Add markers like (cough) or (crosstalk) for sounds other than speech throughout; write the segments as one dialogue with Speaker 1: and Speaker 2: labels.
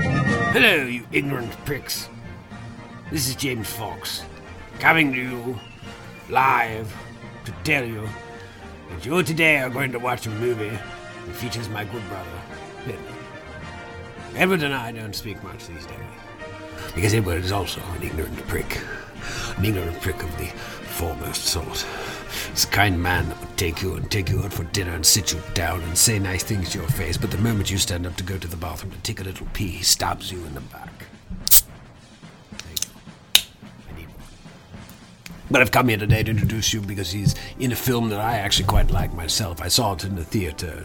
Speaker 1: Hello, you ignorant pricks. This is James Fox, coming to you live to tell you that you today are going to watch a movie that features my good brother, Edward. Edward and I don't speak much these days, because Edward is also an ignorant prick. An ignorant prick of the foremost sort. He's a kind man that would take you and take you out for dinner and sit you down and say nice things to your face, but the moment you stand up to go to the bathroom to take a little pee, he stabs you in the back. Thank you. I need one. But I've come here today to introduce you because he's in a film that I actually quite like myself. I saw it in the theater.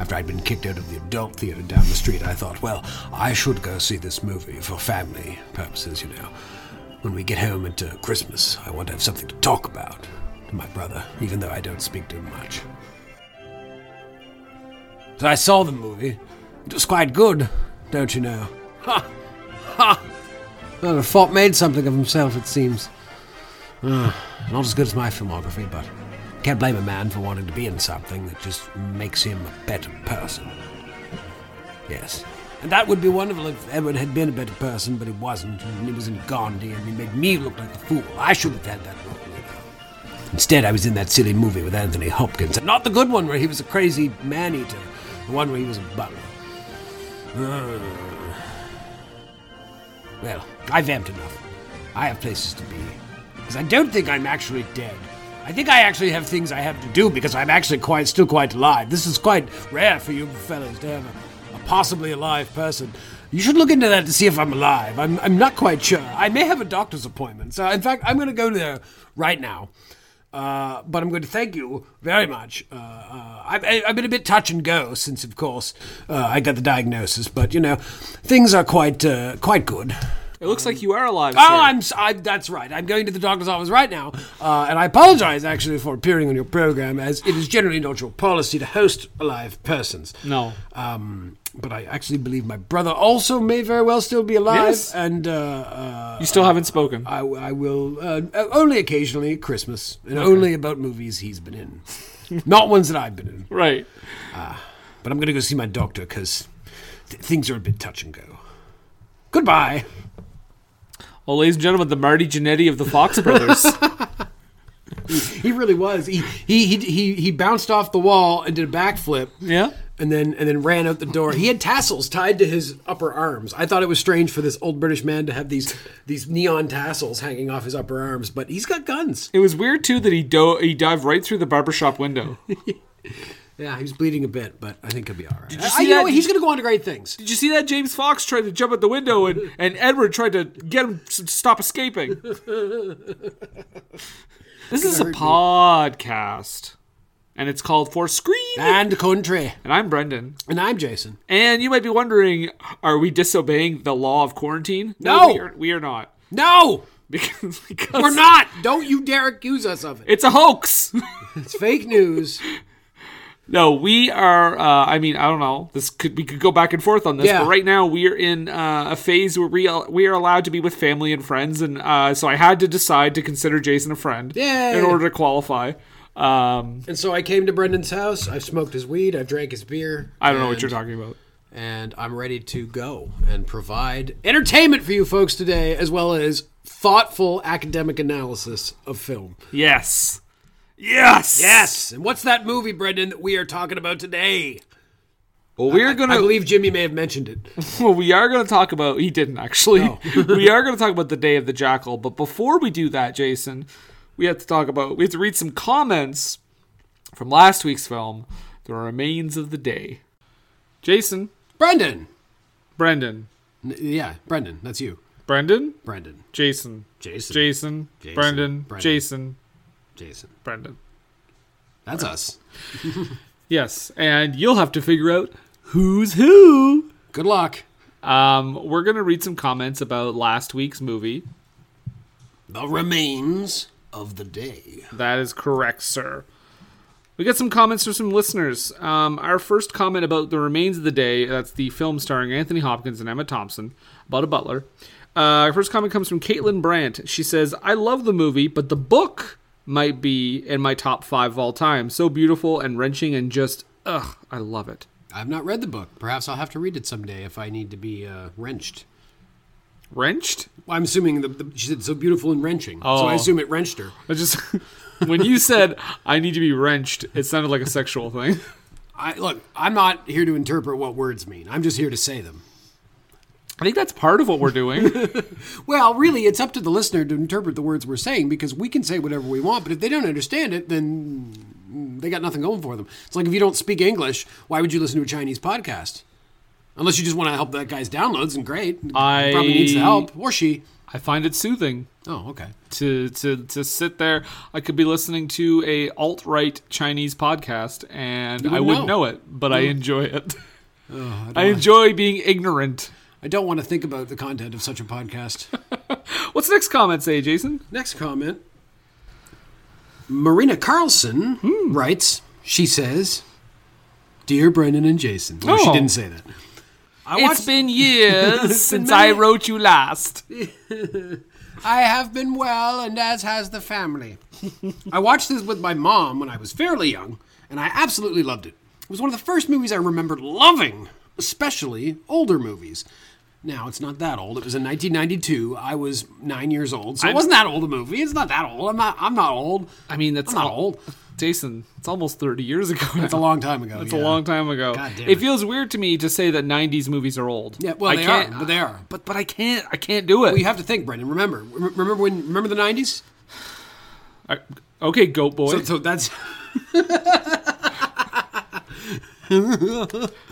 Speaker 1: After I'd been kicked out of the adult theater down the street, I thought, well, I should go see this movie for family purposes, you know. When we get home into Christmas, I want to have something to talk about to my brother, even though I don't speak to him much. So I saw the movie. It was quite good, don't you know? Ha! Ha! Well, the fop made something of himself, it seems. Not as good as my filmography, but can't blame a man for wanting to be in something that just makes him a better person. Yes. And that would be wonderful if Edward had been a better person, but he wasn't, and he was in Gandhi, and he made me look like a fool. I should have had that role. Instead, I was in that silly movie with Anthony Hopkins, and not the good one where he was a crazy man eater, the one where he was a butler. Ugh. Well, I've amped enough. I have places to be. Because I don't think I'm actually dead. I think I actually have things I have to do because I'm actually quite still quite alive. This is quite rare for you fellas to have a, a possibly alive person. You should look into that to see if I'm alive. I'm, I'm not quite sure. I may have a doctor's appointment. So, in fact, I'm going to go there right now. Uh, but I'm going to thank you very much. Uh, uh, I've, I- I've been a bit touch and go since, of course, uh, I got the diagnosis. But you know, things are quite uh, quite good.
Speaker 2: It looks like you are alive,
Speaker 1: Oh,
Speaker 2: sir.
Speaker 1: I'm. s- I, that's right. I'm going to the doctor's office right now, uh, and I apologize actually for appearing on your program, as it is generally not your policy to host alive persons.
Speaker 2: No.
Speaker 1: Um, but I actually believe my brother also may very well still be alive,
Speaker 2: Yes.
Speaker 1: and uh, uh,
Speaker 2: You still haven't spoken.
Speaker 1: I, I will uh, only occasionally at Christmas, and only about movies he's been in,
Speaker 2: (laughs)
Speaker 1: not ones that I've been in.
Speaker 2: Right.
Speaker 1: But I'm going to go see my doctor because th- things are a bit touch and go. Goodbye.
Speaker 2: Well, ladies and gentlemen, the Marty Jannetty of the Fox Brothers.
Speaker 1: He really was. He he he he, he bounced off the wall and did a backflip.
Speaker 2: yeah?
Speaker 1: And then and then ran out the door. He had tassels tied to his upper arms. I thought it was strange for this old British man to have these these neon tassels hanging off his upper arms, but he's got guns.
Speaker 2: It was weird, too, that he, do- he dived right through the barbershop window.
Speaker 1: Yeah, he was bleeding a bit, but I think he'll be all right.
Speaker 2: you
Speaker 1: I-
Speaker 2: see
Speaker 1: I- you know
Speaker 2: that?
Speaker 1: what? He's going to go on to great things.
Speaker 2: Did you see that? James Fox tried to jump out the window, and, and Edward tried to get him to stop escaping. this is a podcast, and it's called For Screen.
Speaker 1: And country.
Speaker 2: And I'm Brendan.
Speaker 1: And I'm Jason.
Speaker 2: And you might be wondering, are we disobeying the law of quarantine?
Speaker 1: No.
Speaker 2: we are, we are not. (laughs)
Speaker 1: No,
Speaker 2: Because, because
Speaker 1: we're not. Don't you dare accuse us of it.
Speaker 2: It's a hoax. (laughs)
Speaker 1: It's fake news.
Speaker 2: no, we are. Uh, I mean, I don't know. This could we could go back and forth on this,
Speaker 1: Yeah.
Speaker 2: but right now we are in uh, a phase where we are, we are allowed to be with family and friends, and uh, so I had to decide to consider Jason a friend
Speaker 1: Yay.
Speaker 2: in order to qualify. Um,
Speaker 1: And so I came to Brendan's house. I've smoked his weed. I've drank his beer.
Speaker 2: I don't know what you're talking about.
Speaker 1: and I'm ready to go and provide entertainment for you folks today, as well as thoughtful academic analysis of film.
Speaker 2: Yes, yes,
Speaker 1: And what's that movie, Brendan, that we are talking about today?
Speaker 2: Well, we are
Speaker 1: I
Speaker 2: gonna.
Speaker 1: believe Jimmy may have mentioned it.
Speaker 2: (laughs) Well, we are going to talk about. He didn't actually. (laughs) we are going to talk about the Day of the Jackal. But before we do that, Jason, we have to talk about. We have to read some comments from last week's film, The Remains of the Day. Jason,
Speaker 1: Brendan.
Speaker 2: Brendan,
Speaker 1: N- Yeah, Brendan. That's you.
Speaker 2: Brendan,
Speaker 1: Brendan.
Speaker 2: Jason,
Speaker 1: Jason.
Speaker 2: Jason,
Speaker 1: Jason,
Speaker 2: Brendan,
Speaker 1: Brendan.
Speaker 2: Jason,
Speaker 1: Jason.
Speaker 2: Brendan.
Speaker 1: That's us.
Speaker 2: Yes, and you'll have to figure out who's who.
Speaker 1: Good luck.
Speaker 2: Um, we're going to read some comments about last week's movie.
Speaker 1: The remains of the day.
Speaker 2: That is correct, sir. We got some comments from some listeners. Um, our first comment about The Remains of the Day, that's the film starring Anthony Hopkins and Emma Thompson, about a butler. Uh, our first comment comes from Caitlin Brandt. She says, I love the movie, but the book might be in my top five of all time. So beautiful and wrenching and just, ugh, I love it.
Speaker 1: I've not read the book. Perhaps I'll have to read it someday if I need to be uh, wrenched.
Speaker 2: Wrenched?
Speaker 1: Well, I'm assuming the, the, she said so beautiful and wrenching. So I
Speaker 2: Oh.
Speaker 1: assume it wrenched her.
Speaker 2: I just (laughs) when you said I need to be wrenched, it sounded like a sexual thing. (laughs)
Speaker 1: I look. I'm not here to interpret what words mean. I'm just here to say them.
Speaker 2: I think that's part of what we're doing.
Speaker 1: Well, really, it's up to the listener to interpret the words we're saying because we can say whatever we want, but if they don't understand it, then they got nothing going for them. It's like if you don't speak English, why would you listen to a Chinese podcast? Unless you just want to help that guy's downloads, and great,
Speaker 2: I-
Speaker 1: He probably needs the help or she.
Speaker 2: I find it soothing
Speaker 1: Oh, okay.
Speaker 2: to to to sit there. I could be listening to a alt right Chinese podcast and I
Speaker 1: wouldn't
Speaker 2: wouldn't
Speaker 1: know.
Speaker 2: know, it, but I enjoy it. (laughs) I enjoy being ignorant.
Speaker 1: I don't want to think about the content of such a podcast.
Speaker 2: What's the next comment say, Jason?
Speaker 1: Next comment. Marina Carlson
Speaker 2: Hmm.
Speaker 1: writes, she says, Dear Brendan and Jason. No, she
Speaker 2: Oh.
Speaker 1: didn't say that. I
Speaker 2: It's (laughs) been years since I
Speaker 1: many-
Speaker 2: wrote you last.
Speaker 1: I have been well, and as has the
Speaker 2: (laughs)
Speaker 1: family. I watched this with my mom when I was fairly young, and I absolutely loved it. It was one of the first movies I remembered loving, especially older movies. Now, it's not that old. It was in 1992. I was nine years old, so it wasn't that old a movie. It's not that old. I'm not, I'm not old.
Speaker 2: I mean, that's
Speaker 1: I'm not
Speaker 2: al-
Speaker 1: old.
Speaker 2: Jason, it's almost 30 years ago. (laughs)
Speaker 1: It's a long time ago.
Speaker 2: It's a long time ago.
Speaker 1: God damn
Speaker 2: it.
Speaker 1: it.
Speaker 2: feels weird to me to say that '90s movies are old.
Speaker 1: Yeah, well,
Speaker 2: I
Speaker 1: they
Speaker 2: can't,
Speaker 1: are, but they are. But
Speaker 2: But I can't. I can't do it.
Speaker 1: you have to think, Brendan. Remember, rem- remember when? Remember the '90s?
Speaker 2: I- okay, goat boy.
Speaker 1: So, so that's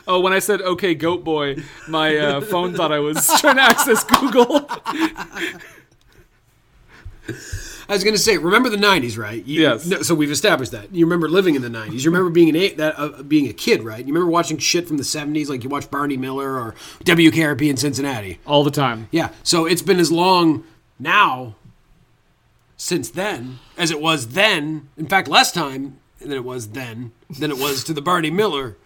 Speaker 2: oh, when I said okay, goat boy, my uh, phone thought I was (laughs) trying to access Google. (laughs)
Speaker 1: I was going to say, remember the '90s, right? You-
Speaker 2: Yes.
Speaker 1: no, so we've established that. You remember living in the '90s. You remember being an eight, that, uh, being a kid, right? You remember watching shit from the '70s, like you watched Barney Miller or WKRP in Cincinnati.
Speaker 2: All the time.
Speaker 1: Yeah. So it's been as long now since then as it was then. In fact, less time than it was then than it was to the Barney Miller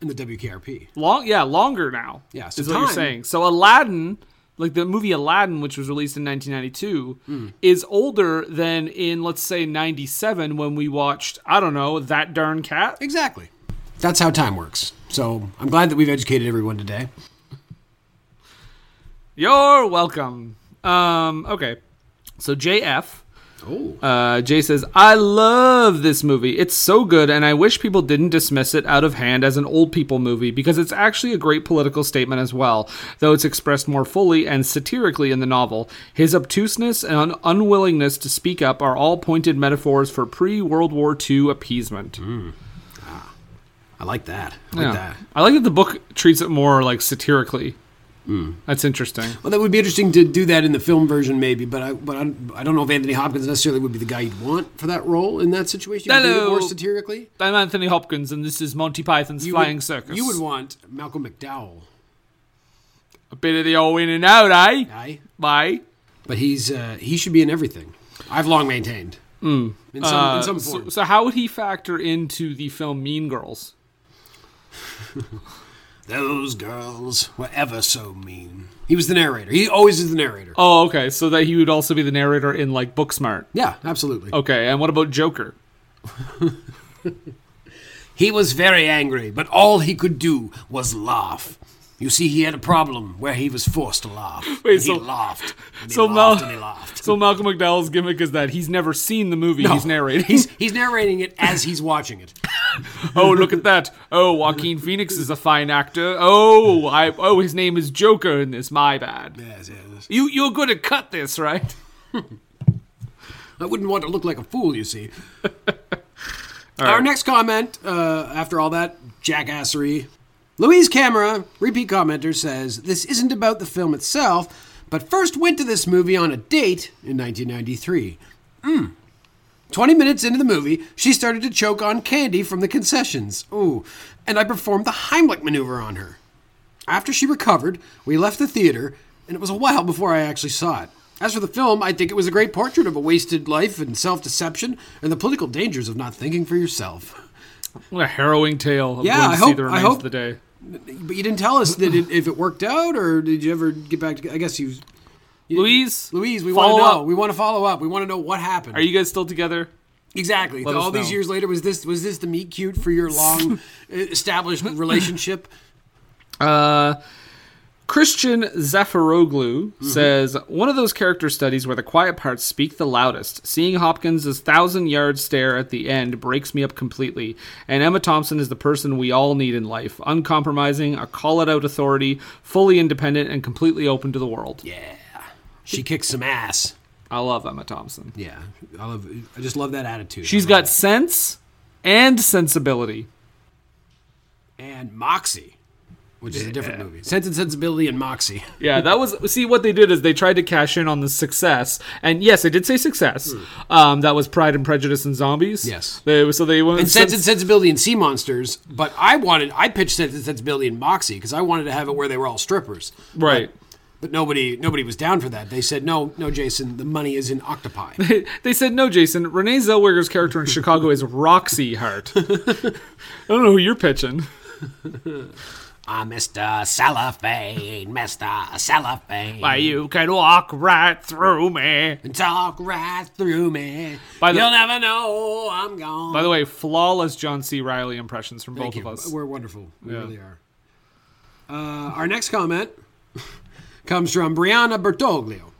Speaker 1: and the WKRP.
Speaker 2: Long, yeah, longer now.
Speaker 1: Yeah, so
Speaker 2: is what you're
Speaker 1: time-
Speaker 2: saying. So Aladdin, like the movie Aladdin, which was released in 1992,
Speaker 1: Hmm.
Speaker 2: is older than in let's say '97 when we watched I don't know that darn cat.
Speaker 1: Exactly. That's how time works. So I'm glad that we've educated everyone today.
Speaker 2: You're welcome. Um, okay, so JF.
Speaker 1: Oh.
Speaker 2: Uh, Jay says, I love this movie. It's so good, and I wish people didn't dismiss it out of hand as an old people movie because it's actually a great political statement as well, though it's expressed more fully and satirically in the novel. His obtuseness and un- unwillingness to speak up are all pointed metaphors for pre World War II appeasement.
Speaker 1: I like that. I like
Speaker 2: Yeah.
Speaker 1: that.
Speaker 2: I like that the book treats it more like satirically. That's interesting.
Speaker 1: Well, that would be interesting to do that in the film version, maybe. But I, but I, I don't know if Anthony Hopkins necessarily would be the guy you'd want for that role in that situation. You could Do it
Speaker 2: Hello.
Speaker 1: more satirically.
Speaker 2: I'm Anthony Hopkins, and this is Monty Python's
Speaker 1: You
Speaker 2: Flying
Speaker 1: would,
Speaker 2: Circus.
Speaker 1: You would want Malcolm McDowell,
Speaker 2: a bit of the old in and out, eh?
Speaker 1: guy.
Speaker 2: Bye.
Speaker 1: But he's uh, he should be in everything. I've long maintained. In some in some
Speaker 2: So,
Speaker 1: form.
Speaker 2: Hmm. Uh, so how would he factor into the film Mean Girls?
Speaker 1: Those girls were ever so mean. He was the narrator. He always is the narrator.
Speaker 2: Oh, okay. So that he would also be the narrator in like Booksmart.
Speaker 1: Yeah, absolutely.
Speaker 2: Okay, and what about Joker?
Speaker 1: He was very angry, but all he could do was laugh. You see, he had a problem where he was forced to laugh.
Speaker 2: Wait,
Speaker 1: and
Speaker 2: so-
Speaker 1: he laughed. And he
Speaker 2: so
Speaker 1: laughed
Speaker 2: Mal-
Speaker 1: and he laughed.
Speaker 2: So Malcolm McDowell's gimmick is that he's never seen the movie (laughs) he's narrating.
Speaker 1: He's, he's narrating it as he's watching it.
Speaker 2: (laughs) oh, look at that.
Speaker 1: (laughs)
Speaker 2: Oh, Joaquin Phoenix is a fine actor. Oh, I oh his name is Joker in this. My bad.
Speaker 1: Yes, yes.
Speaker 2: You you're going to cut this, right?
Speaker 1: I wouldn't want to look like a fool, you see. Our next comment, uh, after all that jackassery, Louise Camera, repeat commenter, says this isn't about the film itself, but first went to this movie on a date in 1993. Mm. 20 minutes into the movie, she started to choke on candy from the concessions. Ooh, and I performed the Heimlich maneuver on her. After she recovered, we left the theater, and it was a while before I actually saw it. As for the film, I think it was a great portrait of a wasted life and self deception and the political dangers of not thinking for yourself.
Speaker 2: What a harrowing tale. I'm
Speaker 1: Yeah,
Speaker 2: going to
Speaker 1: I
Speaker 2: see
Speaker 1: hope-
Speaker 2: the
Speaker 1: I
Speaker 2: remains
Speaker 1: hope-
Speaker 2: of the day.
Speaker 1: But you didn't tell us that it, if it worked out, or did you ever get back to? I guess you,
Speaker 2: Louise,
Speaker 1: Louise. We want
Speaker 2: follow
Speaker 1: to know.
Speaker 2: up.
Speaker 1: We want to follow up. We want to know what happened.
Speaker 2: Are you guys still together?
Speaker 1: exactly?
Speaker 2: Let us
Speaker 1: All these
Speaker 2: know.
Speaker 1: years later, was this was this the meet cute
Speaker 2: (laughs)
Speaker 1: e, for your long uh, established relationship?
Speaker 2: Uh, Christian Zafiroglu says one of those character studies where the quiet parts speak the loudest. Seeing Hopkins' thousand yard stare at the end breaks me up completely, and Emma Thompson is the person we all need in life. Uncompromising, a call it out authority, fully independent, and completely open to the world.
Speaker 1: Yeah. She kicks some ass.
Speaker 2: I love Emma Thompson.
Speaker 1: Yeah. I love I just love that attitude.
Speaker 2: She's got sense and sensibility.
Speaker 1: and Moxie, which is a different movie. Sense and Sensibility and Moxie.
Speaker 2: Yeah, that was see what they did is they tried to cash in on the success, and yes, they did say success. Um, that was Pride and Prejudice and Zombies.
Speaker 1: Yes.
Speaker 2: they so they went
Speaker 1: And
Speaker 2: with
Speaker 1: Sense
Speaker 2: sense,
Speaker 1: and Sensibility and Sea Monsters, but I wanted I pitched Sense and Sensibility and Moxie because I wanted to have it where they were all strippers.
Speaker 2: right. (laughs)
Speaker 1: But nobody nobody was down for that. They said, "No, no, Jason, the money is in
Speaker 2: (laughs)
Speaker 1: octopi."
Speaker 2: They said no, Jason. Renee Zellweger's character in Chicago is Roxy (laughs) Hart. I don't know who you're pitching.
Speaker 1: I'm Mr. "Ah, Cellophane, Mr. Cellophane.
Speaker 2: you can walk right through me.
Speaker 1: and talk right through me.
Speaker 2: By the-
Speaker 1: You'll never know I'm gone.
Speaker 2: By the way, flawless John C. Riley impressions from
Speaker 1: Thank
Speaker 2: both of
Speaker 1: you.
Speaker 2: us.
Speaker 1: We're wonderful. We really are. Uh, our next comment (laughs) comes from Brianna Bertoglio.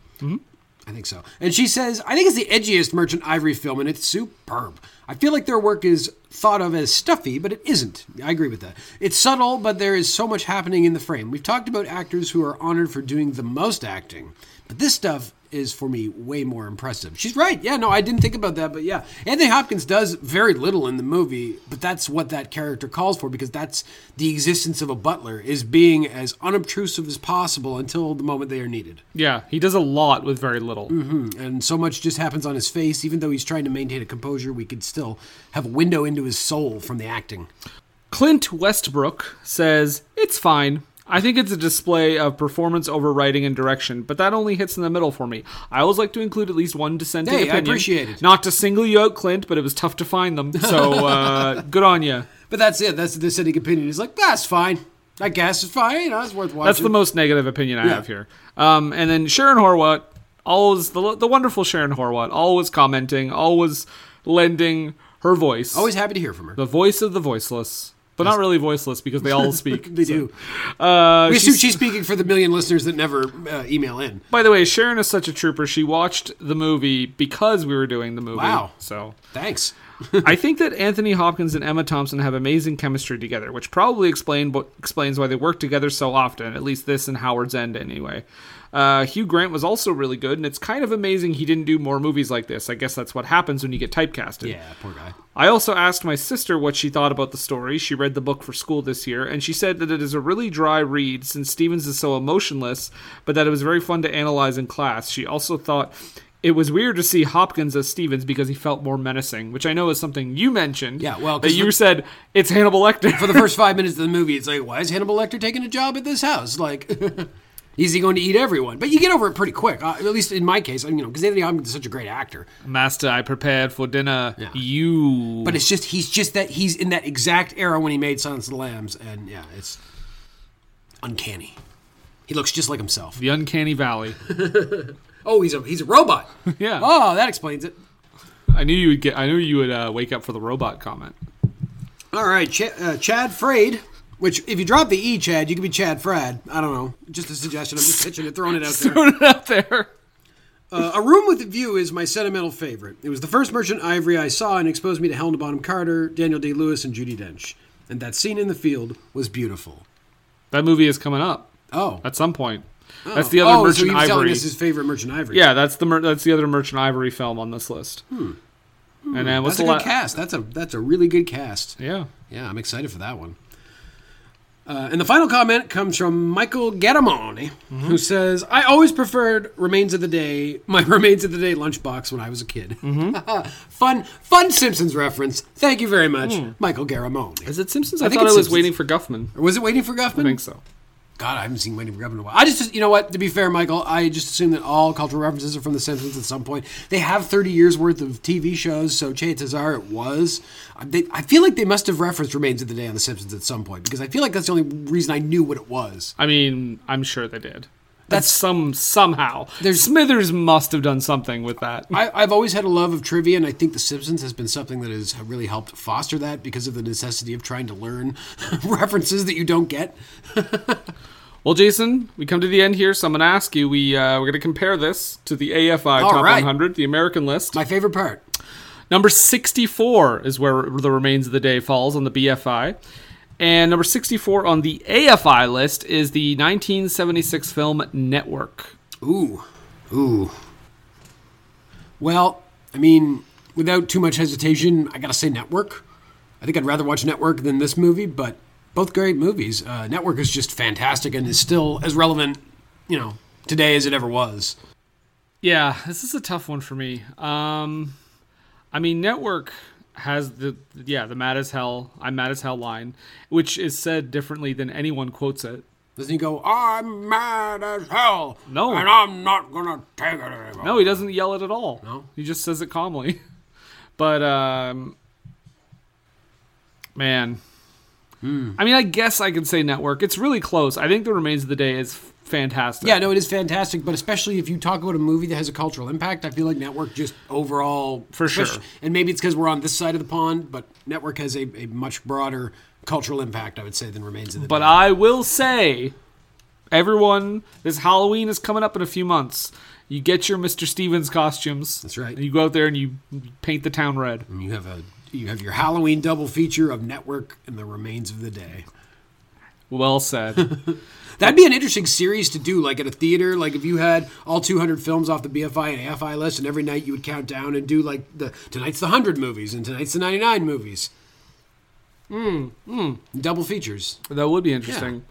Speaker 1: I think so. And she says, I think it's the edgiest Merchant Ivory film, and it's superb. I feel like their work is thought of as stuffy, but it isn't. I agree with that. It's subtle, but there is so much happening in the frame. We've talked about actors who are honored for doing the most acting, but this stuff is, for me, way more impressive. She's right. Yeah, no, I didn't think about that, but yeah. Anthony Hopkins does very little in the movie, but that's what that character calls for because that's the existence of a butler, is being as unobtrusive as possible until the moment they are needed
Speaker 2: Yeah, he does a lot with very little.
Speaker 1: and so much just happens on his face. Even though he's trying to maintain a composure, we could still have a window into his soul from the acting.
Speaker 2: Clint Westbrook says, It's fine. I think it's a display of performance over writing and direction, but that only hits in the middle for me. I always like to include at least one dissenting
Speaker 1: Hey, I
Speaker 2: opinion.
Speaker 1: appreciate it.
Speaker 2: Not to single you out, Clint, but it was tough to find them.
Speaker 1: (laughs)
Speaker 2: So uh, good on you.
Speaker 1: But that's it. That's the dissenting opinion. He's like, that's fine. I guess it's fine. You know, it's worth watching.
Speaker 2: That's the most negative opinion I have here. Um, and then Sharon Horwat, always the the wonderful Sharon Horwat, always commenting, always lending her voice,
Speaker 1: Always happy to hear from her.
Speaker 2: the voice of the voiceless, but not really voiceless because they all speak.
Speaker 1: (laughs)
Speaker 2: Uh,
Speaker 1: They do. we assume she's speaking for the million listeners that never uh, email in.
Speaker 2: By the way, Sharon is such a trooper. She watched the movie because we were doing the movie.
Speaker 1: Wow.
Speaker 2: So
Speaker 1: Thanks.
Speaker 2: I think that Anthony Hopkins and Emma Thompson have amazing chemistry together, which probably explain what explains why they work together so often. At least this and Howard's End, anyway. Uh, Hugh Grant was also really good, and it's kind of amazing he didn't do more movies like this. I guess that's what happens when you get typecasted.
Speaker 1: Yeah, poor guy.
Speaker 2: I also asked my sister what she thought about the story. She read the book for school this year, and she said that it is a really dry read since Stevens is so emotionless, but that it was very fun to analyze in class. She also thought it was weird to see Hopkins as Stevens because he felt more menacing, which I know is something you mentioned.
Speaker 1: Yeah, well, 'cause
Speaker 2: that you
Speaker 1: the-
Speaker 2: said it's Hannibal Lecter.
Speaker 1: For the first five minutes of the movie, it's like, why is Hannibal Lecter taking a job at this house? Like, (laughs) is he going to eat everyone? But you get over it pretty quick. Uh, at least in my case, I mean, you know, because Anthony Hopkins is such a great actor.
Speaker 2: (laughs) Master, I prepared for dinner. You.
Speaker 1: But it's just he's just that he's in that exact era when he made Silence of the Lambs, and yeah, it's uncanny. He looks just like himself.
Speaker 2: the
Speaker 1: (laughs)
Speaker 2: Uncanny Valley.
Speaker 1: Oh, he's a he's a (laughs) robot.
Speaker 2: Yeah,
Speaker 1: oh, that explains it.
Speaker 2: I knew you would get. I knew you would uh, wake up for the robot comment.
Speaker 1: All right, Ch- uh, Chad Frade. Which, if you drop the e, Chad, you could be Chad Frad. I don't know. Just a suggestion. I'm just pitching it, throwing (laughs) it out
Speaker 2: (laughs)
Speaker 1: there.
Speaker 2: Put it out there.
Speaker 1: Uh, a Room with a View is my sentimental favorite. It was the first Merchant Ivory I saw and exposed me to Helena Bonham Carter, Daniel Day Lewis, and Judy Dench. And that scene in the field was beautiful.
Speaker 2: That movie is coming up.
Speaker 1: Oh,
Speaker 2: at some point. That's the other
Speaker 1: oh,
Speaker 2: Merchant
Speaker 1: so he was telling
Speaker 2: Ivory.
Speaker 1: us his favorite Merchant Ivory.
Speaker 2: yeah, that's the mer- that's the other Merchant Ivory film on this list. And then
Speaker 1: Hmm. That's a
Speaker 2: what's the
Speaker 1: good
Speaker 2: la-
Speaker 1: cast. That's a that's a really good cast.
Speaker 2: Yeah,
Speaker 1: Yeah, I'm excited for that one. Uh, and the final comment comes from Michael Gettamone,
Speaker 2: Mm-hmm.
Speaker 1: who says, "I always preferred Remains of the Day, my (laughs) Remains of the Day lunchbox when I was a kid.
Speaker 2: Mm-hmm.
Speaker 1: (laughs) fun, fun Simpsons reference. Thank you very much, Michael Gettamone.
Speaker 2: Mm. is it Simpsons? I,
Speaker 1: I think
Speaker 2: thought I
Speaker 1: it's
Speaker 2: was
Speaker 1: Simpsons.
Speaker 2: waiting for Guffman.
Speaker 1: Or was it Waiting for Guffman?
Speaker 2: I think so.
Speaker 1: God, I haven't seen Waiting for Guffman in a while. I just, you know what? To be fair, Michael, I just assume that all cultural references are from The Simpsons at some point. They have 30 years worth of TV shows, so chances are it was. I- They, I feel like they must have referenced Remains of the Day on The Simpsons at some point because I feel like that's the only reason I knew what it was.
Speaker 2: I mean, I'm sure they did. That's
Speaker 1: That's-
Speaker 2: some somehow.
Speaker 1: There's-
Speaker 2: Smithers must have done something with that.
Speaker 1: I, I've always had a love of trivia, and I think The Simpsons has been something that has really helped foster (laughs) that because of the necessity of trying to learn references that you don't get.
Speaker 2: Well, Jason, we come to the end here, so I'm going to ask you. We uh, we're going to compare this to the AFI
Speaker 1: All
Speaker 2: Top
Speaker 1: right.
Speaker 2: 100, the American list.
Speaker 1: My favorite part.
Speaker 2: Number 64 is where the remains of the day falls on the BFI. And number 64 on the AFI list is the 1976 film Network.
Speaker 1: Ooh. Ooh. Well, I mean, without too much hesitation, I gotta say Network. I think I'd rather watch Network than this movie, but both great movies. Uh, Network is just fantastic and is still as relevant, you know, today as it ever was.
Speaker 2: Yeah, this is a tough one for me. Um, I mean, Network has the yeah the mad as hell I'm mad as hell line, which is said differently than anyone quotes it.
Speaker 1: Doesn't he go, I'm mad as hell.
Speaker 2: No.
Speaker 1: And I'm not gonna take it anymore.
Speaker 2: No, he doesn't yell it at all.
Speaker 1: No?
Speaker 2: he just says it calmly. (laughs) But um, man,
Speaker 1: Hmm.
Speaker 2: I mean, I guess I could say Network. It's really close. I think the remains of the day is fantastic.
Speaker 1: Yeah, no, it is fantastic, but especially if you talk about a movie that has a cultural impact, I feel like Network just overall
Speaker 2: For sure.
Speaker 1: And maybe it's because we're on this side of the pond, but Network has a, a much broader cultural impact, I would say, than Remains of the
Speaker 2: But
Speaker 1: Day.
Speaker 2: I will say, everyone, this Halloween is coming up in a few months. You get your Mr. Stevens costumes.
Speaker 1: That's right.
Speaker 2: And you go out there and you paint the town red.
Speaker 1: And you have a you have your Halloween double feature of Network and the Remains of the Day. (laughs)
Speaker 2: Well said.
Speaker 1: That'd be an interesting series to do, like at a theater. Like if you had all 200 films off the BFI and AFI list, and every night you would count down and do like the tonight's the 100 movies and tonight's the 99 movies. Mm, mm. Double features.
Speaker 2: that would be interesting.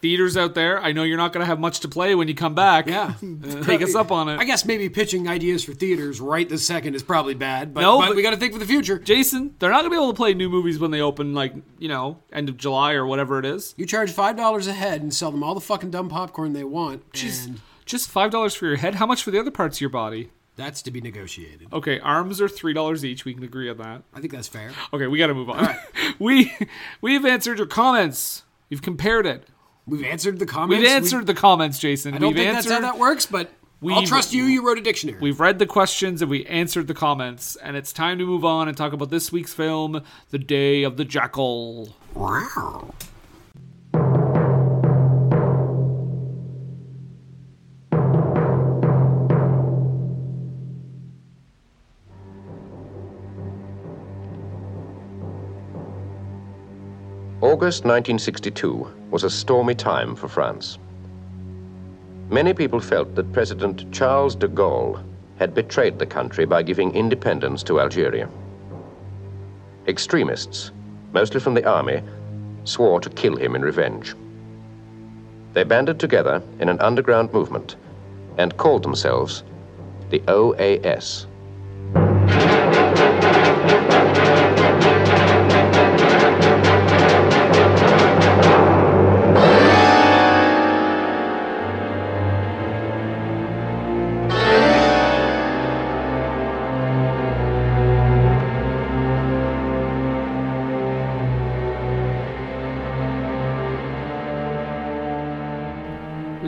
Speaker 2: Theaters out there, I know you're not going to have much to play when you come back.
Speaker 1: (laughs) Yeah.
Speaker 2: (laughs) Take us up on it.
Speaker 1: I guess maybe pitching ideas for theaters right this second is probably bad, but,
Speaker 2: No,
Speaker 1: but
Speaker 2: but-
Speaker 1: we got to think for the future.
Speaker 2: Jason, they're not going to be able to play new movies when they open, like, you know, end of July or whatever it is.
Speaker 1: You charge $5 a head and sell them all the fucking dumb popcorn they want,
Speaker 2: Just,
Speaker 1: and
Speaker 2: just $5 for your head. How much for the other parts of your body?
Speaker 1: that's to be negotiated.
Speaker 2: Okay, arms are $3 each. We can agree on that.
Speaker 1: I think that's fair.
Speaker 2: Okay, we got to move on. (laughs) we we've answered your comments. You've compared it.
Speaker 1: We've answered the comments.
Speaker 2: We've answered the comments, Jason.
Speaker 1: We, I don't
Speaker 2: we've
Speaker 1: think
Speaker 2: answered.
Speaker 1: that's how that works, but I'll
Speaker 2: We've-
Speaker 1: trust you. You wrote a dictionary.
Speaker 2: We've read the questions and we answered the comments, and it's time to move on and talk about this week's film, The Day of the Jackal.
Speaker 1: Wow.
Speaker 3: August 1962 was a stormy time for France. Many people felt that President Charles de Gaulle had betrayed the country by giving independence to Algeria. Extremists, mostly from the army, swore to kill him in revenge. They banded together in an underground movement and called themselves the OAS.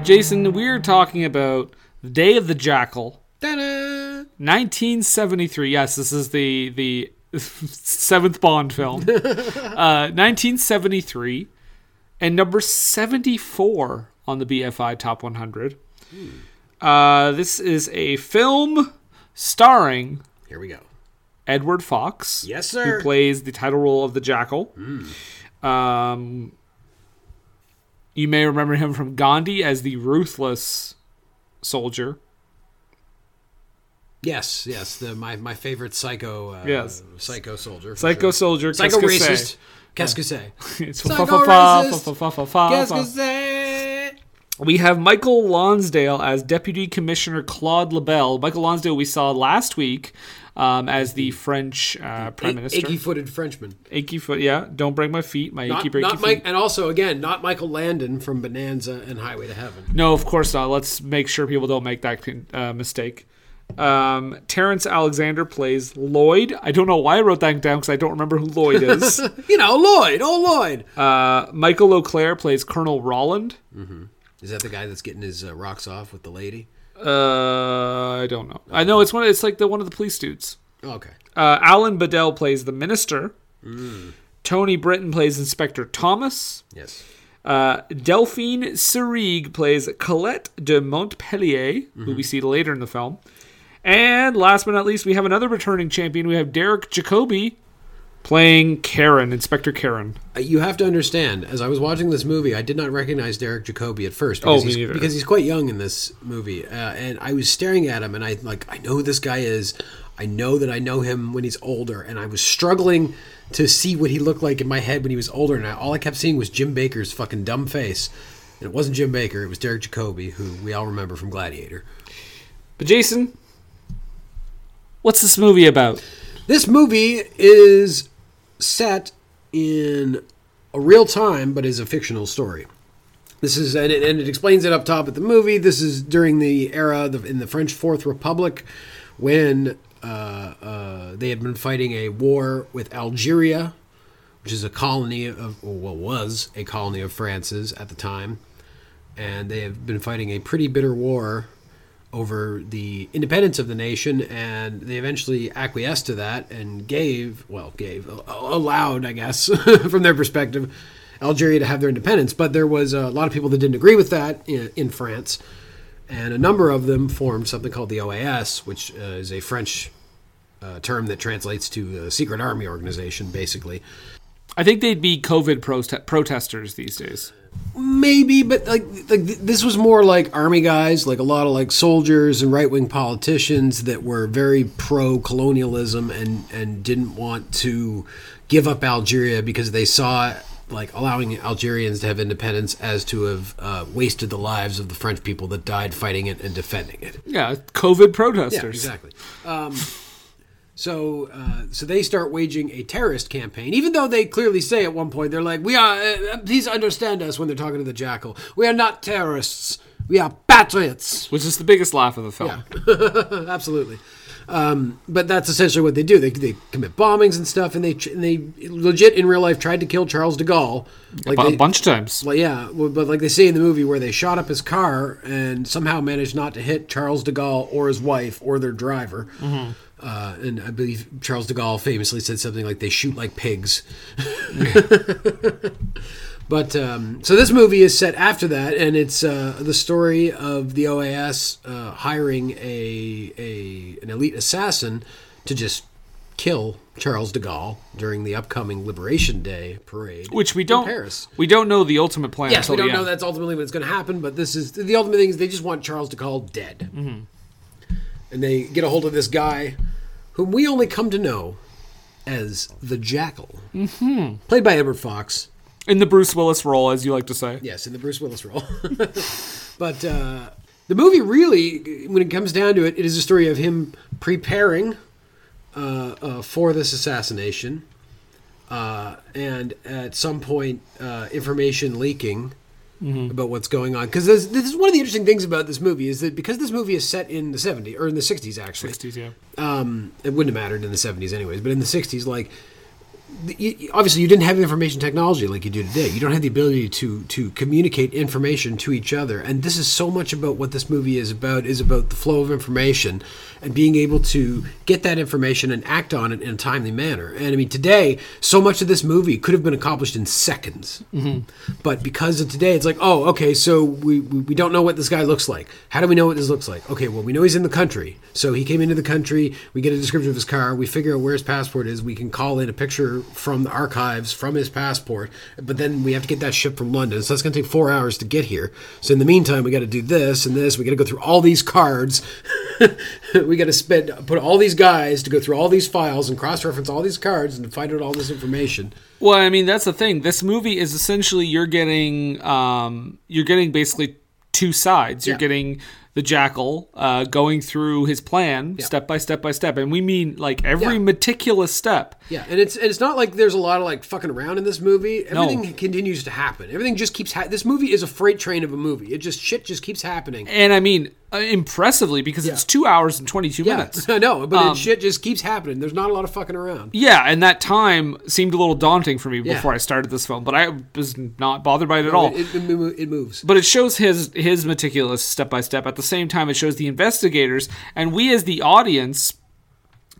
Speaker 2: Jason, we're talking about The Day of the Jackal. 1973. Yes, this is the the (laughs) seventh Bond film. uh, 1973, and number 74 on the BFI Top 100. Uh, this is a film starring
Speaker 1: Here we go.
Speaker 2: Edward Fox.
Speaker 1: Yes,
Speaker 2: Who
Speaker 1: sir.
Speaker 2: plays the title role of the Jackal.
Speaker 1: Hmm.
Speaker 2: Um, you may remember him from Gandhi as the ruthless soldier.
Speaker 1: Yes, yes. The my, my favorite psycho. Uh,
Speaker 2: Yes.
Speaker 1: Psycho soldier. for
Speaker 2: Psycho
Speaker 1: sure.
Speaker 2: soldier.
Speaker 1: Psycho
Speaker 2: qu'est-ce que
Speaker 1: racist.
Speaker 2: c'est?
Speaker 1: Qu'est-ce que c'est?
Speaker 2: (laughs) It's
Speaker 1: Psycho
Speaker 2: fa- fa- fa-
Speaker 1: racist.
Speaker 2: fa- fa- fa- fa-
Speaker 1: Qu'est-ce
Speaker 2: fa.
Speaker 1: que c'est?
Speaker 2: We have Michael Lonsdale as Deputy Commissioner Claude Labelle. Michael Lonsdale we saw last week um, as the French uh, Prime Minister.
Speaker 1: Achy footed Frenchman.
Speaker 2: Achy foot, yeah. Don't break my feet, my
Speaker 1: Not,
Speaker 2: achy breaky
Speaker 1: not
Speaker 2: feet.
Speaker 1: Mike, and also again, not Michael Landon from Bonanza and Highway to Heaven.
Speaker 2: No, of course not. Let's make sure people don't make that con- uh, mistake. Um, Terrence Alexander plays Lloyd. I don't know why I wrote that down because I don't remember who Lloyd is.
Speaker 1: You know, Lloyd. Oh, Lloyd.
Speaker 2: uh, Michael O'Clair plays Colonel Rolland.
Speaker 1: Is that the guy that's getting his uh, rocks off with the lady?
Speaker 2: Uh, I don't know. I know it's one. It's like the one of the police dudes.
Speaker 1: Oh, okay.
Speaker 2: Uh, Alan Bedell plays the minister. Tony Britton plays Inspector Thomas.
Speaker 1: Yes.
Speaker 2: Uh, Delphine Serig plays Colette de Montpellier, who
Speaker 1: Mm-hmm.
Speaker 2: we see later in the film. And last but not least, we have another returning champion. We have Derek Jacobi playing Karen, Inspector Karen.
Speaker 1: Uh, You have to understand, as I was watching this movie, I did not recognize Derek Jacobi at first because,
Speaker 2: Oh, me
Speaker 1: he's,
Speaker 2: neither.
Speaker 1: because he's quite young in this movie, uh, and I was staring at him, and I like I know who this guy is. I know that I know him when he's older, and I was struggling to see what he looked like in my head when he was older, and I, all I kept seeing was Jim Baker's fucking dumb face. And it wasn't Jim Baker; it was Derek Jacobi, who we all remember from Gladiator.
Speaker 2: But Jason, what's this movie about?
Speaker 1: This movie is set in a real time, but is a fictional story. This is and it, and it explains it up top at the movie. This is during the era of, in the French Fourth Republic, when uh, uh, they had been fighting a war with Algeria, which is a colony of or well, was a colony of France's at the time, and they have been fighting a pretty bitter war over the independence of the nation, and they eventually acquiesced to that and gave, well, gave, a- allowed, I guess, (laughs) from their perspective, Algeria to have their independence. But there was a lot of people that didn't agree with that in, in France, and a number of them formed something called the OAS, which uh, is a French uh, term that translates to a secret army organization, basically.
Speaker 2: I think they'd be COVID prote- protesters these days.
Speaker 1: maybe but like like th- this was more like army guys like a lot of like soldiers and right-wing politicians that were very pro-colonialism and and didn't want to give up algeria because they saw like allowing algerians to have independence as to have uh, wasted the lives of the french people that died fighting it and defending it
Speaker 2: Yeah, COVID protesters.
Speaker 1: yeah, exactly. Um, so, uh, so they start waging a terrorist campaign, even though they clearly say at one point they're like, "We are." Uh, please understand us when they're talking to the jackal. We are not terrorists. We are patriots.
Speaker 2: (laughs) Which is the biggest laugh of the film.
Speaker 1: Absolutely. Um, but that's essentially what they do. They, they commit bombings and stuff, and they tr- and they legit in real life tried to kill Charles de Gaulle. Like
Speaker 2: Bu-
Speaker 1: they-
Speaker 2: a bunch of times.
Speaker 1: well, yeah, well, but like they say in the movie, where they shot up his car and somehow managed not to hit Charles de Gaulle or his wife or their driver.
Speaker 2: Mm-hmm.
Speaker 1: Uh, and I believe Charles de Gaulle famously said something like, "They shoot like pigs." (laughs) but um, so this movie is set after that, and it's uh, the story of the OAS uh, hiring a, a an elite assassin to just kill Charles de Gaulle during the upcoming Liberation Day parade,
Speaker 2: Which we
Speaker 1: in
Speaker 2: don't
Speaker 1: Paris.
Speaker 2: we don't know the ultimate plan
Speaker 1: Yes,
Speaker 2: until
Speaker 1: we don't
Speaker 2: the
Speaker 1: know
Speaker 2: end.
Speaker 1: that's ultimately what's going to happen, but this is the ultimate thing is they just want Charles de Gaulle dead, and they get a hold of this guy, whom we only come to know as the Jackal, mm-hmm. played by Edward Fox.
Speaker 2: In the Bruce Willis role, as you like to say.
Speaker 1: Yes, in the Bruce Willis role. (laughs) but uh, the movie really, when it comes down to it, it is a story of him preparing uh, uh, for this assassination, uh, and at some point, uh, information leaking. About what's going on, because this, this is one of the interesting things about this movie is that because this movie is set in the 70s or in the 60s actually,
Speaker 2: Yeah.
Speaker 1: um, it wouldn't have mattered in the 70s anyways but in the 60s like the- you- you- obviously you didn't have information technology like you do today you don't have the ability to to communicate information to each other and this is so much about what this movie is about is about the flow of information and being able to get that information and act on it in a timely manner and i mean today so much of this movie could have been accomplished in seconds but because of today it's like oh okay so we, we we don't know what this guy looks like how do we know what this looks like okay well we know he's in the country so he came into the country we get a description of his car we figure out where his passport is we can call in a picture from the archives from his passport but then we have to get that shipped from london so that's going to take four hours to get here so in the meantime we got to do this and this we got to go through all these cards (laughs) we got to spend put all these guys to go through all these files and cross-reference all these cards and find out all this information
Speaker 2: Well, I mean that's the thing. This movie is essentially you're getting um, you're getting basically two sides. You're
Speaker 1: Yeah.
Speaker 2: getting the jackal uh, going through his plan step by step by step, and we mean like every
Speaker 1: Yeah.
Speaker 2: meticulous step.
Speaker 1: Yeah, and it's and it's not like there's a lot of like fucking around in this movie. Everything continues to happen. Everything just keeps. Ha- this movie is a freight train of a movie. It just shit just keeps happening.
Speaker 2: And I mean uh, impressively because it's two hours and twenty two
Speaker 1: Yeah, (laughs)
Speaker 2: minutes. (laughs)
Speaker 1: I know, but it shit just keeps happening. There's not a lot of fucking around.
Speaker 2: Yeah, and that time seemed a little daunting for me
Speaker 1: Yeah.
Speaker 2: before I started this film, but I was not bothered by it at all.
Speaker 1: It, it, mo- it moves.
Speaker 2: but it shows his his meticulous step by step. At the same time, it shows the investigators, and we as the audience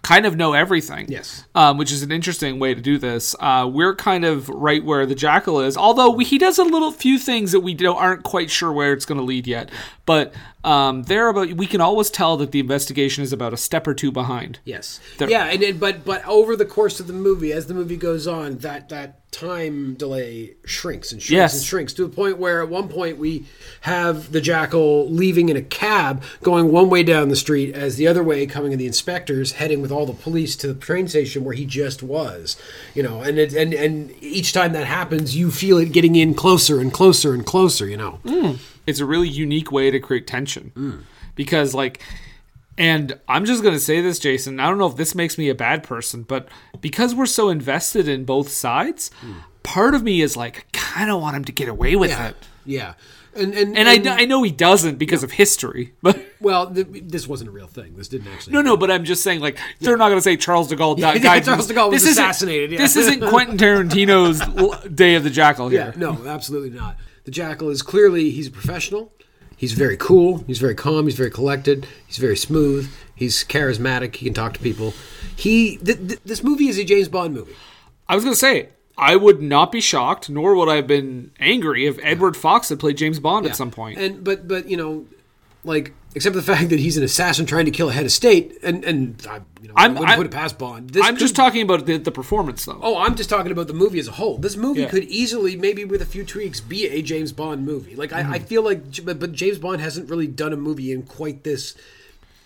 Speaker 2: kind of know everything.
Speaker 1: Yes.
Speaker 2: Um, which is an interesting way to do this. Uh, we're kind of right where the jackal is, although we, he does a little few things that we don't, aren't quite sure where it's going to lead yet. But um, there about we can always tell that the investigation is about a step or two behind.
Speaker 1: Yes. yeah, and, and but but over the course of the movie, as the movie goes on, that that time delay shrinks and shrinks
Speaker 2: Yes.
Speaker 1: and shrinks to the point where at one point we have the jackal leaving in a cab, going one way down the street as the other way coming in the inspectors, heading with all the police to the train station where he just was. You know, and it, and and each time that happens, you feel it getting in closer and closer and closer. You know.
Speaker 2: Mm. it's a really unique way to create tension because like and i'm just going to say this jason i don't know if this makes me a bad person but because we're so invested in both sides part of me is like i kind of want him to get away with it
Speaker 1: Yeah. And and
Speaker 2: and I, kn- I know he doesn't because of history (laughs) but
Speaker 1: well, th- this wasn't a real thing. This didn't actually.
Speaker 2: no no but i'm just saying like they're not going to say charles de gaulle
Speaker 1: (laughs)
Speaker 2: died
Speaker 1: yeah, Charles de Gaulle was
Speaker 2: isn't-
Speaker 1: assassinated, yeah.
Speaker 2: this isn't
Speaker 1: (laughs)
Speaker 2: quentin tarantino's l- day of the jackal
Speaker 1: Yeah,
Speaker 2: here
Speaker 1: no, absolutely not. The jackal is clearly he's a professional. He's very cool. He's very calm. He's very collected. He's very smooth. He's charismatic. He can talk to people. He th- th- this movie is a James Bond movie.
Speaker 2: I was going to say, I would not be shocked, nor would I have been angry if Edward Fox had played James Bond at some point.
Speaker 1: And but but you know, like except for the (laughs) fact that he's an assassin trying to kill a head of state, and and I you know
Speaker 2: I'm-
Speaker 1: I wouldn't
Speaker 2: I'm-
Speaker 1: put it past Bond. This
Speaker 2: I'm
Speaker 1: could-
Speaker 2: just talking about the, the performance, though.
Speaker 1: Oh, I'm just talking about the movie as a whole. This movie
Speaker 2: Yeah.
Speaker 1: could easily, maybe with a few tweaks, be a James Bond movie. Like I, I
Speaker 2: Hmm.
Speaker 1: feel like, J- but, but James Bond hasn't really done a movie in quite this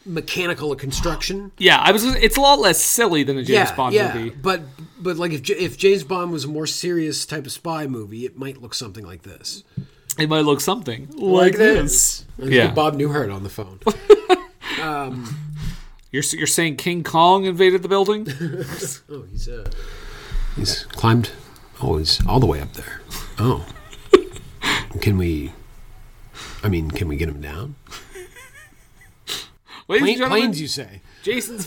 Speaker 1: mechanical a construction.
Speaker 2: Yeah, I was. gonna- It's a lot less silly than a James
Speaker 1: yeah,
Speaker 2: Bond
Speaker 1: yeah.
Speaker 2: movie.
Speaker 1: But but like if J- if James Bond was a more serious type of spy movie, it might look something like this.
Speaker 2: It might look something like, this.
Speaker 1: And
Speaker 2: Yeah,
Speaker 1: get Bob Newhart on the
Speaker 2: (laughs)
Speaker 1: phone.
Speaker 2: you're s- you're saying King Kong invaded
Speaker 1: (laughs)
Speaker 2: the building?
Speaker 1: oh, he's uh, he's climbed. Oh, he's all the way up there.
Speaker 2: (laughs)
Speaker 1: Oh, can we? I mean, can we get him down?
Speaker 2: Ladies and
Speaker 1: Plane-
Speaker 2: gentlemen,
Speaker 1: planes, you say.
Speaker 2: Jason's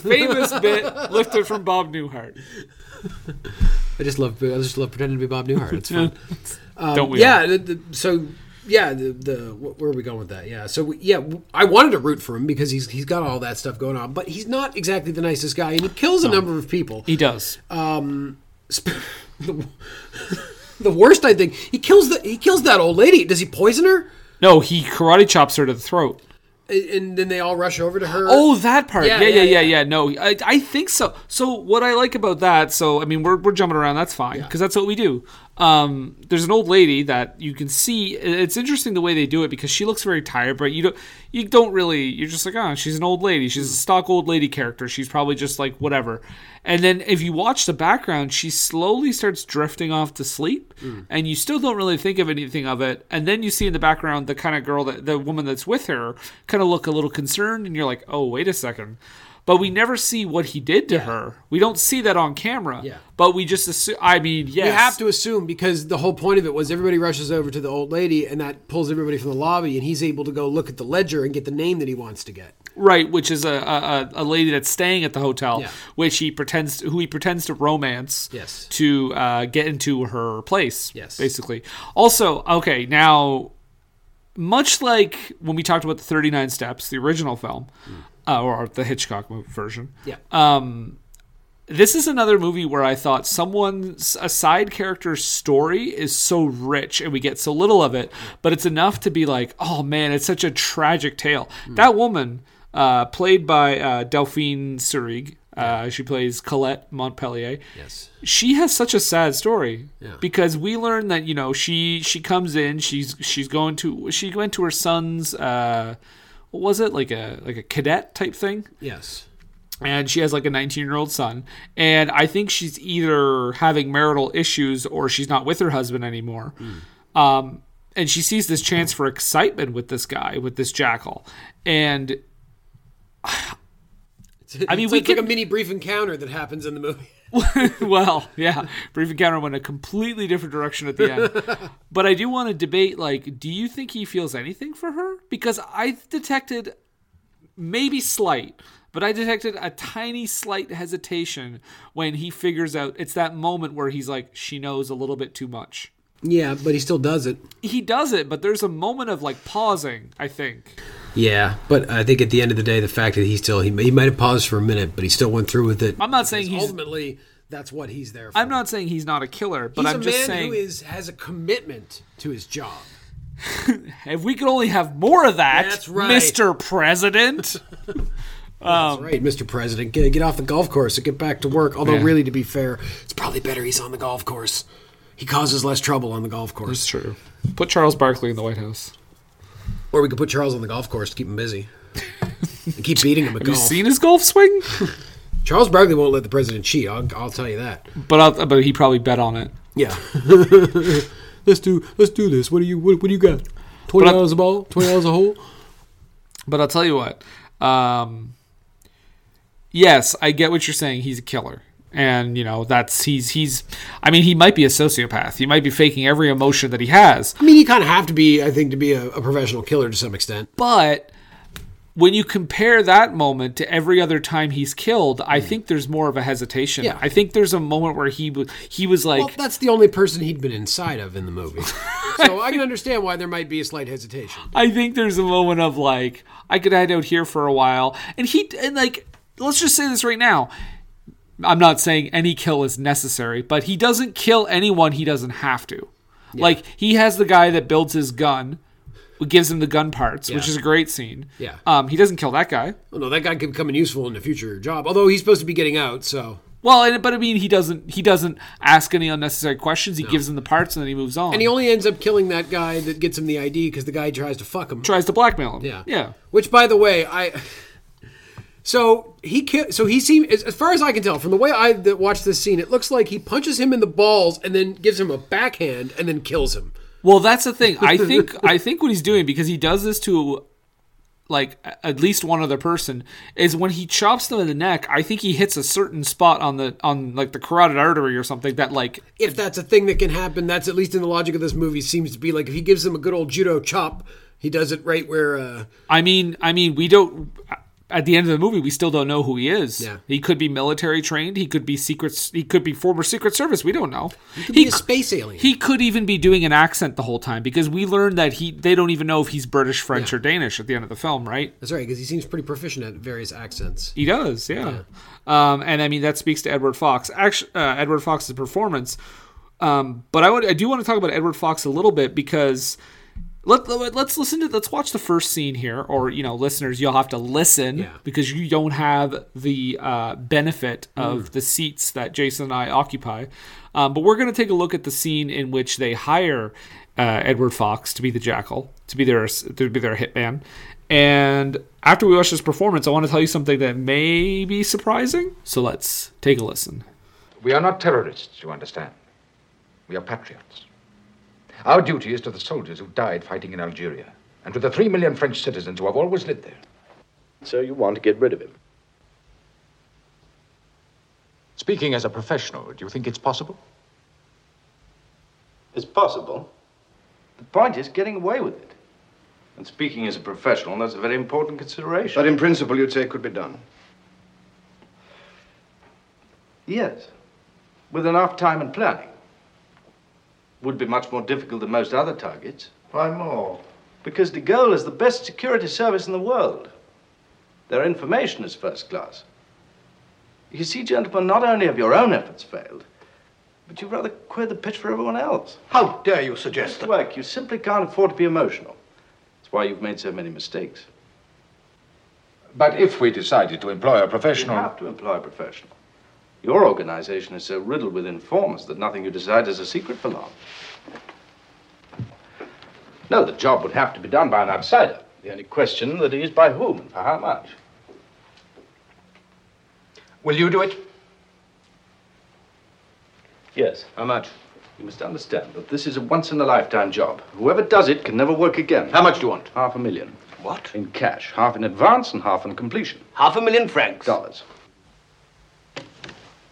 Speaker 1: (laughs)
Speaker 2: famous bit lifted from Bob Newhart.
Speaker 1: I just love I just love pretending to be Bob Newhart. It's fun.
Speaker 2: Don't we? all?
Speaker 1: Um, yeah. The, the, so yeah, the, the wh- where are we going with that? Yeah. So we, yeah, w- I wanted to root for him because he's he's got all that stuff going on, but he's not exactly the nicest guy, and he kills a number of people.
Speaker 2: he does.
Speaker 1: Sp- the, the worst, I think, he kills the he kills that old lady. Does he poison her?
Speaker 2: no, he karate chops her to the throat.
Speaker 1: And, and then they all rush over to her.
Speaker 2: Oh, that part. Yeah,
Speaker 1: Uh, Yeah,
Speaker 2: yeah, yeah, yeah.
Speaker 1: yeah,
Speaker 2: No, I, I think so. So what I like about that, so I mean, we're, we're jumping around. That's fine because that's what we do. Um, there's an old lady that you can see. It's interesting the way they do it because she looks very tired, but you don't you don't really. You're just like, oh, she's an old lady. She's a stock old lady character. She's probably just like whatever. And then if you watch the background, she slowly starts drifting off to sleep, and you still don't really think of anything of it. And then you see in the background the kind of girl that the woman that's with her kind of look a little concerned, and you're like, oh, wait a second. But we never see what he did to her. We don't see that on camera.
Speaker 1: Yeah.
Speaker 2: But we just assume. I mean, yes.
Speaker 1: You have to assume because the whole point of it was everybody rushes over to the old lady, and that pulls everybody from the lobby, and he's able to go look at the ledger and get the name that he wants to get.
Speaker 2: right, which is a, a, a- a lady that's staying at the hotel,
Speaker 1: Yeah.
Speaker 2: which he pretends who he pretends to romance.
Speaker 1: Yes.
Speaker 2: To uh, get into her place.
Speaker 1: Yes.
Speaker 2: Basically. Also, okay, now, much like when we talked about the Thirty Nine Steps, the original film,
Speaker 1: Mm.
Speaker 2: uh, or the Hitchcock mo- version.
Speaker 1: Yeah.
Speaker 2: this is another movie where I thought someone's a side character's story is so rich and we get so little of it, but it's enough to be like, oh man, it's such a tragic tale. That woman, uh, played by uh, Delphine Serig, uh, she plays Colette Montpellier.
Speaker 1: yes.
Speaker 2: She has such a sad story because we learn that you know she she comes in, she's she's going to she went to her son's. Uh, what was it like a like a cadet type thing?
Speaker 1: Yes.
Speaker 2: and she has like a 19 year old son and i think she's either having marital issues or she's not with her husband anymore um, and she sees this chance for excitement with this guy with this jackal and I mean,
Speaker 1: So
Speaker 2: we
Speaker 1: it's like
Speaker 2: could-
Speaker 1: a mini brief encounter that happens in the movie.
Speaker 2: (laughs) well, yeah. Brief encounter went a completely different direction at
Speaker 1: (laughs)
Speaker 2: the end. but I do want to debate like, do you think he feels anything for her? Because I detected maybe slight, but I detected a tiny slight hesitation when he figures out it's that moment where he's like, she knows a little bit too much.
Speaker 1: (laughs) Yeah, but he still does it.
Speaker 2: He does it, but there's a moment of like pausing, I think.
Speaker 1: Yeah, but I think at the end of the day, the fact that he still he, he might have paused for a minute, but he still went through with it.
Speaker 2: I'm not saying he's
Speaker 1: Ultimately, that's what he's there for.
Speaker 2: I'm not saying he's not a killer, but
Speaker 1: He's
Speaker 2: I'm
Speaker 1: a
Speaker 2: just
Speaker 1: man
Speaker 2: saying
Speaker 1: who is has a commitment to his job.
Speaker 2: if we could only have more of that,
Speaker 1: That's right.
Speaker 2: Mr. President.
Speaker 1: That's right, Mr. President. Get, get off the golf course and get back to work. Although,
Speaker 2: Yeah.
Speaker 1: really, to be fair, it's probably better he's on the golf course. He causes less trouble on the golf course.
Speaker 2: true. Put Charles Barkley in the White House.
Speaker 1: Or we could put Charles on the golf course to keep him (laughs) busy. and keep beating him at
Speaker 2: Have you
Speaker 1: golf.
Speaker 2: seen his golf (laughs) swing?
Speaker 1: Charles Barkley won't let the president cheat. I'll, I'll tell you that.
Speaker 2: but I'll, but he probably bet on it.
Speaker 1: Yeah. (laughs) let's do let's do this. What do you what, what do you got? Twenty
Speaker 2: But I-
Speaker 1: dollars a ball, twenty dollars a hole.
Speaker 2: But I'll tell you what. Um, yes, I get what you're saying. He's a killer, and you know that's he's he's. I mean, he might be a sociopath. He might be faking every emotion that he has.
Speaker 1: I mean, you kind of have to be, I think, to be a, a professional killer to some extent.
Speaker 2: But when you compare that moment to every other time he's killed, I think there's more of a hesitation.
Speaker 1: Yeah.
Speaker 2: I think there's a moment where he was he was like,
Speaker 1: Well, that's the only person he'd been inside of in the (laughs) movie, so I can understand why there might be a slight hesitation.
Speaker 2: I think there's a moment of like, I could hide out here for a while, and he and like, let's just say this right now. I'm not saying any kill is necessary, but he doesn't kill anyone he doesn't have to. Like he has the guy that builds his gun, who gives him the gun parts, which
Speaker 1: Yeah.
Speaker 2: is a great scene.
Speaker 1: Yeah.
Speaker 2: Um, he doesn't kill that guy.
Speaker 1: Well, no, that guy could become useful in a future job. Although he's supposed to be getting out, so
Speaker 2: Well, and, but I mean, he doesn't. He doesn't ask any unnecessary questions. He gives him the parts, and then he moves on.
Speaker 1: and he only ends up killing that guy that gets him the ID because the guy tries to fuck him.
Speaker 2: tries to blackmail him.
Speaker 1: Yeah.
Speaker 2: Yeah.
Speaker 1: Which, by the way, I. So he ki- so he seems as as far as I can tell from the way I that watched this scene, it looks like he punches him in the balls and then gives him a backhand and then kills him.
Speaker 2: Well, that's the thing.
Speaker 1: (laughs)
Speaker 2: I think I think what he's doing because he does this to like a- at least one other person is when he chops them in the neck. I think he hits a certain spot on the on like the carotid artery or something that like
Speaker 1: If that's a thing that can happen, that's at least in the logic of this movie seems to be like if he gives him a good old judo chop, he does it right where uh,
Speaker 2: I mean I mean we don't at the end of the movie we still don't know who he is.
Speaker 1: Yeah.
Speaker 2: He could be military trained. He could be secret. He could be former Secret Service. We don't know. He
Speaker 1: could be a space alien.
Speaker 2: He could even be doing an accent the whole time because we learned that he they don't even know if he's British, French, or Danish at the end of the film, right?
Speaker 1: that's right because he seems pretty proficient at various accents.
Speaker 2: He does, yeah. Um, and I mean that speaks to Edward Fox. Actually, uh, Edward Fox's performance. Um, but I would, I do want to talk about Edward Fox a little bit because let, let us listen to let's watch the first scene here, or you know, listeners, you'll have to listen
Speaker 1: Yeah.
Speaker 2: because you don't have the uh, benefit of the seats that Jason and I occupy. Um, but we're going to take a look at the scene in which they hire uh, Edward Fox to be the jackal, to be their to be their hitman. And after we watch this performance, I want to tell you something that may be surprising. So let's take a listen.
Speaker 4: We are not terrorists, you understand. We are patriots. Our duty is to the soldiers who died fighting in Algeria and to the three million French citizens who have always lived there.
Speaker 5: So you want to get rid of him?
Speaker 3: Speaking as a professional, do you think it's possible?
Speaker 5: It's possible. The point is getting away with it.
Speaker 6: And speaking as a professional, that's a very important consideration.
Speaker 5: But in principle, you'd say it could be done.
Speaker 6: yes, with enough time and planning. Would be much more difficult than most other targets,
Speaker 5: Why more?
Speaker 6: because de Gaulle is the best security service in the world. Their information is first class. You see, gentlemen, not only have your own efforts failed, but you rather queer the pitch for everyone else.
Speaker 5: How dare you suggest
Speaker 6: At work, you simply can't afford to be emotional. That's why you've made so many mistakes.
Speaker 4: But if we decided to employ a
Speaker 6: You
Speaker 4: professional.
Speaker 6: have to employ a professional. Your organization is so riddled with informers that nothing you decide is a secret for long. No, the job would have to be done by an outsider. The only question that is by whom and for how much.
Speaker 4: Will you do it?
Speaker 6: Yes, how much? You must understand that this is a once in a lifetime job. Whoever does it can never work again.
Speaker 5: How much do you want?
Speaker 6: Half a million.
Speaker 5: What?
Speaker 6: In cash, half in advance and half on completion.
Speaker 5: Half a million francs.
Speaker 6: Dollars.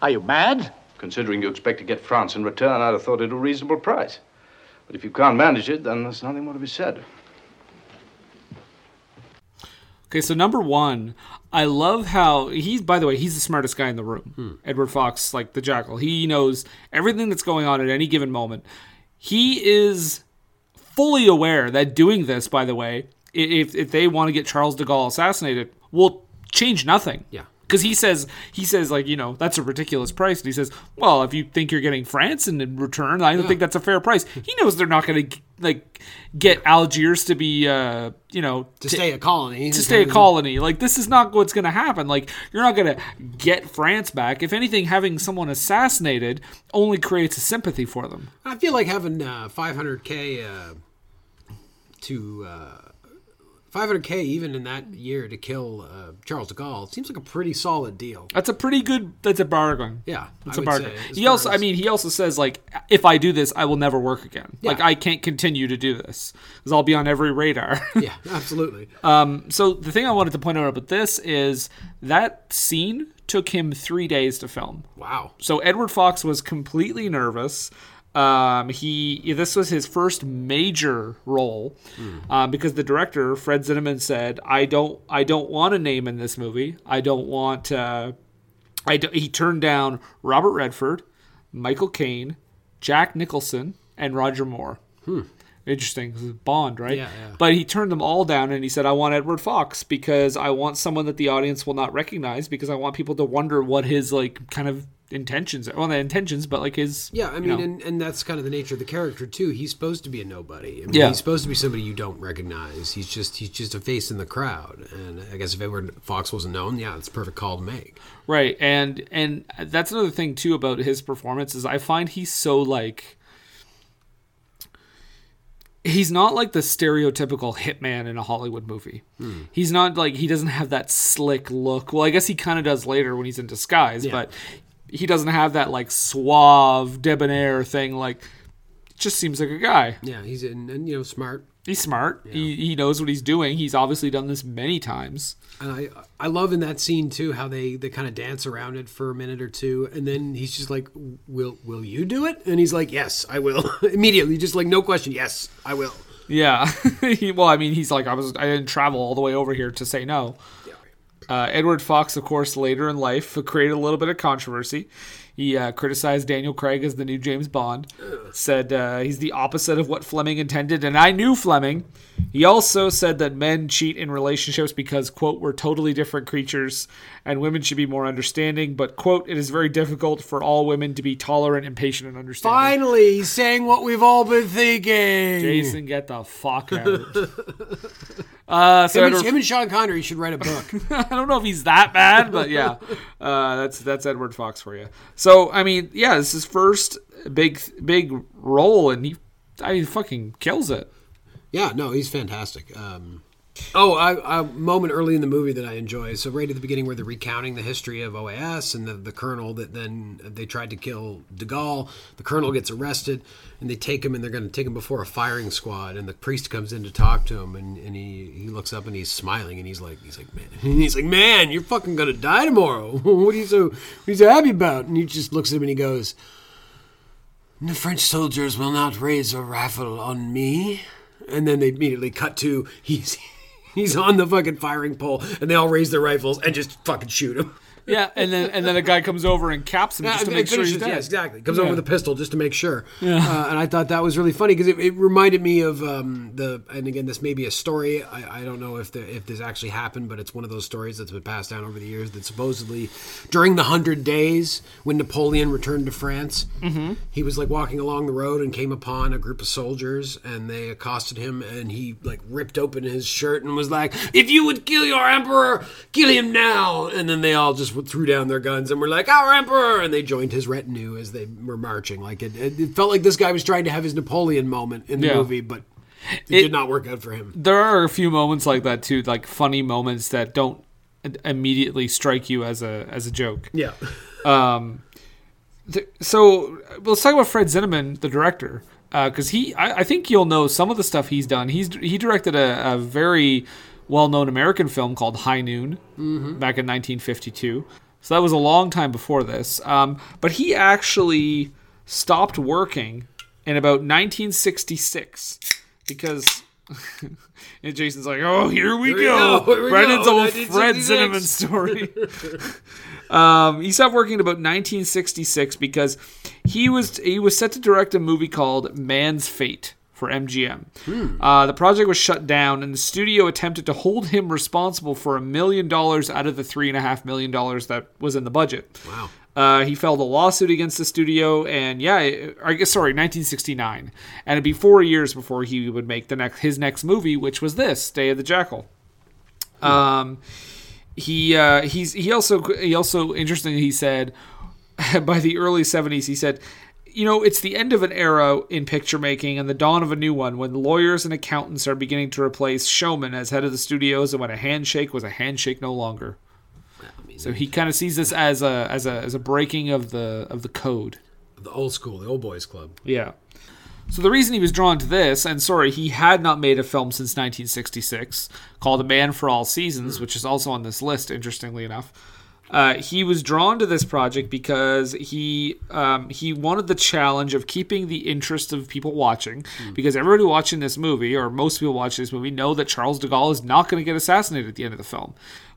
Speaker 7: Are you mad?
Speaker 6: Considering you expect to get France in return, I'd have thought it a reasonable price. But if you can't manage it, then there's nothing more to be said.
Speaker 2: Okay, so number one, I love how he's. By the way, he's the smartest guy in the room. Edward Fox, like the jackal, he knows everything that's going on at any given moment. He is fully aware that doing this, by the way, i- if, if they want to get Charles de Gaulle assassinated, will change nothing.
Speaker 1: Yeah.
Speaker 2: Because he says, he says, like, you know, that's a ridiculous price. And he says, well, if you think you're getting France in return, I don't think that's a fair price. He knows they're not going to, like, get Algiers to be, uh, you know,
Speaker 1: to stay a colony.
Speaker 2: to stay a colony. Like this is not what's going to happen. Like you're not going to get France back. If anything, having someone assassinated only creates a sympathy for them.
Speaker 1: I feel like having uh, 500k uh, to uh, 500k even in that year to kill uh, Charles de Gaulle seems like a pretty solid deal.
Speaker 2: That's a pretty good. That's a bargain.
Speaker 1: Yeah,
Speaker 2: That's
Speaker 1: I
Speaker 2: a
Speaker 1: would
Speaker 2: bargain.
Speaker 1: say, as
Speaker 2: He
Speaker 1: far
Speaker 2: also, I
Speaker 1: as-
Speaker 2: mean, he also says like, if I do this, I will never work again. Like I can't continue to do this because I'll be on every radar. (laughs)
Speaker 1: yeah, (laughs) absolutely.
Speaker 2: uh, so the thing I wanted to point out about this is that scene took him three days to film.
Speaker 1: wow.
Speaker 2: so Edward Fox was completely nervous. Um, he this was his first major role
Speaker 1: Hmm.
Speaker 2: uh, because the director Fred Zinnemann said, "I don't I don't want a name in this movie. I don't want." Uh, I d- he turned down Robert Redford, Michael Caine, Jack Nicholson, and Roger Moore. Interesting, 'cause it's Bond, right?
Speaker 1: Hmm. Yeah, yeah.
Speaker 2: But he turned them all down, and he said, "I want Edward Fox because I want someone that the audience will not recognize because I want people to wonder what his like kind of intentions. are. Well, not intentions, but like his
Speaker 1: Yeah, I
Speaker 2: you
Speaker 1: mean,
Speaker 2: know.
Speaker 1: and, and that's kind of the nature of the character too. He's supposed to be a nobody. I mean,
Speaker 2: Yeah.
Speaker 1: he's supposed to be somebody you don't recognize. He's just he's just a face in the crowd. And I guess if Edward Fox wasn't known, yeah, it's a perfect call to make.
Speaker 2: right and and that's another thing too about his performance is i find he's so like he's not like the stereotypical hitman in a hollywood movie he's not like he doesn't have that slick look well i guess he kind of does later when he's in disguise but he doesn't have that like suave debonair thing like just seems like a guy
Speaker 1: Yeah, he's and, and you know smart.
Speaker 2: he's smart he, he knows what he's doing he's obviously done this many times
Speaker 1: And I I love in that scene too how they they kind of dance around it for a minute or two, and then he's just like, "Will will you do it?" And he's like, "Yes, I will." (laughs) Immediately, just like no question, yes, I will.
Speaker 2: Yeah. (laughs) He- well, I mean, he's like, I was, I didn't travel all the way over here to say no. Uh, Edward Fox, of course, later in life, created a little bit of controversy. He uh, criticized Daniel Craig as the new James Bond, said uh, he's the opposite of what Fleming intended, and I knew Fleming. He also said that men cheat in relationships because, quote, we're totally different creatures and women should be more understanding, but, quote, it is very difficult for all women to be tolerant and patient and understanding.
Speaker 1: Finally, he's saying what we've all been thinking.
Speaker 2: Jason, get the fuck out. (laughs) uh, so
Speaker 1: Him and,
Speaker 2: Edward-
Speaker 1: him and Sean Connery should write a book.
Speaker 2: I don't know if he's that bad, but yeah, (laughs) uh, that's that's Edward Fox for you. So I mean, yeah, this is his first big big role, and he, I mean, fucking kills it.
Speaker 1: Yeah, no, he's fantastic. Um, oh, I, a moment early in the movie that I enjoy. So right at the beginning, where they're recounting the history of OAS and the, the colonel that then they tried to kill De Gaulle. The colonel gets arrested, and they take him, and they're going to take him before a firing squad. And the priest comes in to talk to him, and, and he, he looks up and he's smiling, and he's like, he's like, man, (laughs) and he's like, man, you're fucking going to die tomorrow. (laughs) what are you so what are you so happy about? And he just looks at him and he goes. The French soldiers will not raise a rifle on me. And then they immediately cut to he's (laughs) he's on the fucking firing pole, and they all raise their rifles and just fucking shoot him.
Speaker 2: Yeah, and then and then a guy comes over and caps him just to
Speaker 1: Yeah,
Speaker 2: make sure he's
Speaker 1: finishes-
Speaker 2: dead.
Speaker 1: yeah, exactly. Comes over
Speaker 2: Yeah.
Speaker 1: with a pistol just to make sure. Uh, and I thought that was really funny because it, it reminded me of um, the. And again, this may be a story. I, I don't know if the, if this actually happened, but it's one of those stories that's been passed down over the years. That supposedly during the Hundred Days, when Napoleon returned to France,
Speaker 2: Mm-hmm.
Speaker 1: he was like walking along the road and came upon a group of soldiers, and they accosted him, and he like ripped open his shirt and was like, "If you would kill your emperor, kill him now!" And then they all just threw down their guns and were like, "Our emperor!" And they joined his retinue as they were marching. Like it, it, it felt like this guy was trying to have his Napoleon moment in the
Speaker 2: Yeah.
Speaker 1: movie, but it, did not work out for him.
Speaker 2: There are a few moments like that too, like funny moments that don't immediately strike you as a as a joke.
Speaker 1: Yeah,
Speaker 2: Th- so uh, let's talk about Fred Zinnemann, the director, because he, I, I think you'll know some of the stuff he's done. He's he directed a, a very well-known American film called High Noon back in 1952. So that was a long time before this. Um, but he actually stopped working in about 1966 because (laughs) And Jason's like, oh, here we
Speaker 1: we
Speaker 2: go.
Speaker 1: go, here we
Speaker 2: Brennan's
Speaker 1: go,
Speaker 2: old Fred
Speaker 1: 1966.
Speaker 2: Cinnamon story. um, he stopped working in about 1966 because he was he was set to direct a movie called Man's Fate for MGM. Uh, the project was shut down, and the studio attempted to hold him responsible for a million dollars out of the three and a half million dollars that was in the budget. Wow. Uh, he filed a lawsuit against the studio, and yeah, I guess sorry, 1969, and it'd be four years before he would make the next his next movie, which was this Day of the Jackal. Um, he uh, he's he also he also interestingly he said (laughs) by the early 70s he said you know it's the end of an era in picture making and the dawn of a new one when lawyers and accountants are beginning to replace showmen as head of the studios and when a handshake was a handshake no longer so he kind of sees this as a as a as a breaking of the of the code
Speaker 1: The old school, the old boys club.
Speaker 2: yeah. So the reason he was drawn to this, and sorry, he had not made a film since 1966 called A Man for All Seasons, which is also on this list, interestingly enough. Uh, he was drawn to this project because he um, he wanted the challenge of keeping the interest of people watching, because everybody watching this movie, or most people watching this movie, know that Charles de Gaulle is not going to get assassinated at the end of the film,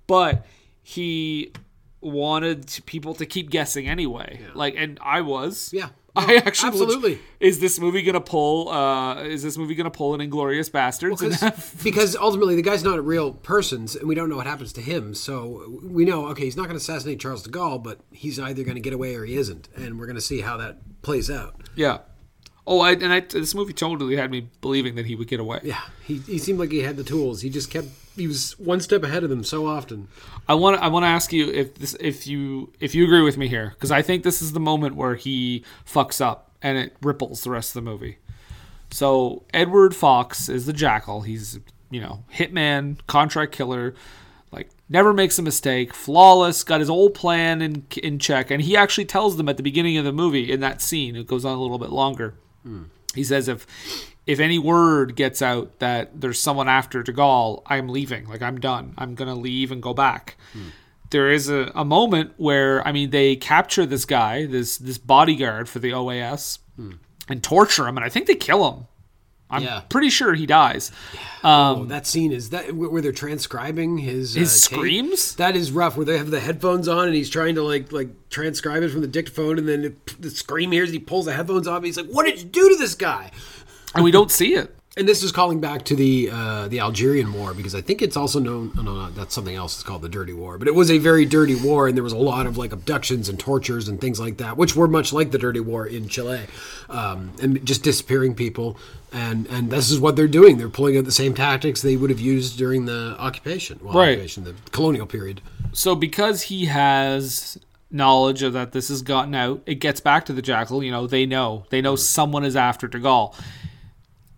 Speaker 2: but he wanted to- people to keep guessing anyway. Like, and I was.
Speaker 1: Yeah.
Speaker 2: (laughs) I actually
Speaker 1: absolutely.
Speaker 2: is this movie gonna pull? Uh, is this movie gonna pull an Inglorious Bastards? and
Speaker 1: 'Cause- because ultimately the guy's not a real person, and we don't know what happens to him. So we know, okay, he's not going to assassinate Charles de Gaulle, but he's either going to get away or he isn't, and we're going to see how that plays out.
Speaker 2: (laughs) yeah. Oh, I, and I, this movie totally had me believing that he would get away.
Speaker 1: Yeah, he, he seemed like he had the tools. He just kept he was one step ahead of them so often.
Speaker 2: I want to I want to ask you if this if you if you agree with me here because I think this is the moment where he fucks up and it ripples the rest of the movie. So Edward Fox is the jackal. He's you know hitman, contract killer, like never makes a mistake, flawless. Got his whole plan in in check, and he actually tells them at the beginning of the movie in that scene. It goes on a little bit longer. He says if if any word gets out that there's someone after De Gaulle, I'm leaving. Like I'm done. I'm gonna leave and go back. There is a, a moment where I mean they capture this guy, this this bodyguard for the OAS, and torture him, and I think they kill him. I'm
Speaker 1: Yeah.
Speaker 2: pretty sure he dies.
Speaker 1: oh, that scene is that where where they're transcribing his
Speaker 2: Um,
Speaker 1: uh,
Speaker 2: His
Speaker 1: tape?
Speaker 2: screams?
Speaker 1: That is rough. Where they have the headphones on and he's trying to like like transcribe it from the dictaphone, and then it, the scream hears. He pulls the headphones off. And he's like, "What did you do to this guy?"
Speaker 2: And we don't see it.
Speaker 1: And this is calling back to the uh, the Algerian War because I think it's also known. Oh, no, no, that's something else. It's called the Dirty War, but it was a very dirty war, and there was a lot of like abductions and tortures and things like that, which were much like the Dirty War in Chile, um, and just disappearing people. And and this is what they're doing. They're pulling out the same tactics they would have used during the occupation, well,
Speaker 2: Right.
Speaker 1: occupation, the colonial period.
Speaker 2: So because he has knowledge of that this has gotten out, it gets back to the jackal. You know, they know they know someone is after De Gaulle.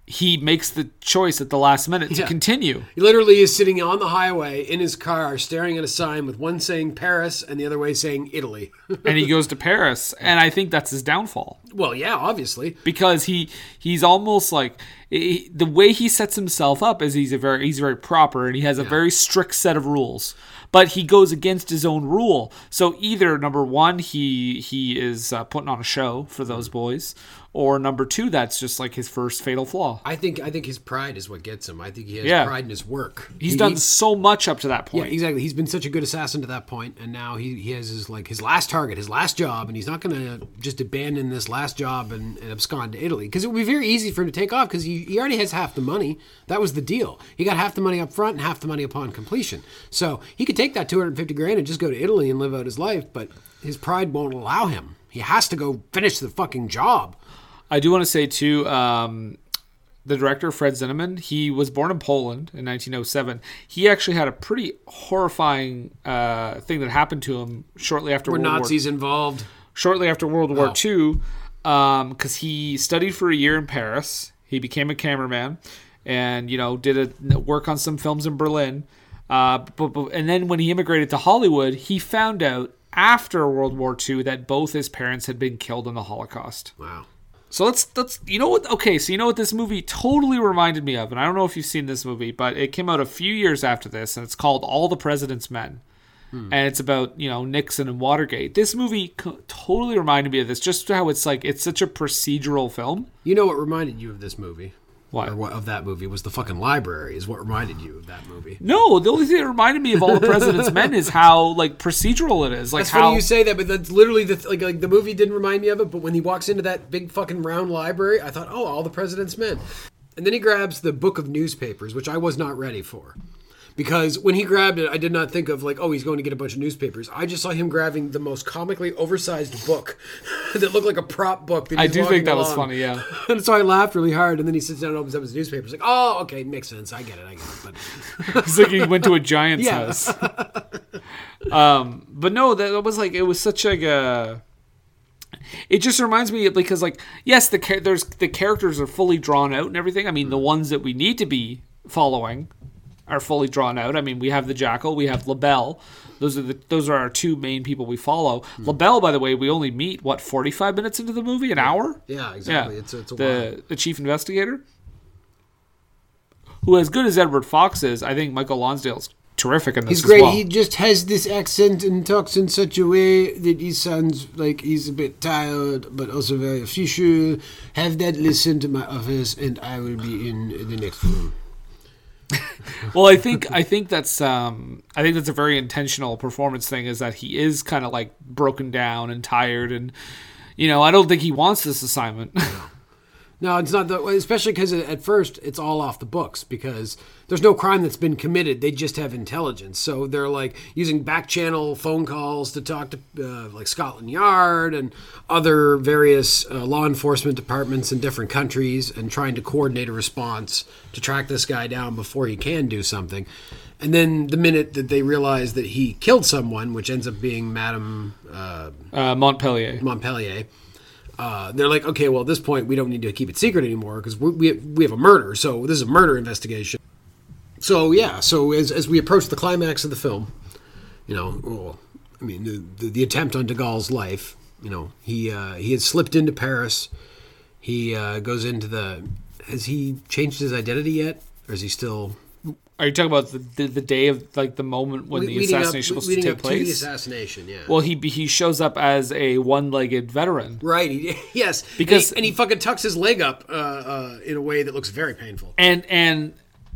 Speaker 2: He makes the choice at the last minute to
Speaker 1: Yeah.
Speaker 2: continue.
Speaker 1: He literally is sitting on the highway in his car, staring at a sign with one saying Paris and the other way saying Italy. (laughs)
Speaker 2: and he goes to Paris, and I think that's his downfall
Speaker 1: well, yeah, obviously.
Speaker 2: because he he's almost like he, the way he sets himself up is he's a very he's very proper and he has a very strict set of rules, but he goes against his own rule. So either number one, he he is uh, putting on a show for those
Speaker 1: Mm-hmm.
Speaker 2: boys, or number two, that's just like his first fatal flaw.
Speaker 1: I think I think his pride is what gets him. I think he has
Speaker 2: Yeah.
Speaker 1: pride in his work.
Speaker 2: He's
Speaker 1: He-
Speaker 2: done
Speaker 1: he-
Speaker 2: so much up to that
Speaker 1: yeah,
Speaker 2: point.
Speaker 1: exactly. He's been such a good assassin to that point, and now he, he has his like his last target, his last job, and he's not going to just abandon this last job and, and abscond to Italy because it would be very easy for him to take off because he, he already has half the money. That was the deal. He got half the money up front and half the money upon completion. So he could take that two hundred and fifty grand and just go to Italy and live out his life, but his pride won't allow him. He has to go finish the fucking job.
Speaker 2: I do want to say too, um, the director Fred Zinnemann. He was born in Poland in 1907. He actually had a pretty horrifying uh, thing that happened to him shortly after
Speaker 1: Were
Speaker 2: World
Speaker 1: Nazis
Speaker 2: War.
Speaker 1: involved?
Speaker 2: Shortly after World War II, because he studied for a year in Paris. He became a cameraman, and you know did a work on some films in Berlin. Uh, but, but, and then when he immigrated to Hollywood, he found out after World War II that both his parents had been killed in the Holocaust.
Speaker 1: Wow.
Speaker 2: So let's let's you know what okay, so you know what this movie totally reminded me of, and I don't know if you've seen this movie, but it came out a few years after this, and it's called All the President's Men.
Speaker 1: Hmm.
Speaker 2: And it's about, you know, Nixon and Watergate. This movie co- totally reminded me of this, just how it's like, it's such a procedural film.
Speaker 1: You know what reminded you of this movie?
Speaker 2: Why?
Speaker 1: or what of that movie was the fucking library is what reminded you of that movie.
Speaker 2: No, the only thing that reminded me of all the President's Men is how like procedural it is. Like
Speaker 1: That's
Speaker 2: how
Speaker 1: funny you say that, but that's literally the th- like, like the movie didn't remind me of it. But when he walks into that big fucking round library, I thought, oh, all the president's men. And then he grabs the book of newspapers, which I was not ready for, because when he grabbed it, I did not think of like, oh, he's going to get a bunch of newspapers. I just saw him grabbing the most comically oversized book (laughs) that looked like a prop book. That
Speaker 2: I
Speaker 1: he's
Speaker 2: do
Speaker 1: walking
Speaker 2: think that was
Speaker 1: along.
Speaker 2: funny. Yeah.
Speaker 1: (laughs) and so I laughed really hard. And then he sits down and opens up his newspapers, like, oh, okay, makes sense. I get it. I get it. But
Speaker 2: It's like he went to a giant's
Speaker 1: Yeah.
Speaker 2: house. (laughs) Um, but no, that that was like it was such like a. It just reminds me of- because like yes, the cha- there's the characters are fully drawn out and everything. I mean,
Speaker 1: Mm-hmm.
Speaker 2: the ones that we need to be following are fully drawn out. I mean, we have the jackal, we have Labelle. Those are the those are our two main people we follow.
Speaker 1: Mm-hmm.
Speaker 2: Labelle, by the way, we only meet what forty five minutes into the movie, an hour.
Speaker 1: yeah, exactly. It's it's a
Speaker 2: the
Speaker 1: while.
Speaker 2: the chief investigator, who as good as Edward Fox is, I think Michael Lonsdale's terrific in this.
Speaker 1: He's
Speaker 2: as
Speaker 1: great.
Speaker 2: well.
Speaker 1: He just has this accent and talks in such a way that he sounds like he's a bit tired, but also very official. Have that listen to my office, and I will be in the next room.
Speaker 2: well, I think I think that's um, I think that's a very intentional performance thing. Is that he is kind of like broken down and tired, and you know I don't think he wants this assignment.
Speaker 1: No, it's not that. Especially because at first it's all off the books because there's no crime that's been committed. They just have intelligence, so they're like using back channel phone calls to talk to uh, like Scotland Yard and other various uh, law enforcement departments in different countries and trying to coordinate a response to track this guy down before he can do something. And then the minute that they realize that he killed someone, which ends up being Madame uh,
Speaker 2: (laughs) uh, Montpellier.
Speaker 1: Montpellier. Uh, they're like, okay, well, at this point, we don't need to keep it secret anymore because we, we, we have a murder. So this is a murder investigation. So, yeah, so as, as we approach the climax of the film, you know, well, I mean, the, the, the attempt on De Gaulle's life, you know, he, uh, he had slipped into Paris. He uh, goes into the. Has he changed his identity yet? Or is he still.
Speaker 2: Are you talking about the, the, the day of like the moment when the
Speaker 1: leading up-
Speaker 2: assassination was
Speaker 1: leading
Speaker 2: supposed to take
Speaker 1: up To the
Speaker 2: place?
Speaker 1: assassination, yeah.
Speaker 2: well, he he shows up as a one-legged veteran.
Speaker 1: Right. He, (laughs) yes.
Speaker 2: Because-
Speaker 1: and he, and he fucking tucks his leg up uh, uh, in a way that looks very painful.
Speaker 2: and and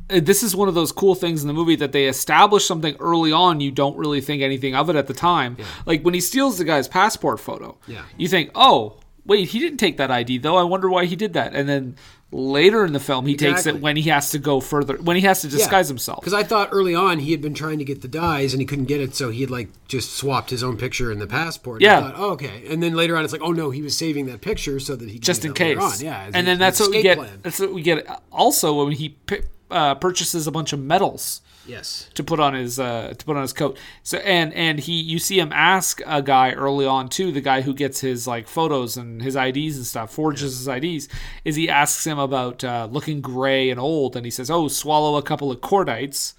Speaker 2: uh, this is one of those cool things in the movie that they establish something early on you don't really think anything of it at the time like when he steals the guy's passport photo
Speaker 1: Yeah.
Speaker 2: you think oh wait he didn't take that id though i wonder why he did that and then later in the film he takes it
Speaker 1: Exactly.
Speaker 2: when he has to go further when he has to disguise himself
Speaker 1: Because I thought early on he had been trying to get the dyes and he couldn't get it, so he had like just swapped his own picture in the passport. And I
Speaker 2: Yeah.
Speaker 1: thought, oh, okay. And then later on, it's like, oh no, he was saving that picture so that he could
Speaker 2: just
Speaker 1: do
Speaker 2: in
Speaker 1: that later
Speaker 2: case
Speaker 1: on. Yeah.
Speaker 2: and then that's what we
Speaker 1: escape
Speaker 2: get
Speaker 1: plan.
Speaker 2: that's what we get also when he pi uh, purchases a bunch of medals
Speaker 1: Yes.
Speaker 2: to put on his uh, to put on his coat. So and and he you see him ask a guy early on too, the guy who gets his like photos and his IDs and stuff, forges his IDs, is he asks him about uh, looking gray and old, and he says, "Oh, swallow a couple of cordites."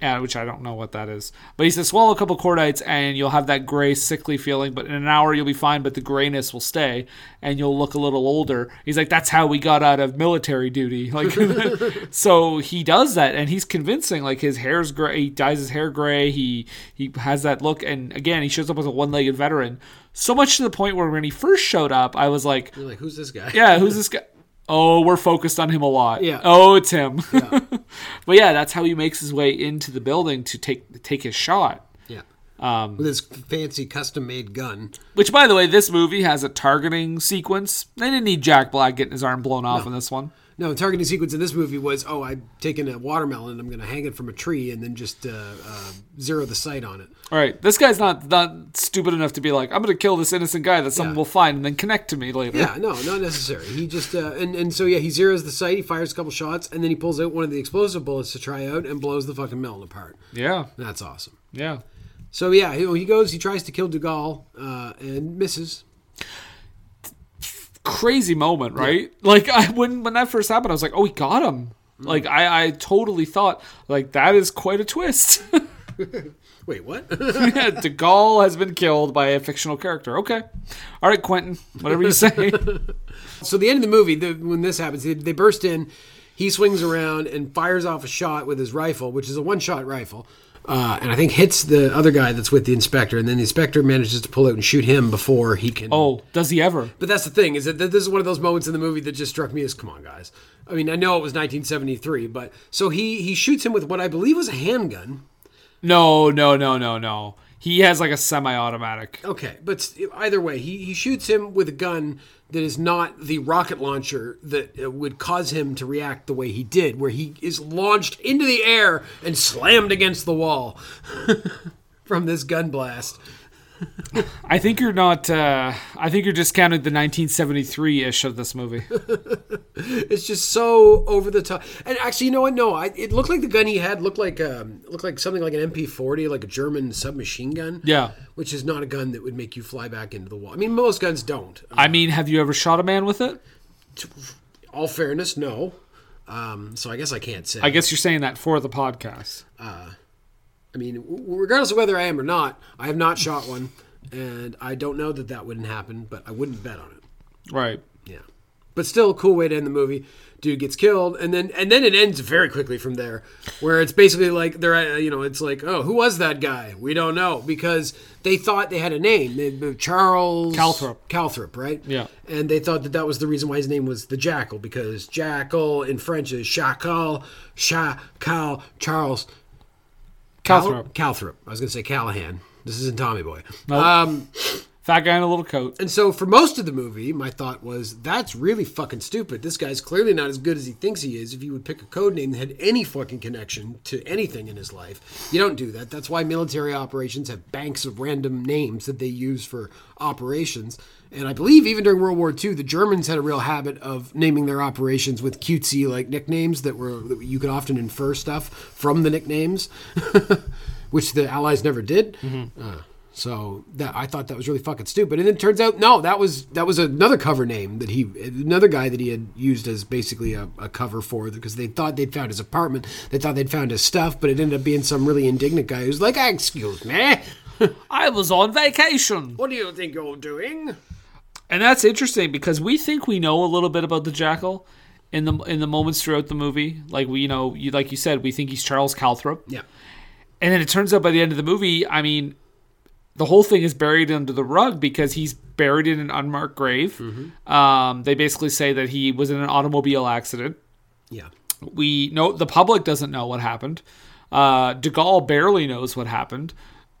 Speaker 2: Uh, which I don't know what that is, but he says swallow a couple cordites and you'll have that gray, sickly feeling. But in an hour you'll be fine, but the grayness will stay, and you'll look a little older. He's like, that's how we got out of military duty. (laughs) Like, so he does that, and he's convincing. Like his hair's gray, he dyes his hair gray. He he has that look, and again he shows up as a one-legged veteran. So much to the point where when he first showed up, I was like,
Speaker 1: You're like, who's this guy?
Speaker 2: yeah, who's this guy? Oh, we're focused on him a lot.
Speaker 1: Yeah.
Speaker 2: Oh, it's him. (laughs) but yeah, that's how he makes his way into the building to take take his shot.
Speaker 1: (laughs) Yeah.
Speaker 2: Um,
Speaker 1: With his fancy custom made gun.
Speaker 2: Which, by the way, this movie has a targeting sequence. They didn't need Jack Black getting his arm blown off in this one.
Speaker 1: No, the targeting sequence in this movie was, oh, I've taken a watermelon and I'm going to hang it from a tree and then just uh, uh, zero the sight on it.
Speaker 2: All right, this guy's not not stupid enough to be like, I'm going to kill this innocent guy that someone
Speaker 1: Yeah.
Speaker 2: will find and then connect to me later.
Speaker 1: Yeah, no, not necessary. He just uh, and and so yeah, he zeroes the sight. He fires a couple shots, and then he pulls out one of the explosive bullets to try out and blows the fucking melon apart.
Speaker 2: Yeah.
Speaker 1: That's awesome.
Speaker 2: Yeah.
Speaker 1: So yeah, he, he goes. He tries to kill De Gaulle uh, and misses.
Speaker 2: crazy moment, right? Like I when when that first happened, I was like, oh, he got him.
Speaker 1: Mm.
Speaker 2: Like I I totally thought like that is quite a twist. (laughs)
Speaker 1: Wait, (laughs) what?
Speaker 2: Yeah, (laughs) De Gaulle has been killed by a fictional character. Okay, all right, Quentin, whatever you say.
Speaker 1: so the end of the movie, the, when this happens, they, they burst in. He swings around and fires off a shot with his rifle, which is a one shot rifle, uh, and I think hits the other guy that's with the inspector. And then the inspector manages to pull out and shoot him before he can.
Speaker 2: (laughs) Oh, does he ever?
Speaker 1: But that's the thing is that th- this is one of those moments in the movie that just struck me as, come on, guys. I mean, I know it was 1973, but so he he shoots him with what I believe was a handgun.
Speaker 2: No, no, no, no, no. He has like a semi-automatic.
Speaker 1: Okay, but s- either way, he, he shoots him with a gun that is not the rocket launcher that uh, would cause him to react the way he did, where he is launched into the air and slammed against the wall (laughs) from this gun blast.
Speaker 2: I think you're not. Uh, I think you're discounting the 1973-ish of this movie.
Speaker 1: It's just so over the top. And actually, you know what? No, I, it looked like the gun he had looked like um, looked like something like an MP40, like a German submachine gun.
Speaker 2: Yeah.
Speaker 1: which is not a gun that would make you fly back into the wall. I mean, most guns don't.
Speaker 2: I mean, have you ever shot a man with it?
Speaker 1: All fairness, no. Um, so I guess I can't say.
Speaker 2: I guess you're saying that for the podcast.
Speaker 1: I mean, w- regardless of whether I am or not, I have not shot one, and I don't know that that wouldn't happen, but I wouldn't bet on it.
Speaker 2: Right.
Speaker 1: Yeah, but still, a cool way to end the movie. Dude gets killed, and then and then it ends very quickly from there, where it's basically like they're uh, you know it's like oh who was that guy we don't know because they thought they had a name They- uh, Charles
Speaker 2: Calthrop.
Speaker 1: Calthrop right
Speaker 2: Yeah.
Speaker 1: and they thought that that was the reason why his name was the Jackal because Jackal in French is Chacal Chacal Charles Cal-
Speaker 2: Calthrop.
Speaker 1: Calthrop. I was going to say Callahan. This isn't Tommy Boy. Uh,
Speaker 2: Fat guy in a little coat.
Speaker 1: And so for most of the movie, my thought was, that's really fucking stupid. This guy's clearly not as good as he thinks he is if he would pick a code name that had any fucking connection to anything in his life. You don't do that. That's why military operations have banks of random names that they use for operations. And I believe even during World War II, the Germans had a real habit of naming their operations with cutesy like nicknames that were that you could often infer stuff from the nicknames, (laughs) which the Allies never did. Uh, So that I thought that was really fucking stupid. And then it turns out no, that was that was another cover name that he another guy that he had used as basically a, a cover for because they thought they'd found his apartment, they thought they'd found his stuff, but it ended up being some really indignant guy who's like, "Ah, "Excuse me,
Speaker 2: I was on vacation.
Speaker 1: what do you think you're doing?"
Speaker 2: And that's interesting because we think we know a little bit about the jackal in the in the moments throughout the movie. Like we you know, you like you said, we think he's Charles Calthrop.
Speaker 1: Yeah.
Speaker 2: And then it turns out by the end of the movie, I mean, the whole thing is buried under the rug because he's buried in an unmarked grave.
Speaker 1: Mm-hmm.
Speaker 2: Um, they basically say that he was in an automobile accident.
Speaker 1: Yeah.
Speaker 2: We know the public doesn't know what happened. Uh, De Gaulle barely knows what happened.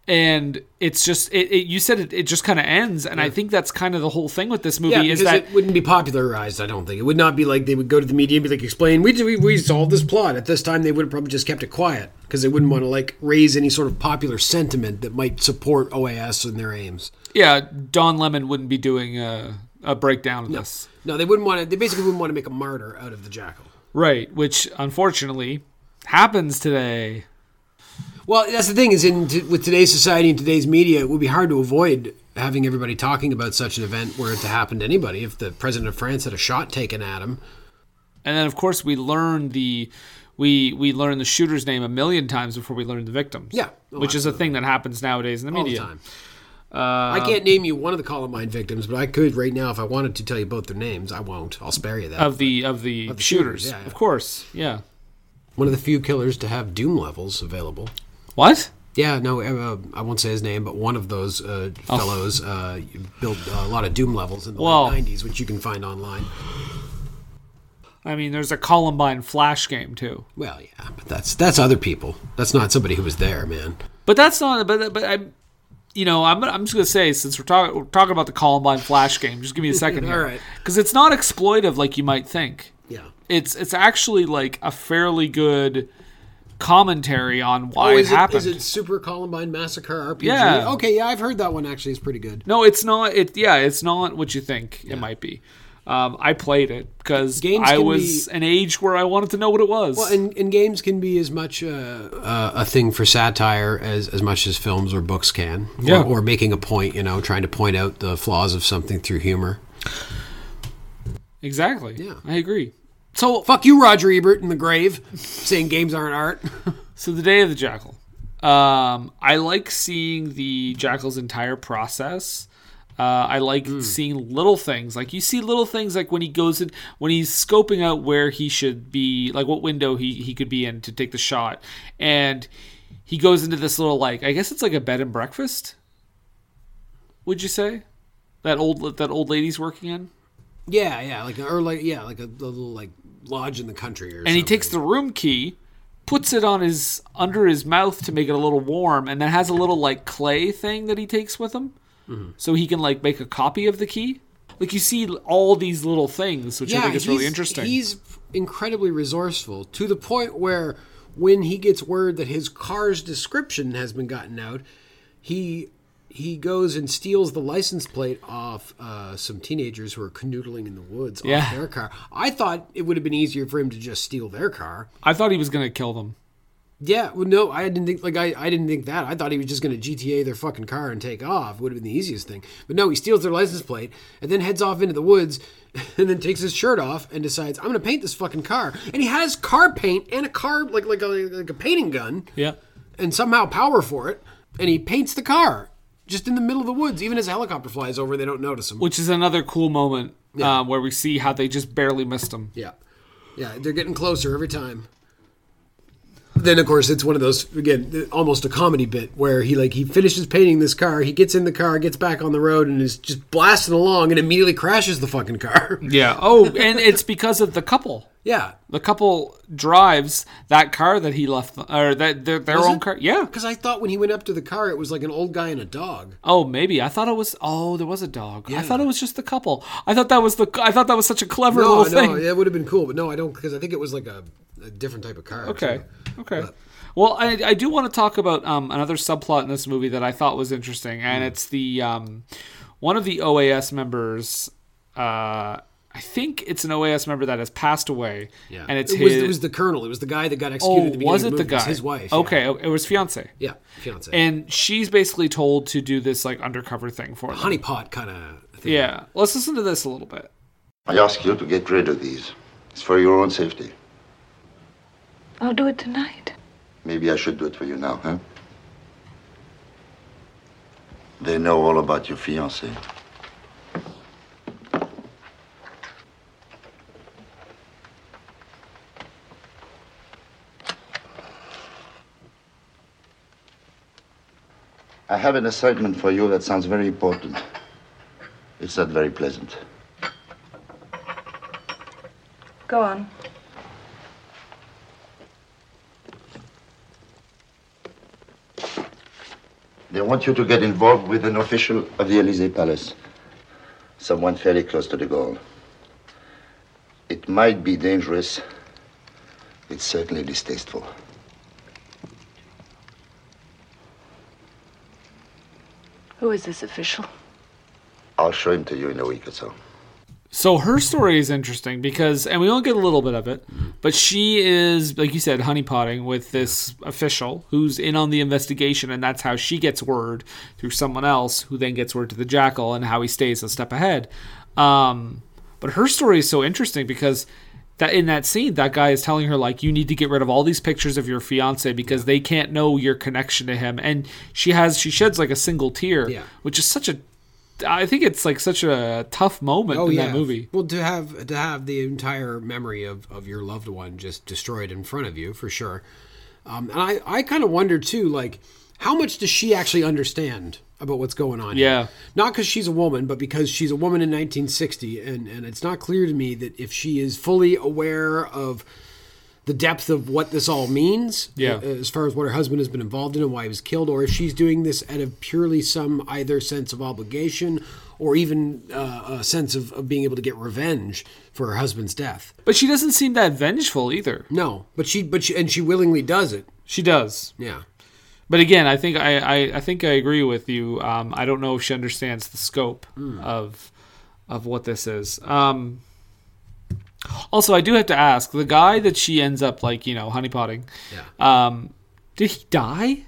Speaker 2: And it's just it, it you said it, it just kind of ends, and I think that's kind of the whole thing with this movie
Speaker 1: Yeah,
Speaker 2: is
Speaker 1: because
Speaker 2: that
Speaker 1: it wouldn't be popularized, I don't think. It would not be like they would go to the media and be like, explain, we, we, we solved this plot. At this time, they would have probably just kept it quiet because they wouldn't want to like raise any sort of popular sentiment that might support OAS and their aims.
Speaker 2: Yeah, Don Lemon wouldn't be doing a, a breakdown of this.
Speaker 1: No, they wouldn't want to. They basically wouldn't want to make a martyr out of the jackal.
Speaker 2: Right, which unfortunately happens today.
Speaker 1: Well, that's the thing is in t- with today's society and today's media, it would be hard to avoid having everybody talking about such an event were it to happen to anybody. If the president of France had a shot taken at him,
Speaker 2: And then of course we learn the we we learn the shooter's name a million times before we learn the victims.
Speaker 1: Yeah. Oh,
Speaker 2: which is a thing that happens nowadays in the
Speaker 1: all the
Speaker 2: media. Uh,
Speaker 1: time. I can't name you one of the Columbine victims, but I could right now if I wanted to tell you both their names. I won't. I'll spare you that.
Speaker 2: Of the of the,
Speaker 1: the
Speaker 2: shooters.
Speaker 1: shooters, yeah, yeah.
Speaker 2: Of course. Yeah.
Speaker 1: one of the few killers to have doom levels available.
Speaker 2: What?
Speaker 1: Yeah, no, uh, I won't say his name, but one of those uh, fellows uh, built a lot of doom levels in the
Speaker 2: Oh. Well-
Speaker 1: late 90s, which you can find online.
Speaker 2: I mean there's a Columbine flash game too.
Speaker 1: Well, yeah, but that's that's other people. That's not somebody who was there, man.
Speaker 2: But that's not. But but I, you know, I'm I'm just gonna say since we're talking we're talking about the Columbine Flash game, just give me
Speaker 1: (laughs)
Speaker 2: a second here,
Speaker 1: right.
Speaker 2: Because it's not exploitive like you might think.
Speaker 1: Yeah.
Speaker 2: It's it's actually like a fairly good commentary on why it
Speaker 1: Oh, is, it,
Speaker 2: happened.
Speaker 1: is it Super Columbine Massacre RPG?
Speaker 2: Yeah.
Speaker 1: Okay, yeah, I've heard that one actually is pretty good.
Speaker 2: no, it's not. It yeah, it's not what you think it might be. Um, I played it because
Speaker 1: Games
Speaker 2: I
Speaker 1: can
Speaker 2: was an age where I wanted to know what it was.
Speaker 1: Well, and, and games can be as much uh, uh, a thing for satire as, as much as films or books can.
Speaker 2: Yeah.
Speaker 1: Or, or making a point, you know, trying to point out the flaws of something through humor.
Speaker 2: exactly.
Speaker 1: Yeah.
Speaker 2: I agree. So
Speaker 1: Fuck you, Roger Ebert in the grave, saying games aren't art. (laughs)
Speaker 2: So the day of the jackal. Um, I like seeing the jackal's entire process. Uh, I like seeing little things. Like you see little things like when he goes in, when he's scoping out where he should be, like what window he, he could be in to take the shot. And he goes into this little, like, I guess it's like a bed and breakfast. Would you say? That old, that old lady's working in?
Speaker 1: Yeah, yeah, like or like yeah, like a, little like lodge in the country or
Speaker 2: and he takes the room key puts it on his under his mouth to make it a little warm and then has a little like clay thing that he takes with him so he can like make a copy of the key like you see all these little things which i think is really
Speaker 1: he's-
Speaker 2: interesting
Speaker 1: He's incredibly resourceful to the point where when he gets word that his car's description has been gotten out, he he goes and steals the license plate off uh, some teenagers who are canoodling in the woods
Speaker 2: Yeah.
Speaker 1: off their car. I thought it would have been easier for him to just steal their car.
Speaker 2: i thought he was gonna kill them
Speaker 1: Yeah, well, no, I didn't think like I, I didn't think that. I thought he was just going to GTA their fucking car and take off. Would have been the easiest thing. But no, he steals their license plate and then heads off into the woods, (laughs) and then takes his shirt off and decides I'm going to paint this fucking car. And he has car paint and a car like like a, like a painting gun
Speaker 2: yeah
Speaker 1: and somehow power for it, and he paints the car just in the middle of the woods. Even as a helicopter flies over, they don't notice him.
Speaker 2: which is another cool moment um, where we see how they just barely missed him
Speaker 1: Yeah. Yeah, they're getting closer every time. Then of course it's one of those again th- almost a comedy bit where he like he finishes painting this car, he gets in the car, gets back on the road and is just blasting along and immediately crashes the fucking car. (laughs)
Speaker 2: yeah oh and it's because of the couple
Speaker 1: yeah.
Speaker 2: the couple drives that car that he left or that their, their own
Speaker 1: it?
Speaker 2: car yeah
Speaker 1: Cuz I thought when he went up to the car it was like an old guy and a dog.
Speaker 2: Oh, maybe I thought it was. Oh, there was a dog. I thought it was just the couple. I thought that was the. I thought that was such a clever
Speaker 1: No,
Speaker 2: little
Speaker 1: no,
Speaker 2: thing.
Speaker 1: it would have been cool, but no, I don't cuz I think it was like a, a different type of car.
Speaker 2: Okay. Okay. Well, I, I do want to talk about um, another subplot in this movie that I thought was interesting,
Speaker 1: Hmm.
Speaker 2: and it's the um, one of the OAS members. Uh, I think it's an OAS member that has passed away,
Speaker 1: Yeah.
Speaker 2: and it's
Speaker 1: it was,
Speaker 2: his.
Speaker 1: it was the colonel. It was the guy that got executed
Speaker 2: oh,
Speaker 1: at the beginning
Speaker 2: was
Speaker 1: of
Speaker 2: it
Speaker 1: the
Speaker 2: the
Speaker 1: movie. It
Speaker 2: guy?
Speaker 1: was his wife. yeah.
Speaker 2: Okay, it was fiance,
Speaker 1: Yeah, fiance.
Speaker 2: and she's basically told to do this like undercover thing for them.
Speaker 1: honeypot kind of thing.
Speaker 2: Yeah, let's listen to this a little bit.
Speaker 7: I ask you to get rid of these. It's for your own safety.
Speaker 8: I'll do it tonight.
Speaker 7: Maybe I should do it for you now, huh? They know all about your fiancée. I have an assignment for you that sounds very important. It's not very pleasant.
Speaker 8: Go on.
Speaker 7: They want you to get involved with an official of the Elysee Palace. Someone fairly close to the goal. It might be dangerous. It's certainly distasteful.
Speaker 8: Who is this official?
Speaker 7: I'll show him to you in a week or so.
Speaker 2: So her story is interesting because, and we only get a little bit of it, but she is, like you said, honeypotting with this official who's in on the investigation, and that's how she gets word through someone else, who then gets word to the jackal and how he stays a step ahead. Um, but her story is so interesting because that in that scene, that guy is telling her like, you need to get rid of all these pictures of your fiance because they can't know your connection to him, and she has she sheds like a single tear,
Speaker 1: Yeah.
Speaker 2: which is such a I think it's like such a tough moment
Speaker 1: Oh,
Speaker 2: in that movie.
Speaker 1: Well, to have to have the entire memory of, of your loved one just destroyed in front of you for sure. Um, and I, I kind of wonder too, like how much does she actually understand about what's going on? here?
Speaker 2: Yeah.
Speaker 1: Not because she's a woman, but because she's a woman in 1960, and and it's not clear to me that if she is fully aware of the depth of what this all means
Speaker 2: Yeah.
Speaker 1: uh, as far as what her husband has been involved in and why he was killed or if she's doing this out of purely some either sense of obligation or even uh, a sense of, of being able to get revenge for her husband's death
Speaker 2: But she doesn't seem that vengeful either.
Speaker 1: no but she but she and she willingly does it
Speaker 2: She does.
Speaker 1: yeah
Speaker 2: But again, I think I, I, I think I agree with you. Um, I don't know if she understands the scope
Speaker 1: Hmm.
Speaker 2: of of what this is. Um, also, I do have to ask the guy that she ends up like you know honeypotting. Yeah. Um, did he die?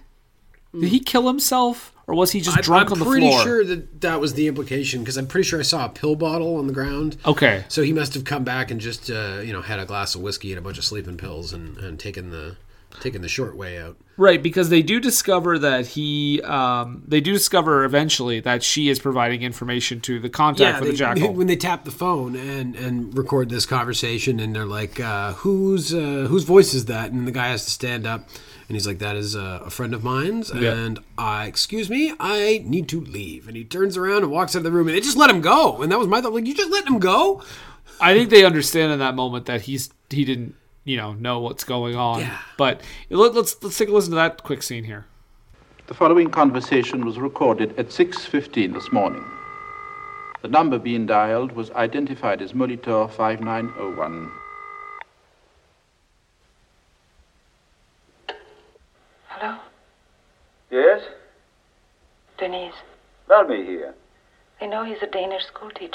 Speaker 2: Did he kill himself, or was he just drunk
Speaker 1: Hmm. I'm
Speaker 2: on the
Speaker 1: pretty
Speaker 2: floor?
Speaker 1: sure that that was the implication because i'm pretty sure i saw a pill bottle on the ground
Speaker 2: Okay.
Speaker 1: so he must have come back and just uh, you know had a glass of whiskey and a bunch of sleeping pills and, and taken the Taking the short way out.
Speaker 2: Right, because they do discover that he, um, they do discover eventually that she is providing information to the contact for
Speaker 1: they,
Speaker 2: the
Speaker 1: (laughs)
Speaker 2: jackal.
Speaker 1: when they tap the phone and and record this conversation, and they're like, uh, "Whose uh, whose voice is that?" And the guy has to stand up, and he's like, "That is uh, a friend of mine's."
Speaker 2: Yeah.
Speaker 1: And I, excuse me, I need to leave. And he turns around and walks out of the room, and they just let him go. And that was my thought, like, "You just let him go."
Speaker 2: I think they understand in that moment that he's he didn't you know know what's going on.
Speaker 1: Yeah.
Speaker 2: But let, let's let's take a listen to that quick scene here.
Speaker 9: The following conversation was recorded at 6.15 this morning. The number being dialed was identified as Molitor 5901.
Speaker 8: Hello?
Speaker 10: Yes?
Speaker 8: Denise.
Speaker 10: Valmy here.
Speaker 8: They know he's a Danish schoolteacher.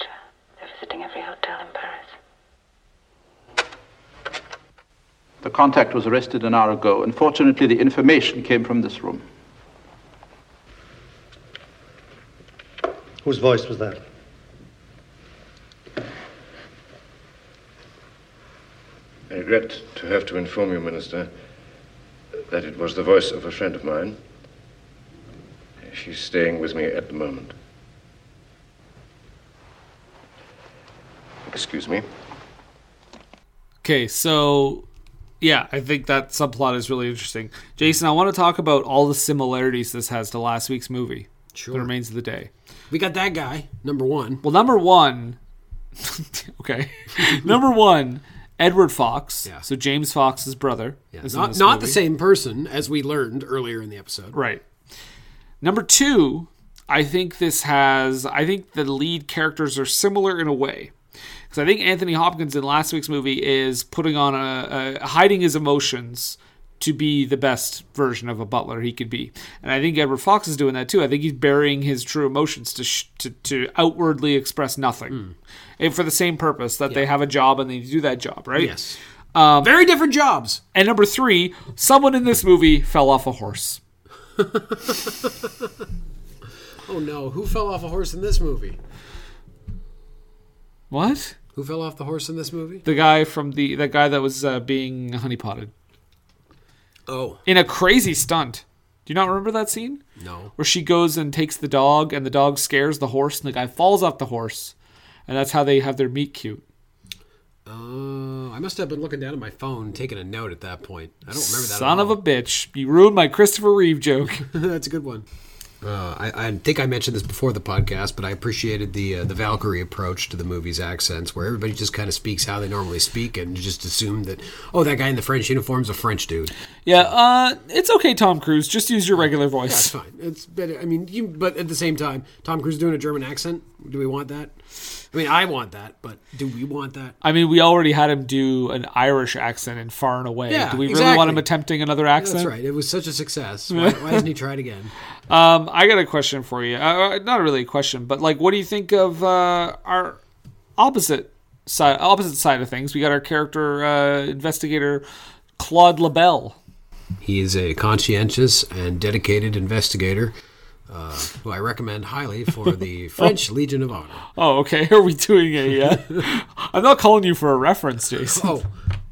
Speaker 8: They're visiting every hotel in Paris.
Speaker 9: The contact was arrested an hour ago. Unfortunately, the information came from this room.
Speaker 11: Whose voice was that?
Speaker 12: I regret to have to inform you, Minister, that it was the voice of a friend of mine. She's staying with me at the moment. Excuse me.
Speaker 2: Okay, so yeah, I think that subplot is really interesting. Jason, I want to talk about all the similarities this has to last week's movie.
Speaker 1: Sure.
Speaker 2: The Remains of the Day.
Speaker 1: We got that guy, number one.
Speaker 2: Well, number one, (laughs)
Speaker 1: (laughs)
Speaker 2: okay, number one, Edward Fox. Yeah. So James Fox's brother. is in
Speaker 1: Not
Speaker 2: this
Speaker 1: not the
Speaker 2: movie.
Speaker 1: same person as we learned earlier in the episode.
Speaker 2: Right. Number two, I think this has. I think the lead characters are similar in a way. Because I think Anthony Hopkins in last week's movie is putting on a, a hiding his emotions to be the best version of a butler he could be, and I think Edward Fox is doing that too. I think he's burying his true emotions to sh- to, to outwardly express nothing, and for the same purpose that they have a job and they do that job, right?
Speaker 1: Yes.
Speaker 2: Um,
Speaker 1: Very different jobs.
Speaker 2: And number three, someone in this movie fell off a horse.
Speaker 1: Oh no, who fell off a horse in this movie?
Speaker 2: What?
Speaker 1: Who fell off the horse in this movie?
Speaker 2: The guy from the that guy that was uh, being honeypotted
Speaker 1: Oh
Speaker 2: in a crazy stunt. Do you not remember that scene
Speaker 1: no.
Speaker 2: where she goes and takes the dog, and the dog scares the horse, and the guy falls off the horse, and that's how they have their meet cute.
Speaker 1: Oh, I must have been looking down at my phone, taking a note at that point. I don't remember that.
Speaker 2: Son of a bitch! You ruined my Christopher Reeve joke. (laughs)
Speaker 1: (laughs) That's a good one. Uh, I, I think I mentioned this before the podcast, but I appreciated the uh, the Valkyrie approach to the movie's accents, where everybody just kind of speaks how they normally speak, and you just assume that oh, that guy in the French uniform's a French dude.
Speaker 2: Yeah, uh, it's okay, Tom Cruise. Just use your regular voice.
Speaker 1: That's fine. It's better. I mean, you, but at the same time, Tom Cruise doing a German accent. Do we want that? I mean, I want that, but do we want that?
Speaker 2: I mean, we already had him do an Irish accent in Far and Away.
Speaker 1: Yeah,
Speaker 2: Do we really
Speaker 1: exactly.
Speaker 2: want him attempting another accent?
Speaker 1: That's right. It was such a success. Why, why doesn't he try it again?
Speaker 2: Um, I got a question for you. Uh, uh, not really a question, but like, what do you think of uh, our opposite side? Opposite side of things. We got our character uh, investigator Claude Labelle.
Speaker 1: He is a conscientious and dedicated investigator uh, who I recommend highly for
Speaker 2: (laughs)
Speaker 1: the French Legion of Honor.
Speaker 2: Oh, okay. (laughs) Are we doing a?
Speaker 1: (laughs)
Speaker 2: Uh, I'm not calling you for a reference, Jason.
Speaker 1: Oh,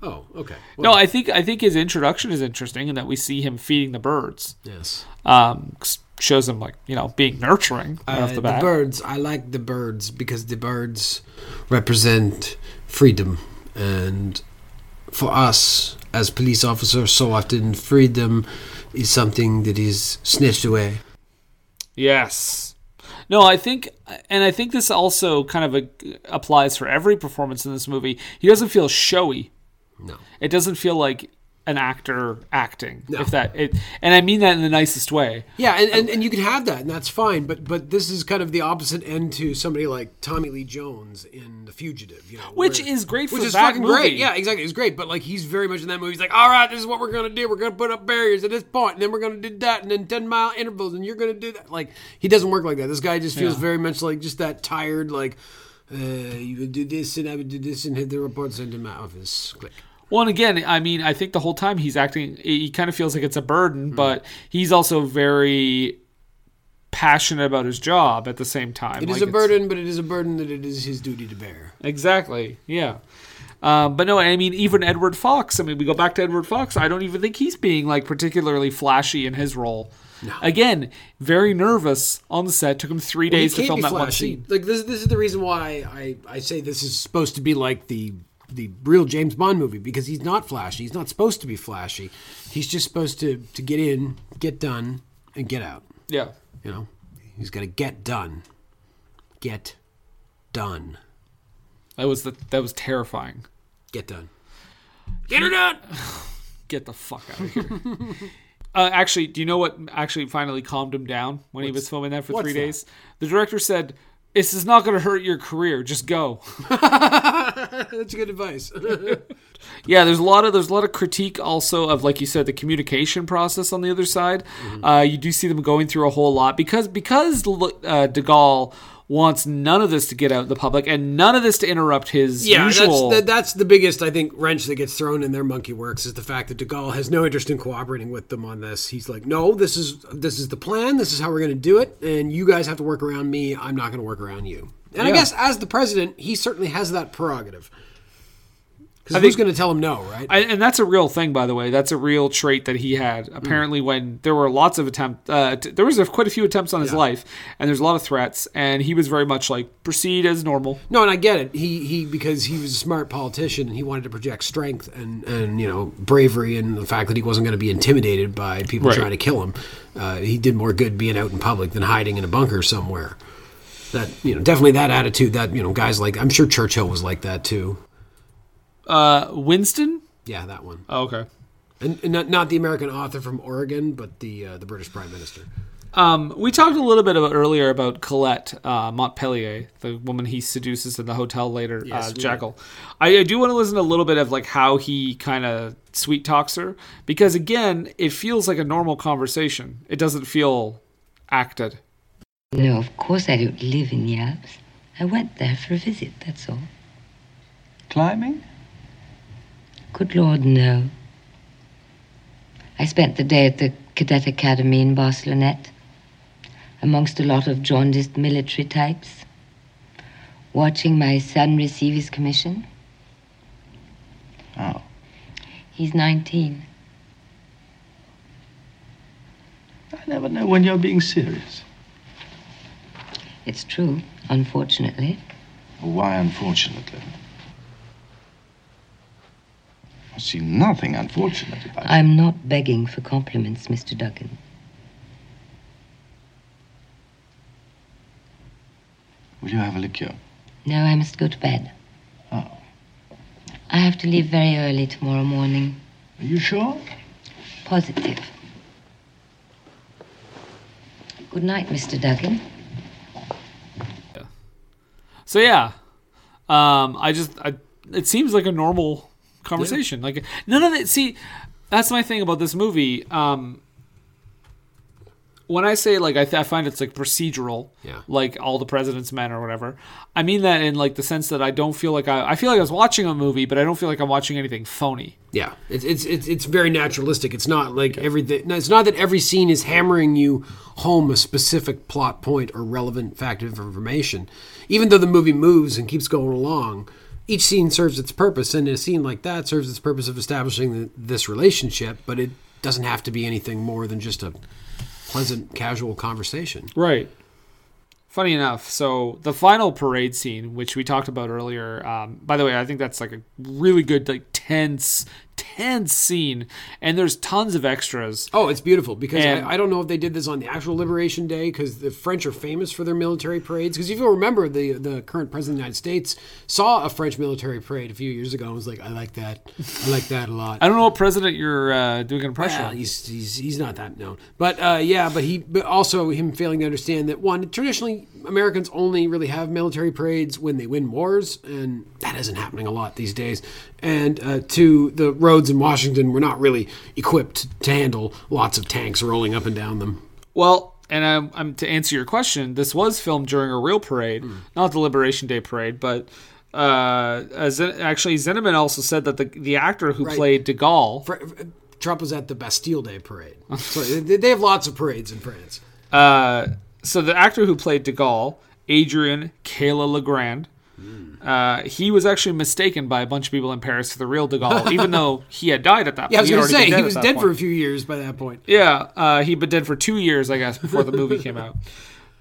Speaker 1: oh, okay.
Speaker 2: no, I think I think his introduction is interesting, in that we see him feeding the birds.
Speaker 1: Yes.
Speaker 2: Um, s- shows him like you know being nurturing right
Speaker 1: Uh,
Speaker 2: off the bat.
Speaker 1: birds. I like the birds because the birds represent freedom, and for us as police officers, so often freedom is something that is snatched away.
Speaker 2: Yes. No, I think, and I think this also kind of a, applies for every performance in this movie. He doesn't feel showy.
Speaker 1: No.
Speaker 2: It doesn't feel like an actor acting.
Speaker 1: No.
Speaker 2: If that, it, and I mean that in the nicest way.
Speaker 1: Yeah, and,
Speaker 2: Oh.
Speaker 1: and, and you can have that, and that's fine. But but this is kind of the opposite end to somebody like Tommy Lee Jones in The Fugitive, you know,
Speaker 2: Which
Speaker 1: where-
Speaker 2: is great for
Speaker 1: which is
Speaker 2: that
Speaker 1: fucking
Speaker 2: movie.
Speaker 1: great. Yeah, exactly, it's great. But like he's very much in that movie. He's like, all right, this is what we're gonna do. We're gonna put up barriers at this point, and then we're gonna do that, and then ten mile intervals, and you're gonna do that. Like he doesn't work like that. This guy just feels
Speaker 2: Yeah.
Speaker 1: very much like just that tired like. Uh, you would do this, and I would do this, and hit the report sent to my office. Click.
Speaker 2: Well, and again, I mean, I think the whole time he's acting, he kind of feels like it's a burden,
Speaker 1: Hmm.
Speaker 2: but he's also very passionate about his job at the same time.
Speaker 1: It is
Speaker 2: Like,
Speaker 1: a
Speaker 2: it's-
Speaker 1: burden, but it is a burden that it is his duty to bear.
Speaker 2: Exactly. Yeah. Uh, but no, I mean, even Edward Fox. I mean, we go back to Edward Fox. I don't even think he's being like particularly flashy in his role. Again, very nervous on the set. Took him three
Speaker 1: Well, you
Speaker 2: days to
Speaker 1: can't
Speaker 2: film
Speaker 1: be
Speaker 2: that one
Speaker 1: flashy.
Speaker 2: scene.
Speaker 1: Like this, this is the reason why I, I say this is supposed to be like the the real James Bond movie because he's not flashy. He's not supposed to be flashy. He's just supposed to to get in, get done, and get out.
Speaker 2: Yeah.
Speaker 1: You know, he's got to get done, get done.
Speaker 2: That was the that was terrifying.
Speaker 1: Get done.
Speaker 2: Get her done. Get the fuck out of here.
Speaker 1: (laughs)
Speaker 2: Uh, actually, do you know what actually finally calmed him down when he was filming that for
Speaker 1: what's
Speaker 2: three
Speaker 1: that?
Speaker 2: days? The director said, "This is not going to hurt your career. Just go."
Speaker 1: (laughs) That's good advice. (laughs)
Speaker 2: yeah, there's a lot of there's a lot of critique also of like you said the communication process on the other side.
Speaker 1: Mm-hmm.
Speaker 2: Uh, you do see them going through a whole lot because because L- uh, De Gaulle wants none of this to get out in the public and none of this to interrupt his
Speaker 1: yeah,
Speaker 2: usual.
Speaker 1: that's the, that's the biggest I think wrench that gets thrown in their monkey works is the fact that De Gaulle has no interest in cooperating with them on this. He's like, no, this is this is the plan. This is how we're going to do it, and you guys have to work around me. I'm not going to work around you. And I
Speaker 2: Yeah.
Speaker 1: guess as the president, he certainly has that prerogative. Because
Speaker 2: I
Speaker 1: who's
Speaker 2: think-
Speaker 1: going to tell him no, right?
Speaker 2: I, and that's a real thing, by the way. That's a real trait that he had.
Speaker 1: Mm.
Speaker 2: Apparently, when there were lots of attempt, uh, t- there was a, quite a few attempts on his life, and there's a lot of threats, and he was very much like proceed as normal.
Speaker 1: No, and I get it. He he because he was a smart politician and he wanted to project strength and and you know bravery and the fact that he wasn't going to be intimidated by people
Speaker 2: Right.
Speaker 1: trying to kill him. Uh, he did more good being out in public than hiding in a bunker somewhere. That you know definitely that attitude that you know guys like I'm sure Churchill was like that too.
Speaker 2: Uh, Winston.
Speaker 1: Yeah, that one.
Speaker 2: Oh, okay.
Speaker 1: And, and not, not the American author from Oregon, but the uh, the British Prime Minister.
Speaker 2: Um, we talked a little bit about earlier about Colette uh, Montpellier, the woman he seduces in the hotel later,
Speaker 1: Yes,
Speaker 2: uh,
Speaker 1: we-
Speaker 2: Jackal. I, I do want to listen to a little bit of like how he kind of sweet talks her because again, it feels like a normal conversation. It doesn't feel acted.
Speaker 11: No, of course I don't live in the Alps. I went there for a visit, that's all.
Speaker 13: Climbing?
Speaker 11: Good Lord, no. I spent the day at the Cadet Academy in Barcelonette, amongst a lot of jaundiced military types, watching my son receive his commission.
Speaker 13: Oh.
Speaker 11: He's 19.
Speaker 13: I never know when you're being serious.
Speaker 11: It's true, unfortunately.
Speaker 13: Why, unfortunately? I see nothing unfortunate about it.
Speaker 11: I'm not begging for compliments, Mr. Duggan.
Speaker 13: Will you have a liqueur?
Speaker 11: No, I must go to bed.
Speaker 13: Oh.
Speaker 11: I have to leave very early tomorrow morning.
Speaker 13: Are you sure?
Speaker 11: Positive. Good night, Mr. Duggan.
Speaker 2: So yeah, um, I just I, it seems like a normal conversation. Like none of that. See, that's my thing about this movie. Um, when I say like I, th- I find it's like procedural,
Speaker 1: Yeah.
Speaker 2: like all the president's men or whatever. I mean that in like the sense that I don't feel like I I feel like I was watching a movie, but I don't feel like I'm watching anything phony.
Speaker 1: Yeah, it's it's it's, it's very naturalistic. It's not like everything. No, it's not that every scene is hammering you home a specific plot point or relevant fact of information. Even though the movie moves and keeps going along, each scene serves its purpose, and a scene like that serves its purpose of establishing the, this relationship. But it doesn't have to be anything more than just a pleasant, casual conversation.
Speaker 2: Right. Funny enough, so the final parade scene, which we talked about earlier, um, by the way, I think that's like a really good, like tense, tense scene, and there's tons of extras.
Speaker 1: Oh, it's beautiful because
Speaker 2: And-
Speaker 1: I, I don't know if they did this on the actual Liberation Day because the French are famous for their military parades. Because if you remember, the the current president of the United States saw a French military parade a few years ago and was like, "I like that, I like that a lot."
Speaker 2: (laughs) I don't know what president you're uh, doing an impression.
Speaker 1: Well,
Speaker 2: of.
Speaker 1: he's, he's he's not that known, but uh, yeah, but he but also him failing to understand that one traditionally Americans only really have military parades when they win wars, and that isn't happening a lot these days. And uh, two, the roads in Washington were not really equipped to handle lots of tanks rolling up and down them.
Speaker 2: Well, and I'm, I'm to answer your question. This was filmed during a real parade, not the Liberation Day parade, but uh, as actually Zinneman also said that the the actor who
Speaker 1: Right.
Speaker 2: played De Gaulle,
Speaker 1: Fr- uh, Trump was at the Bastille Day (laughs) parade. So they they have lots of parades in France.
Speaker 2: Uh, so the actor who played De Gaulle, Adrian Kayla Legrand, Uh, he was actually mistaken by a bunch of people in Paris for the real de Gaulle, even though he had died at that
Speaker 1: Yeah, I
Speaker 2: point.
Speaker 1: was
Speaker 2: He'd
Speaker 1: going to
Speaker 2: already
Speaker 1: say,
Speaker 2: been
Speaker 1: he
Speaker 2: at
Speaker 1: was
Speaker 2: that
Speaker 1: dead
Speaker 2: point.
Speaker 1: for a few years by that point.
Speaker 2: Yeah, uh, he'd been dead for two years, I guess, before the movie came out.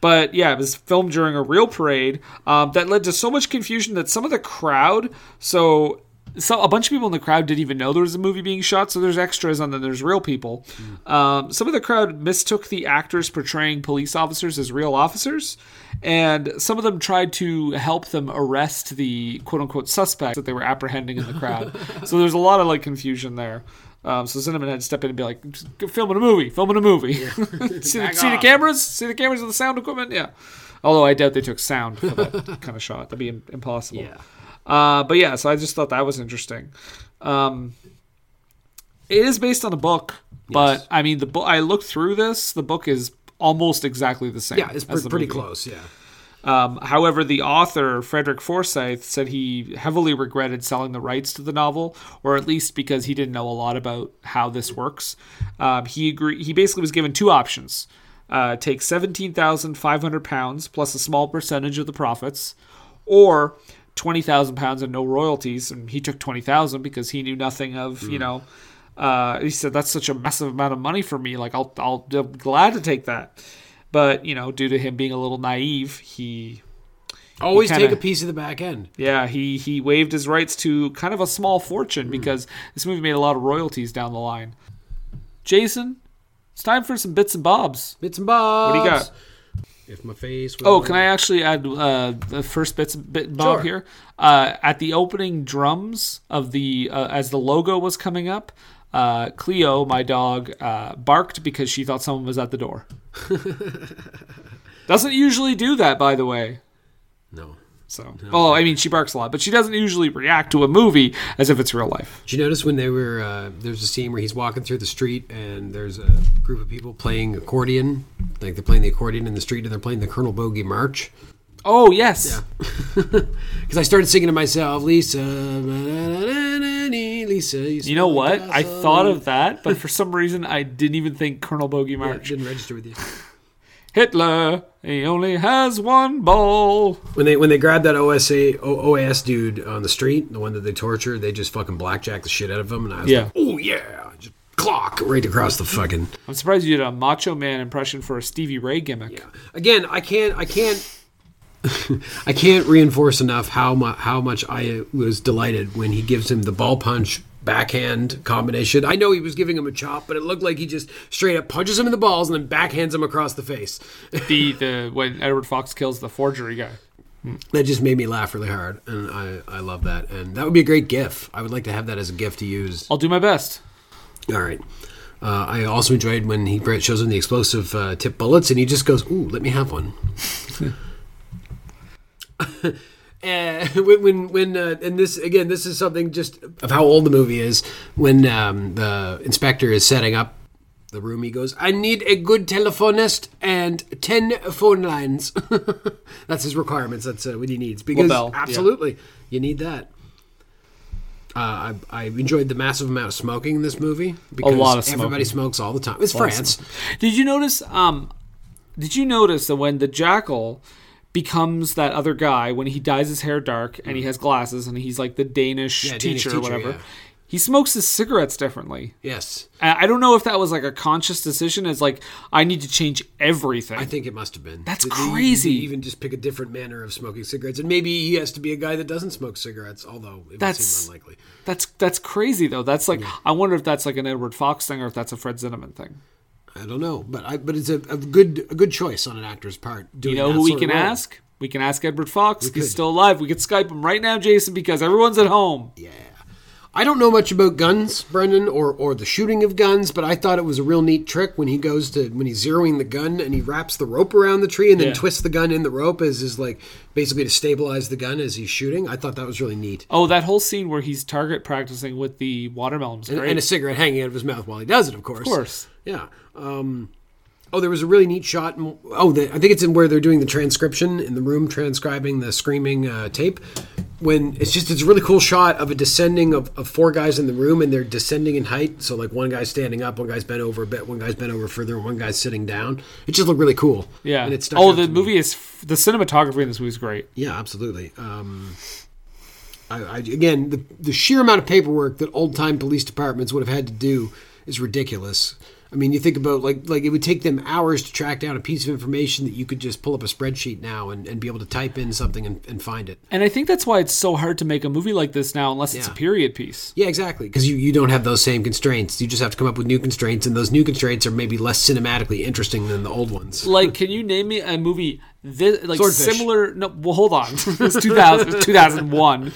Speaker 2: But yeah, it was filmed during a real parade um, that led to so much confusion that some of the crowd, so, so a bunch of people in the crowd didn't even know there was a movie being shot. So there's extras and then there's real people. Um, some of the crowd mistook the actors portraying police officers as real officers, and some of them tried to help them arrest the quote unquote suspect that they were apprehending in the crowd. so there's a lot of like confusion there. Um, so Cinnamon had to step in and be like, "Just go filming a movie, filming a movie.
Speaker 1: (laughs)
Speaker 2: see the,
Speaker 1: Back
Speaker 2: (laughs) see the
Speaker 1: off.
Speaker 2: cameras, see the cameras and the sound equipment. Yeah. Although I doubt they took sound for
Speaker 1: (laughs)
Speaker 2: that kind of shot. That'd be im- impossible. Yeah. Uh, but yeah, so I just thought that was interesting. Um, it is based on a book, but I mean the book. I looked through this. The book is almost exactly the same.
Speaker 1: Yeah, it's
Speaker 2: as
Speaker 1: pre-
Speaker 2: the
Speaker 1: pretty
Speaker 2: movie.
Speaker 1: close. Yeah.
Speaker 2: Um, however, the author, Frederick Forsyth, said he heavily regretted selling the rights to the novel, or at least because he didn't know a lot about how this works. Um, he agree- He basically was given two options uh, take 17,500 pounds plus a small percentage of the profits, or 20,000 pounds and no royalties. And he took 20,000 because he knew nothing of, you
Speaker 14: Mm.
Speaker 2: know, uh, he said that's such a massive amount of money for me. Like I'll, I'll I'm glad to take that, but you know, due to him being a little naive, he he
Speaker 1: Always take
Speaker 2: kinda-
Speaker 1: a piece of the back end.
Speaker 2: Yeah, he he waived his rights to kind of a small fortune
Speaker 1: Hmm.
Speaker 2: because this movie made a lot of royalties down the line. Jason, it's time for some bits and bobs.
Speaker 1: Bits and bobs.
Speaker 2: What do you got?
Speaker 1: If my face.
Speaker 2: Oh, can I actually add uh, the first bits bit Bob
Speaker 1: Sure.
Speaker 2: here? Uh, at the opening drums of the uh, as the logo was coming up, uh, Cleo, my dog, uh, barked because she thought someone was at
Speaker 1: (laughs)
Speaker 2: the door. Doesn't usually do that, by the way.
Speaker 1: No.
Speaker 2: So, well, I mean, she barks a lot, but she doesn't usually react to a movie as if it's real life.
Speaker 1: Did you notice when they were uh, there's a scene where he's walking through the street and there's a group of people playing accordion, like they're playing the accordion in the street and they're playing the Colonel Bogey March.
Speaker 2: Oh yes,
Speaker 1: Because I started singing to myself, Lisa, ba-da-da-da-da-dee, Lisa.
Speaker 2: You know what? I thought of that, (laughs) but for some reason, I didn't even think Colonel Bogey March
Speaker 1: didn't register with you.
Speaker 2: Hitler, he only has one ball.
Speaker 1: When they when they grabbed that OSA o- OAS dude on the street, the one that they tortured, they just fucking blackjack the shit out of him, and I was
Speaker 2: Yeah.
Speaker 1: like, oh yeah, just clock right across the fucking.
Speaker 2: I'm surprised you did a Macho Man impression for a Stevie Ray gimmick.
Speaker 1: Again, I can't I can't (laughs) I can't reinforce enough how mu- how much I was delighted when he gives him the ball punch backhand combination. I know he was giving him a chop, but it looked like he just straight up punches him in the balls and then backhands him across the face. (laughs)
Speaker 2: the the when Edward Fox kills the forgery guy.
Speaker 1: That just made me laugh really hard, and I, I love that. And that would be a great GIF. I would like to have that as a GIF to use.
Speaker 2: I'll do my best.
Speaker 1: All right. Uh, I also enjoyed when he shows him the explosive uh, tip bullets, and he just goes, "Ooh, let me have one." (laughs) Uh, when when, when uh, and this again, this is something just of how old the movie is. When um, the inspector is setting up the room, he goes, "I need a good telephonist and ten phone lines." (laughs) That's his requirements. That's uh, what he needs because
Speaker 2: LaBelle, yeah.
Speaker 1: absolutely you need that. Uh, I, I enjoyed the massive amount of smoking in this movie because
Speaker 2: lot of smoking.
Speaker 1: everybody smokes all the time. It's
Speaker 2: A lot of
Speaker 1: France.
Speaker 2: smoke. Did you notice? Um, did you notice that when the jackal becomes that other guy when he dyes his hair dark and he has glasses and he's like the Danish
Speaker 1: Mm. Yeah, Danish
Speaker 2: teacher,
Speaker 1: teacher,
Speaker 2: or whatever,
Speaker 1: yeah.
Speaker 2: he smokes his cigarettes differently.
Speaker 1: Yes.
Speaker 2: I I don't know if that was like a conscious decision. It's like I need to change everything.
Speaker 1: I think it must have been.
Speaker 2: That's
Speaker 1: Did they-
Speaker 2: crazy.
Speaker 1: did they even just pick a different manner of smoking cigarettes, and maybe he has to be a guy that doesn't smoke cigarettes. Although it would
Speaker 2: That's
Speaker 1: seem unlikely.
Speaker 2: that's that's crazy though. That's like I wonder if that's like an Edward Fox thing or if that's a Fred Zinnemann thing.
Speaker 1: I don't know, but I, but it's a, a good a good choice on an actor's part.
Speaker 2: you
Speaker 1: doing
Speaker 2: know
Speaker 1: that
Speaker 2: who we
Speaker 1: sort of
Speaker 2: can
Speaker 1: role.
Speaker 2: ask? We can ask Edward Fox.
Speaker 1: We
Speaker 2: He's
Speaker 1: could.
Speaker 2: still alive. We could Skype him right now, Jason, because everyone's at home.
Speaker 1: I don't know much about guns, Brendan, or or the shooting of guns, but I thought it was a real neat trick when he goes to when he's zeroing the gun and he wraps the rope around the tree and then
Speaker 2: Yeah.
Speaker 1: twists the gun in the rope as is like basically to stabilize the gun as he's shooting. I thought that was really neat.
Speaker 2: Oh, that whole scene where he's target practicing with the watermelons.
Speaker 1: And,
Speaker 2: Great.
Speaker 1: and a cigarette hanging out of his mouth while he does it, of course.
Speaker 2: Of course.
Speaker 1: Yeah. Um, oh, there was a really neat shot. In, oh, the, I think it's in where they're doing the transcription in the room, transcribing the screaming uh, tape. when it's just it's a really cool shot of a descending of, of four guys in the room and they're descending in height. So like one guy's standing up, one guy's bent over a bit, one guy's bent over further, one guy's sitting down. It just looked really cool.
Speaker 2: Yeah.
Speaker 1: and it's
Speaker 2: oh, the movie is f- the cinematography in this movie is great.
Speaker 1: Yeah, absolutely. Um, I, I, again, the, the sheer amount of paperwork that old time police departments would have had to do is ridiculous. I mean, you think about like like it would take them hours to track down a piece of information that you could just pull up a spreadsheet now and, and be able to type in something and, and find it.
Speaker 2: And I think that's why it's so hard to make a movie like this now, unless it's a
Speaker 1: Yeah.
Speaker 2: period piece.
Speaker 1: Yeah, exactly. Because you, you don't have those same constraints. You just have to come up with new constraints, and those new constraints are maybe less cinematically interesting than the old ones.
Speaker 2: Like, can you name me a movie this like
Speaker 1: Swordfish.
Speaker 2: similar? No, well, hold on. (laughs) it's
Speaker 1: (laughs)
Speaker 2: 2000, 2001.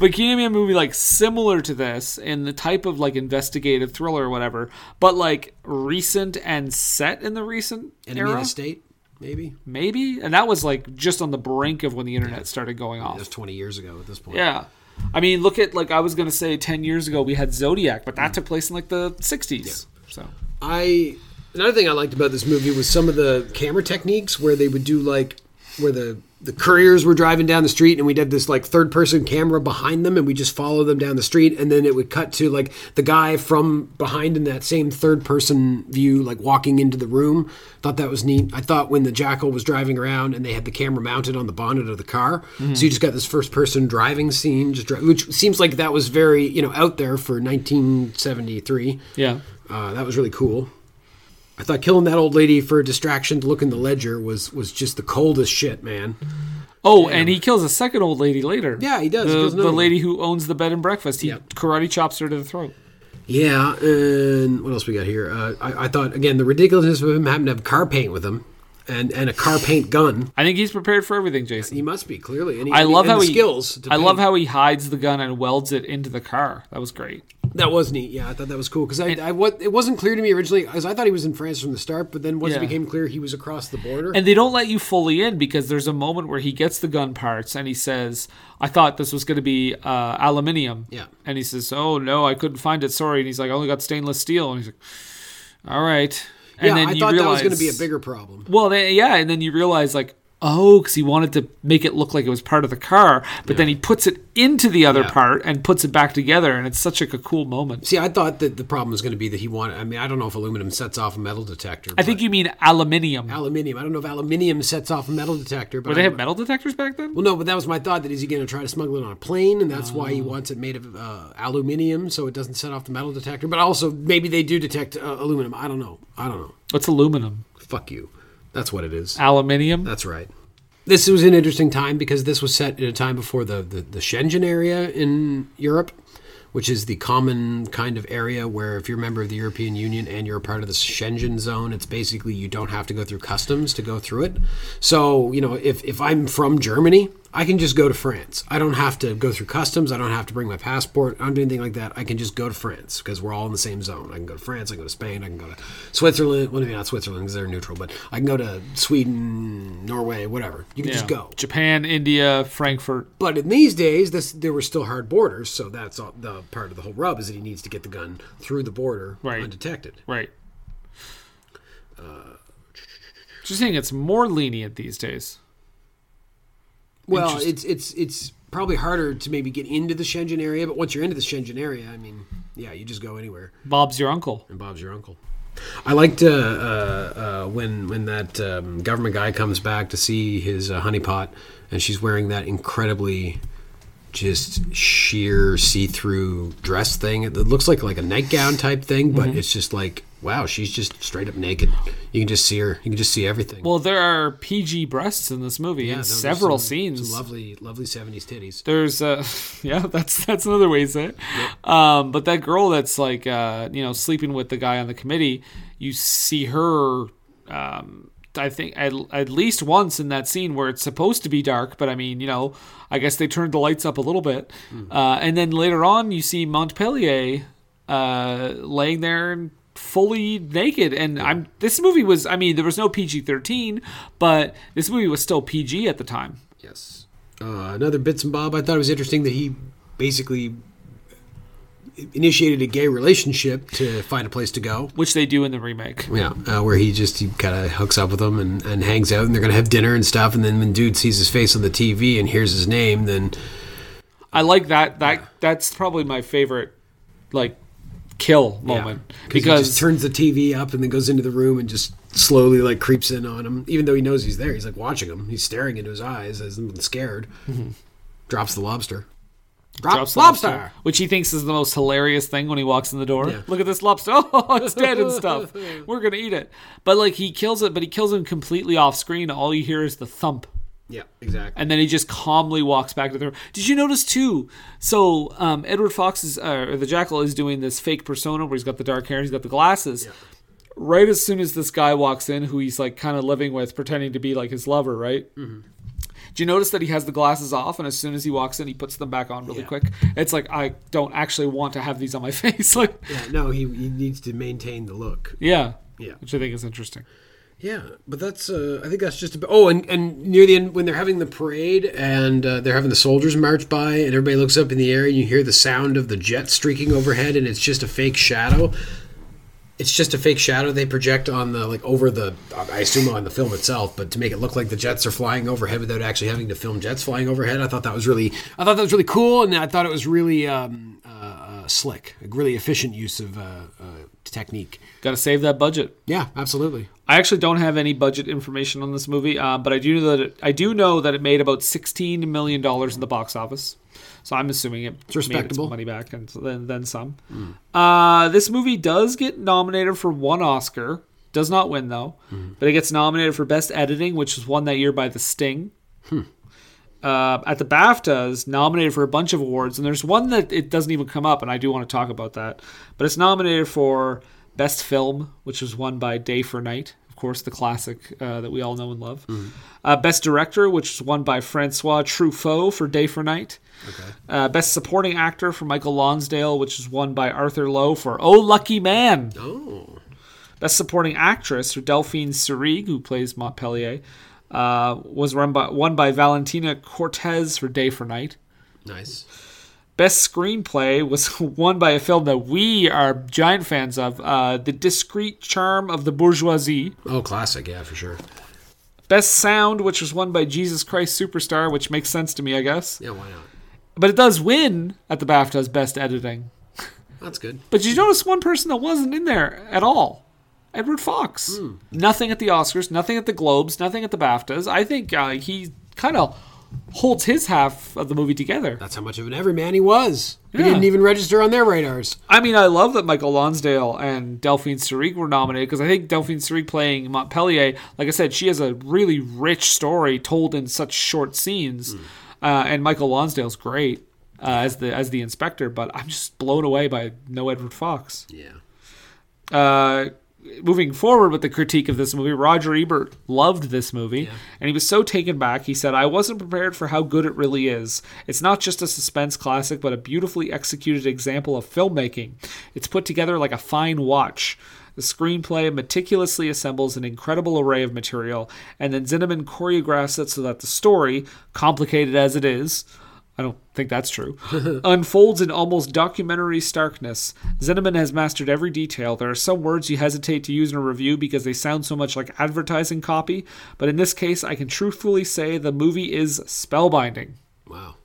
Speaker 2: But can you name me a movie like similar to this in the type of like investigative thriller or whatever, but like recent and set in the recent
Speaker 1: Enemy of
Speaker 2: era?
Speaker 1: the State, maybe.
Speaker 2: Maybe, and that was like just on the brink of when the internet started going off.
Speaker 1: That's 20 years ago at this point.
Speaker 2: Yeah. I mean, look at like I was gonna say ten years ago we had Zodiac, but that
Speaker 1: Mm.
Speaker 2: took place in like the '60s. So
Speaker 1: I another thing I liked about this movie was some of the camera techniques where they would do like where the the couriers were driving down the street and we'd have this like third person camera behind them and we just follow them down the street and then it would cut to like the guy from behind in that same third person view like walking into the room thought that was neat i thought when the jackal was driving around and they had the camera mounted on the bonnet of the car
Speaker 2: Mhm.
Speaker 1: so you just got this first person driving scene just dri- which seems like that was very you know out there for 1973
Speaker 2: yeah,
Speaker 1: uh, that was really cool. I thought killing that old lady for a distraction to look in the ledger was was just the coldest shit, man.
Speaker 2: Oh, and he kills a second old lady later.
Speaker 1: Yeah, he does. He
Speaker 2: The,
Speaker 1: kills another
Speaker 2: the
Speaker 1: one.
Speaker 2: lady who owns the bed and breakfast. He karate chops her to the throat.
Speaker 1: Yeah, and what else we got here? Uh, I, I thought again the ridiculousness of him having to have car paint with him, and and a car paint gun.
Speaker 2: I think he's prepared for everything, Jason. He
Speaker 1: must be clearly. And he-
Speaker 2: I
Speaker 1: and he-
Speaker 2: love
Speaker 1: and
Speaker 2: how
Speaker 1: the
Speaker 2: he
Speaker 1: skills to
Speaker 2: I love
Speaker 1: paint.
Speaker 2: how he hides the gun and welds it into the car. That was great.
Speaker 1: That was neat. Yeah, I thought that was cool because I, I what it wasn't clear to me originally because I thought he was in France from the start, but then once
Speaker 2: Yeah.
Speaker 1: it became clear he was across the border.
Speaker 2: And they don't let you fully in because there's a moment where he gets the gun parts and he says, "I thought this was going to be uh, aluminium."
Speaker 1: Yeah.
Speaker 2: And he says, "Oh no, I couldn't find it. Sorry." And he's like, "I only got stainless steel." And he's like, "All right." And
Speaker 1: yeah,
Speaker 2: then
Speaker 1: I
Speaker 2: you
Speaker 1: thought
Speaker 2: realize,
Speaker 1: that was going to be a bigger problem.
Speaker 2: Well, they, yeah, and then you realize like, oh, because he wanted to make it look like it was part of the car, but then he puts it into the other
Speaker 1: Yeah.
Speaker 2: part and puts it back together, and it's such like, a cool moment.
Speaker 1: See, I thought that the problem was going to be that he wanted. I mean, I don't know if aluminum sets off a metal detector.
Speaker 2: I think you mean aluminium.
Speaker 1: Aluminium. I don't know if aluminium sets off a metal detector. But
Speaker 2: Would they
Speaker 1: I'm-
Speaker 2: have metal detectors back then?
Speaker 1: Well, no, but that was my thought that is he going to try to smuggle it on a plane, and that's why he
Speaker 2: Oh.
Speaker 1: wants it made of uh, aluminium so it doesn't set off the metal detector. But also, maybe they do detect uh, aluminum. I don't know. I don't know.
Speaker 2: What's aluminum?
Speaker 1: Fuck you. That's what it is.
Speaker 2: Aluminium.
Speaker 1: That's right. This was an interesting time because this was set at a time before the, the, the Schengen area in Europe, which is the common kind of area where if you're a member of the European Union and you're a part of the Schengen zone, it's basically you don't have to go through customs to go through it. So, you know, if, if I'm from Germany, I can just go to France. I don't have to go through customs. I don't have to bring my passport. I don't do anything like that. I can just go to France because we're all in the same zone. I can go to France. I can go to Spain. I can go to Switzerland. Well, maybe not Switzerland because they're neutral, but I can go to Sweden, Norway, whatever. You can just
Speaker 2: Yeah.
Speaker 1: go.
Speaker 2: Japan, India, Frankfurt.
Speaker 1: But in these days, this there were still hard borders, so that's all, the part of the whole rub is that he needs to get the gun through the border undetected.
Speaker 2: Right. Uh, Just saying, it's more lenient these days.
Speaker 1: Well,
Speaker 2: Interesting.
Speaker 1: it's it's it's probably harder to maybe get into the Schengen area, but once you're into the Schengen area, I mean, yeah, you just go anywhere.
Speaker 2: Bob's your uncle.
Speaker 1: And Bob's your uncle. I liked uh, uh, uh, when when that um, government guy comes back to see his uh, honeypot, and she's wearing that incredibly just sheer see-through dress thing. It looks like like a nightgown type thing, but
Speaker 2: Mhm.
Speaker 1: it's just like wow, she's just straight up naked. You can just see her. You can just see everything.
Speaker 2: Well, there are PG breasts in this movie
Speaker 1: no,
Speaker 2: in
Speaker 1: there's
Speaker 2: several
Speaker 1: some-
Speaker 2: scenes.
Speaker 1: some lovely, lovely '70s titties.
Speaker 2: There's uh (laughs) yeah, that's that's another way to say it. Um, but that girl that's like uh, you know, sleeping with the guy on the committee, you see her um I think at, at least once in that scene where it's supposed to be dark, but I mean, you know, I guess they turned the lights up a little bit. Uh, and then later on, you see Montpellier uh, laying there fully naked. And I'm this movie was, I mean, there was no PG 13, but this movie was still PG at the time.
Speaker 1: Yes. Uh, another bits and bob. I thought it was interesting that he basically initiated a gay relationship to find a place to go.
Speaker 2: Which they do in the remake.
Speaker 1: Yeah, uh, where he just he kind of hooks up with them and, and hangs out, and they're gonna have dinner and stuff. And then when dude sees his face on the TV and hears his name, then
Speaker 2: I like that. That that's probably my favorite, like, kill moment
Speaker 1: because he
Speaker 2: because
Speaker 1: just turns the TV up and then goes into the room and just slowly like creeps in on him, even though he knows he's there. He's like watching him. He's staring into his eyes as if scared.
Speaker 2: Mhm.
Speaker 1: Drops the lobster. Drop
Speaker 2: drops the
Speaker 1: lobster.
Speaker 2: which he thinks is the most hilarious thing when he walks in the door. Look at this lobster. (laughs) Oh, it's dead and stuff. We're gonna eat it. But like he kills it, but he kills him completely off screen. All you hear is the thump.
Speaker 1: Yeah, exactly.
Speaker 2: And then he just calmly walks back to the room. Did you notice too? So um, Edward Fox is, uh, or the Jackal is doing this fake persona where he's got the dark hair, and he's got the glasses. Right as soon as this guy walks in, who he's like kind of living with, pretending to be like his lover, right? Do you notice that he has the glasses off, and as soon as he walks in, he puts them back on really quick? It's like I don't actually want to have these on my (laughs) face. like,
Speaker 1: Yeah, no, he, he needs to maintain the look.
Speaker 2: yeah,
Speaker 1: Yeah.
Speaker 2: which I think is interesting.
Speaker 1: Yeah, but that's uh, I think that's just about. Oh, and, and near the end when they're having the parade and uh, they're having the soldiers march by and everybody looks up in the air and you hear the sound of the jet streaking overhead and it's just a fake shadow. It's just a fake shadow they project on the like over the I assume on the film itself, but to make it look like the jets are flying overhead without actually having to film jets flying overhead. I thought that was really I thought that was really cool and I thought it was really um, uh, uh, slick, a really efficient use of uh, uh, technique.
Speaker 2: Got to save that budget.
Speaker 1: Yeah, absolutely.
Speaker 2: I actually don't have any budget information on this movie, uh, but I do know that it, I do know that it made about sixteen million dollars in the box office. So I'm assuming it
Speaker 1: It's respectable. Hmm.
Speaker 2: made its money back and so then then some. Uh, this movie does get nominated for one Oscar, does not win though,
Speaker 1: Hmm.
Speaker 2: but it gets nominated for best editing, which was won that year by The Sting.
Speaker 1: Hmm.
Speaker 2: Uh, at the BAFTAs, nominated for a bunch of awards, and there's one that it doesn't even come up, and I do want to talk about that. But it's nominated for Best Film, which was won by Day for Night, of course, the classic uh, that we all know and love. Uh, Best Director, which was won by Francois Truffaut for Day for Night. Okay. Uh, Best Supporting Actor for Michael Lonsdale, which was won by Arthur Lowe for Oh Lucky Man.
Speaker 1: Oh.
Speaker 2: Best Supporting Actress for Delphine Seyrig, who plays Montpellier, uh, was run by, won by Valentina Cortez for Day for Night.
Speaker 1: Nice.
Speaker 2: Best Screenplay was (laughs) won by a film that we are giant fans of, uh, The Discreet Charm of the Bourgeoisie.
Speaker 1: Oh, classic, yeah, for sure.
Speaker 2: Best Sound, which was won by Jesus Christ Superstar, which makes sense to me, I guess.
Speaker 1: Yeah, why not?
Speaker 2: But it does win at the BAFTAs Best Editing.
Speaker 1: That's good.
Speaker 2: But did you notice one person that wasn't in there at all? Edward Fox. Nothing at the Oscars, nothing at the Globes, nothing at the BAFTAs. I think uh, he kind of holds his half of the movie together.
Speaker 1: That's how much of an everyman he was. He
Speaker 2: Yeah.
Speaker 1: didn't even register on their radars.
Speaker 2: I mean, I love that Michael Lonsdale and Delphine Seyrig were nominated because I think Delphine Seyrig playing Montpellier, like I said, she has a really rich story told in such short scenes, uh, and Michael Lonsdale's great uh, as the as the inspector. But I'm just blown away by no Edward Fox.
Speaker 1: Yeah.
Speaker 2: Uh, moving forward with the critique of this movie, Roger Ebert loved this movie, and he was so taken back. He said, "I wasn't prepared for how good it really is. It's not just a suspense classic, but a beautifully executed example of filmmaking. It's put together like a fine watch." The screenplay meticulously assembles an incredible array of material, and then Zinnemann choreographs it so that the story, complicated as it is, I don't think that's true. (laughs) unfolds in almost documentary starkness. Zinnemann has mastered every detail. There are some words you hesitate to use in a review because they sound so much like advertising copy, but in this case, I can truthfully say the movie is spellbinding.
Speaker 1: Wow.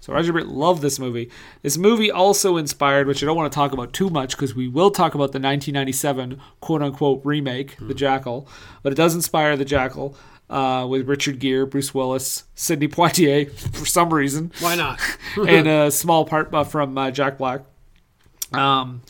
Speaker 2: So Roger Ebert loved this movie. This movie also inspired, which I don't want to talk about too much because we will talk about the 1997 quote unquote remake, The Jackal, but it does inspire The Jackal uh, with Richard Gere, Bruce Willis, Sidney Poitier (laughs) for some reason.
Speaker 1: Why not?
Speaker 2: (laughs) and a small part uh, from uh, Jack Black. Um,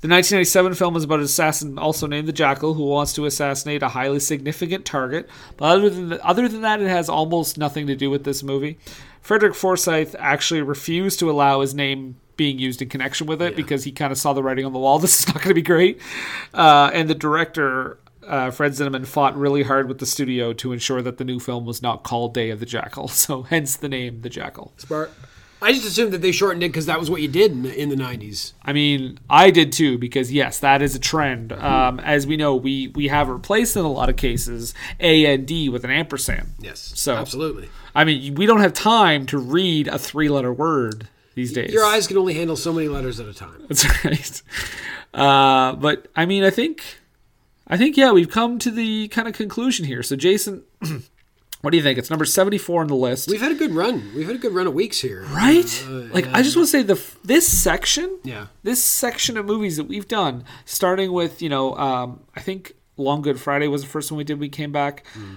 Speaker 2: the 1997 film is about an assassin also named the Jackal who wants to assassinate a highly significant target. But other than, other than that, it has almost nothing to do with this movie. Frederick Forsyth actually refused to allow his name being used in connection with it because he kind of saw the writing on the wall. (laughs) This is not going to be great. Uh, and the director, uh, Fred Zinnemann, fought really hard with the studio to ensure that the new film was not called Day of the Jackal. (laughs) So hence the name The Jackal.
Speaker 1: Smart. I just assumed that they shortened it because that was what you did in, in the 90s.
Speaker 2: I mean, I did too because yes, that is a trend.
Speaker 1: Mm-hmm.
Speaker 2: Um, as we know, we we have replaced in a lot of cases a and d with an ampersand.
Speaker 1: Yes,
Speaker 2: so
Speaker 1: absolutely.
Speaker 2: I mean, we don't have time to read a three-letter word these days.
Speaker 1: Your eyes can only handle so many letters at a time.
Speaker 2: That's (laughs) right. Uh, but I mean, I think, I think yeah, we've come to the kind of conclusion here. So Jason, (clears throat) What do you think? It's number 74 on the list.
Speaker 1: We've had a good run. We've had a good run of weeks here.
Speaker 2: Right?
Speaker 1: Uh,
Speaker 2: like
Speaker 1: yeah.
Speaker 2: I just want to say the f- this section,
Speaker 1: Yeah.
Speaker 2: this section of movies that we've done, starting with you know, um, I think Long Good Friday was the first one we did. We came back,
Speaker 1: Mm.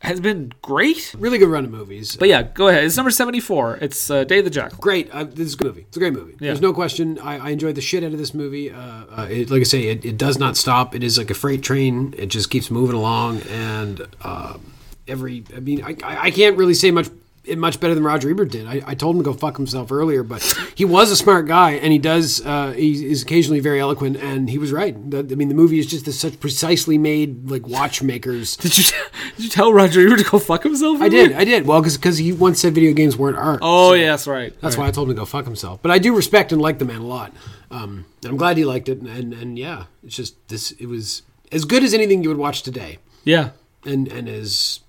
Speaker 2: has been great.
Speaker 1: Really good run of movies.
Speaker 2: But yeah, go ahead. It's number seventy four. It's uh, Day of the Jackal. (laughs)
Speaker 1: Great. Uh, this is a good movie. It's a great movie.
Speaker 2: Yeah.
Speaker 1: There's no question. I, I enjoyed the shit out of this movie. Uh, uh, it, like I say, it, it does not stop. It is like a freight train. It just keeps moving along. And uh, every, I mean, I, I I can't really say much it much better than Roger Ebert did. I, I told him to go fuck himself earlier, but (laughs) he was a smart guy, and he does. Uh, he is occasionally very eloquent, and he was right. The, I mean, the movie is just such precisely made like watchmakers.
Speaker 2: Did you did you tell Roger Ebert to go fuck himself?
Speaker 1: I did. I did. Well, because he once said video games weren't art.
Speaker 2: Oh yeah, that's right.
Speaker 1: That's
Speaker 2: right.
Speaker 1: why I told him to go fuck himself. But I do respect and like the man a lot. Um, and I'm glad he liked it. And, and, and yeah, it's just this. It was as good as anything you would watch today,
Speaker 2: Yeah,
Speaker 1: and and as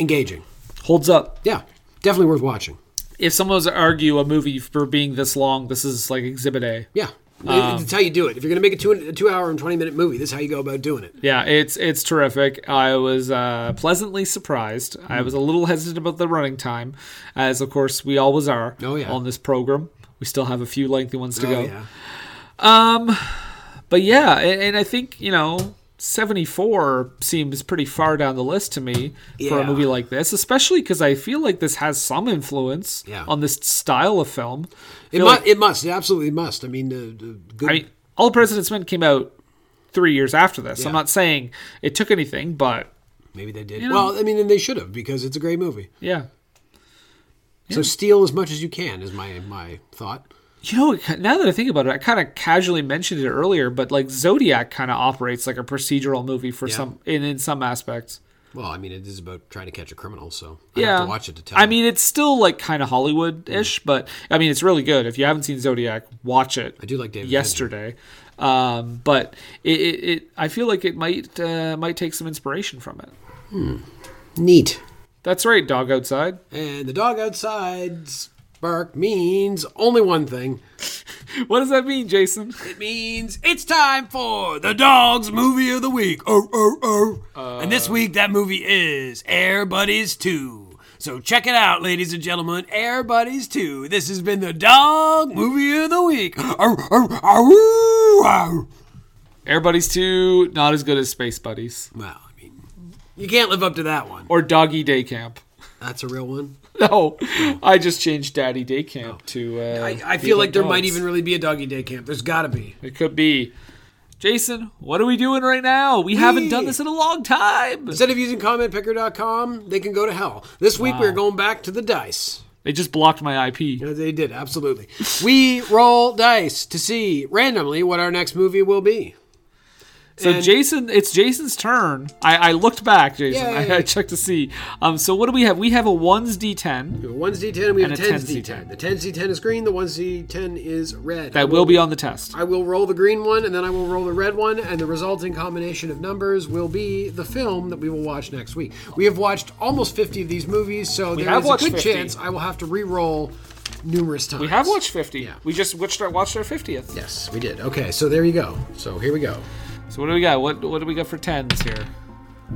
Speaker 1: engaging.
Speaker 2: holds up.
Speaker 1: Yeah, definitely worth watching.
Speaker 2: If someone was to argue a movie for being this long, this is like Exhibit A.
Speaker 1: Yeah,
Speaker 2: Um,
Speaker 1: it's how you do it. If you're gonna make a two a two hour and twenty minute movie, this is how you go about doing it.
Speaker 2: Yeah, it's it's terrific. I was uh, pleasantly surprised. I
Speaker 1: Hmm.
Speaker 2: was a little hesitant about the running time, as of course we always are
Speaker 1: Oh, yeah.
Speaker 2: on this program. We still have a few lengthy ones to
Speaker 1: Oh,
Speaker 2: go.
Speaker 1: yeah.
Speaker 2: Um, but yeah, a- and, I think you know. 74 seems pretty far down the list to me for a
Speaker 1: Yeah.
Speaker 2: movie like this, especially because I feel like this has some influence
Speaker 1: Yeah.
Speaker 2: on this style of film. I
Speaker 1: It
Speaker 2: feel
Speaker 1: must.
Speaker 2: like-
Speaker 1: it must. It absolutely must. I mean, the, the good.
Speaker 2: I mean, All the President's Men came out three years after this. I'm
Speaker 1: Yeah.
Speaker 2: not saying it took anything, but
Speaker 1: maybe they did.
Speaker 2: you know-
Speaker 1: well, I mean, and they should have because it's a great movie.
Speaker 2: yeah.
Speaker 1: So steal as much as you can is my my thought.
Speaker 2: You know, it ki- now that I think about it, I kind of casually mentioned it earlier, but like Zodiac kind of operates like a procedural movie for
Speaker 1: Yeah.
Speaker 2: some in in some aspects.
Speaker 1: Well, I mean, it is about trying to catch a criminal, so I
Speaker 2: yeah,
Speaker 1: have to watch it to tell. Mm.
Speaker 2: I mean, it's still like kind of Hollywood ish, but I mean, it's really good. If you haven't seen Zodiac, watch it.
Speaker 1: I do like David.
Speaker 2: yesterday, um, but it, it, it I feel like it might uh, might take some inspiration from it.
Speaker 1: Fincher. Neat.
Speaker 2: That's right, Dog Outside. (laughs)
Speaker 1: And the dog outside's bark means only one thing.
Speaker 2: What does that mean, Jason?
Speaker 1: It means it's time for the dog's movie of the week. Oh, oh, oh. and this week, that movie is Air Buddies 2. So check it out, ladies and gentlemen. Air Buddies 2. This has been the dog movie of the week. Oh, oh, oh, oh.
Speaker 2: Air Buddies Two, not as good as Space Buddies
Speaker 1: Well, I mean, you can't live up to that one.
Speaker 2: or Doggy Day Camp.
Speaker 1: That's a real one.
Speaker 2: (laughs) No, I just changed Daddy Day Camp to. Uh,
Speaker 1: I, I
Speaker 2: Big
Speaker 1: feel like there
Speaker 2: Dogs.
Speaker 1: might even really be a doggy day camp. There's got to be.
Speaker 2: It could be. Jason, what are we doing right now? We, haven't done this in a long time.
Speaker 1: Instead of using commentpicker.com, they can go to hell. This week we're going back to the dice.
Speaker 2: They just blocked my IP.
Speaker 1: Yeah, They did, absolutely. we roll dice to see randomly what our next movie will be.
Speaker 2: So
Speaker 1: And-
Speaker 2: Jason, it's Jason's turn. I, I looked back, Jason. (laughs) I, I
Speaker 1: Yay.
Speaker 2: checked to see. Um, so what do we have? We have a ones d10
Speaker 1: We have a 1's D10 and we have
Speaker 2: And
Speaker 1: a
Speaker 2: a
Speaker 1: 10's
Speaker 2: 10's
Speaker 1: D10. The 10's D10 is green, the 1's D10 is red. I
Speaker 2: that will be on the test.
Speaker 1: I will roll the green one and then I will roll the red one, and the resulting combination of numbers will be the film that we will watch next week. We have watched almost 50 of these movies, so there
Speaker 2: have
Speaker 1: is a
Speaker 2: watched
Speaker 1: good
Speaker 2: 50.
Speaker 1: chance I will have to re roll numerous times.
Speaker 2: We have watched 50. We just watched our, watched our 50th.
Speaker 1: Yes, we did. Okay, so there you go. So here we go.
Speaker 2: So what do we got? What what do we got for tens here?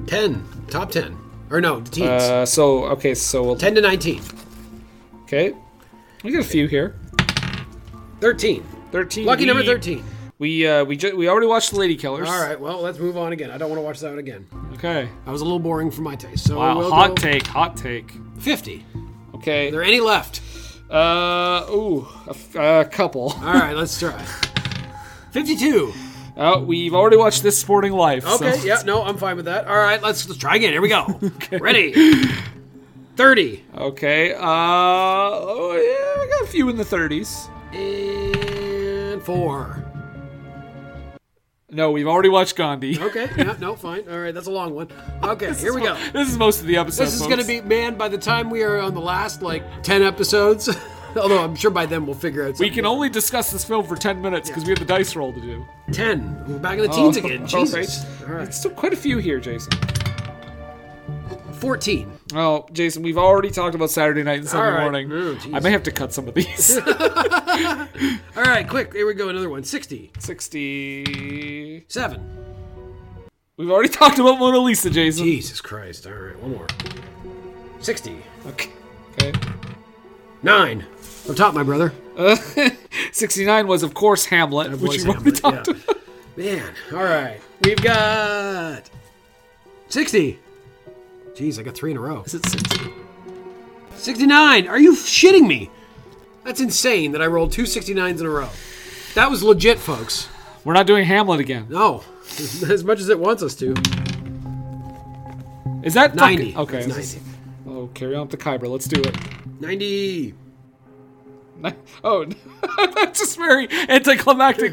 Speaker 1: 10, top 10. Or no, the teens.
Speaker 2: Uh, so okay, so we'll,
Speaker 1: 10 to 19.
Speaker 2: okay, we got a few here.
Speaker 1: 13.
Speaker 2: 13.
Speaker 1: Lucky number
Speaker 2: We-
Speaker 1: 13.
Speaker 2: We uh, we ju- we already watched the Lady Killers.
Speaker 1: All right, well, let's move on again. I don't want to watch that one again.
Speaker 2: Okay.
Speaker 1: That was a little boring for my taste. So
Speaker 2: Wow.
Speaker 1: we'll
Speaker 2: hot
Speaker 1: go
Speaker 2: take. Hot take.
Speaker 1: 50.
Speaker 2: Okay.
Speaker 1: Are there any left?
Speaker 2: Uh, ooh, a, f- a couple.
Speaker 1: All right, let's
Speaker 2: (laughs)
Speaker 1: try. 52.
Speaker 2: Uh, we've already watched this Sporting Life. so-
Speaker 1: Okay, yeah, no, I'm fine with that. All right, let's, let's try again. Here we
Speaker 2: (laughs)
Speaker 1: go. Ready. 30.
Speaker 2: Okay. Uh, oh yeah, we got a few in the thirties.
Speaker 1: And 4.
Speaker 2: No, we've already watched Gandhi.
Speaker 1: Okay, yeah, no, fine. All right, that's a long one. Okay, here we go.
Speaker 2: (laughs) This is most of the episode.
Speaker 1: This is
Speaker 2: folks.
Speaker 1: going to be, man, by the time we are on the last, like, 10 episodes, (laughs) although I'm sure by then we'll figure out
Speaker 2: We
Speaker 1: something.
Speaker 2: can only discuss this film for ten minutes because we have the dice roll to do.
Speaker 1: 10. We're back in the teens again.
Speaker 2: Oh, all
Speaker 1: Jesus.
Speaker 2: right. It's still quite a few here, Jason.
Speaker 1: 14.
Speaker 2: Oh, Jason, we've already talked about Saturday night and Sunday
Speaker 1: right.
Speaker 2: morning.
Speaker 1: Oh,
Speaker 2: I may have to cut some of these. (laughs)
Speaker 1: All right, quick. Here we go. Another one. 60.
Speaker 2: 60.
Speaker 1: 7.
Speaker 2: We've already (laughs) talked about Mona Lisa, Jason.
Speaker 1: Jesus Christ. All right, one more. 60.
Speaker 2: Okay. Okay.
Speaker 1: Nine. On top, my brother.
Speaker 2: Uh, 69 was, of course, Hamlet, which
Speaker 1: was
Speaker 2: you already
Speaker 1: Hamlet,
Speaker 2: talked
Speaker 1: yeah.
Speaker 2: about.
Speaker 1: (laughs) Man, all right. We've got 60. Jeez, I got three in a row. Is
Speaker 2: it 60?
Speaker 1: 69. Are you shitting me? That's insane that I rolled two 69s in a row. That was legit, folks.
Speaker 2: We're not doing Hamlet again.
Speaker 1: No, (laughs) as much as it wants us to.
Speaker 2: Is that
Speaker 1: 90?
Speaker 2: fucking- okay.
Speaker 1: It's
Speaker 2: this is- Oh, carry on with the Kyber. Let's do it. (laughs)
Speaker 1: 90.
Speaker 2: Oh, (laughs) that's just very anticlimactic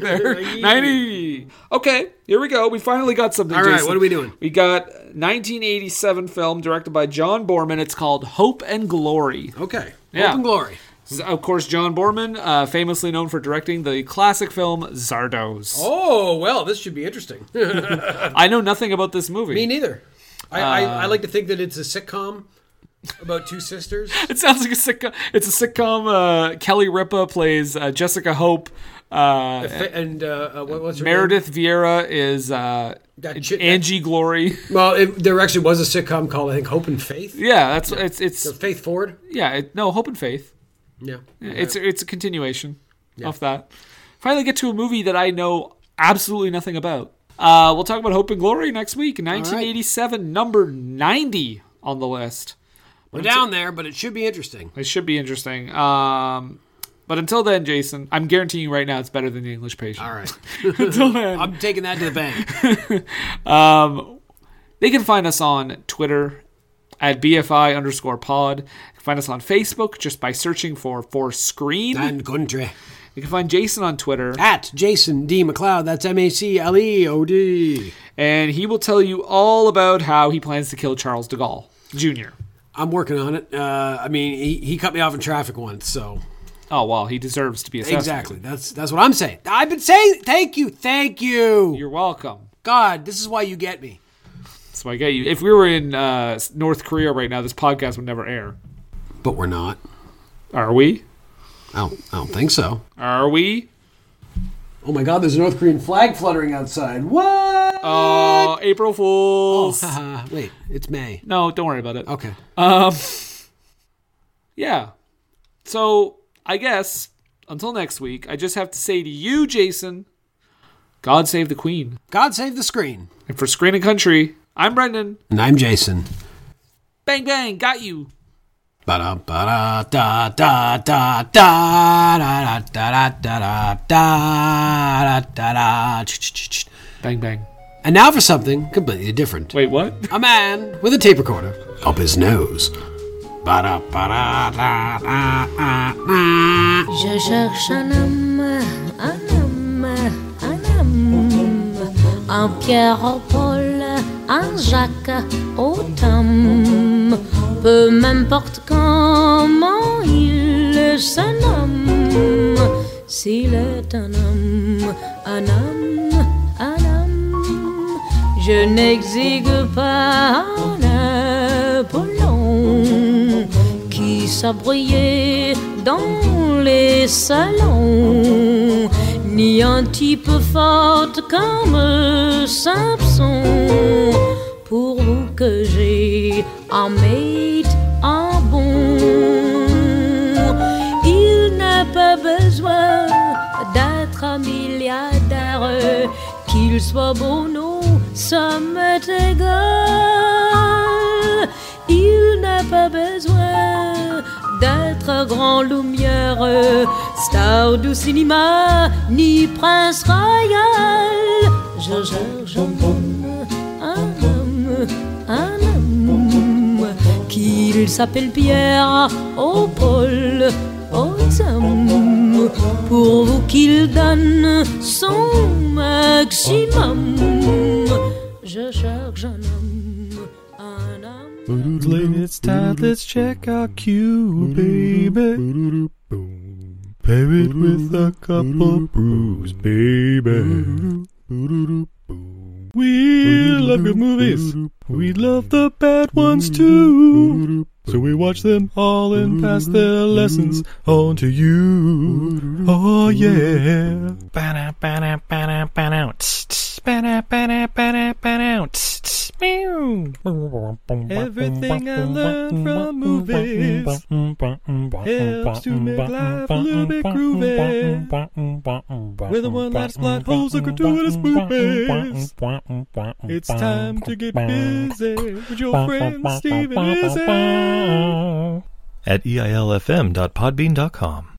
Speaker 1: (laughs)
Speaker 2: there. 90. Okay, here we go. We finally got something.
Speaker 1: All right,
Speaker 2: Jason.
Speaker 1: what are we doing?
Speaker 2: We got 1987 film directed by John Borman. It's called Hope and Glory.
Speaker 1: Okay.
Speaker 2: Yeah.
Speaker 1: Hope and glory.
Speaker 2: This is, Of course, John Borman, uh, famously known for directing the classic film Zardos.
Speaker 1: Oh, well, this should be interesting.
Speaker 2: I know nothing about this movie.
Speaker 1: Me neither. I, I,
Speaker 2: Uh,
Speaker 1: I like to think that it's a sitcom about two sisters.
Speaker 2: It sounds like a sitcom. It's a sitcom. Uh, Kelly Ripa plays uh, Jessica Hope. Uh,
Speaker 1: Fa- and uh, uh, what, what's her
Speaker 2: Meredith Vieira is uh,
Speaker 1: That chick-
Speaker 2: Angie Glory. (laughs)
Speaker 1: name? Well, it, there actually was a sitcom called I think Hope and Faith.
Speaker 2: Yeah, that's it's it's
Speaker 1: So Faith Ford.
Speaker 2: yeah. It, no, Hope and Faith.
Speaker 1: Yeah.
Speaker 2: Yeah, It's it's a continuation of that. Finally, get to a movie that I know absolutely nothing about. Uh, we'll talk about Hope and Glory next week. 1987, number 90 on the list.
Speaker 1: We're down there, but it should be interesting.
Speaker 2: It should be interesting. Um, but until then, Jason, I'm guaranteeing you right now it's better than the English Patient.
Speaker 1: All right.
Speaker 2: until then,
Speaker 1: I'm taking that to the bank.
Speaker 2: um, they can find us on Twitter at BFI underscore pod. You can find us on Facebook just by searching for for screen.
Speaker 1: Dan Gundry.
Speaker 2: You can find Jason on Twitter.
Speaker 1: At Jason D. McLeod. That's M A C L E O D.
Speaker 2: And he will tell you all about how he plans to kill Charles de Gaulle Jr.
Speaker 1: I'm working on it. Uh, I mean, he, he cut me off in traffic once, so
Speaker 2: Oh well, he deserves to be assassinated.
Speaker 1: exactly. That's that's what I'm saying. I've been saying thank you, thank you.
Speaker 2: You're welcome.
Speaker 1: God, this is why you get me.
Speaker 2: That's why I get you. If we were in uh, North Korea right now, this podcast would never air.
Speaker 1: But we're not.
Speaker 2: Are we?
Speaker 1: I don't, I don't think so.
Speaker 2: Are we?
Speaker 1: Oh my God, there's a North Korean flag fluttering outside. What?
Speaker 2: Oh, April
Speaker 1: (laughs)
Speaker 2: Fools.
Speaker 1: haha. Wait, it's May.
Speaker 2: no, don't worry about it.
Speaker 1: Okay.
Speaker 2: Um, yeah. So I guess until next week, I just have to say to you, Jason, God save the Queen.
Speaker 1: God save the screen.
Speaker 2: And for Screen and Country, I'm Brendan.
Speaker 1: And I'm Jason.
Speaker 2: Bang, bang, got you.
Speaker 1: Ba-da, ba-da, da, da, da, da, da, da, da, da, da, da, da, da, da, ch-ch-ch-ch.
Speaker 2: Bang, bang.
Speaker 1: And now for something completely different.
Speaker 2: Wait, what? (laughs)
Speaker 1: A man with a tape recorder up his nose. Ba-da, ba-da, da, da, da, da.
Speaker 14: Je cherche un homme, un homme, un homme, un Pierre, un Paul, un Jacques, au Tom. Peu m'importe comment il se nomme, s'il est un homme, un homme, un homme. Je n'exige pas un Apollon qui s'a brillé dans les salons, ni un type fort comme Samson. Pour vous que j'ai un mate, un bon. Il n'a pas besoin d'être un milliardaire, qu'il soit bon ou ça m'est égal. Il n'a pas besoin d'être grand lumière, star du cinéma, ni prince royal. Je cherche un homme, un homme, un homme, qu'il s'appelle Pierre, au Paul, au Tom, pour vous qu'il donne son maximum. Je cherche un homme, un homme.
Speaker 8: It's time, let's check our cue, baby. Pair it with a couple brews, baby. We love good movies. We love the bad ones too.
Speaker 1: So we watch them all and pass their lessons on to you. Oh yeah.
Speaker 15: Ba-da, ba-da, ba-da, ba-da. Tss, tss, ba-da, ba-da, ba-da, ba-da. Tss, tss, meow.
Speaker 1: Everything I learned from movies helps to make life a little bit groovy. With the one last plot holes and gratuitous movies. It's time to get busy with your friend Steven Izzy.
Speaker 16: at eilfm.podbean.com.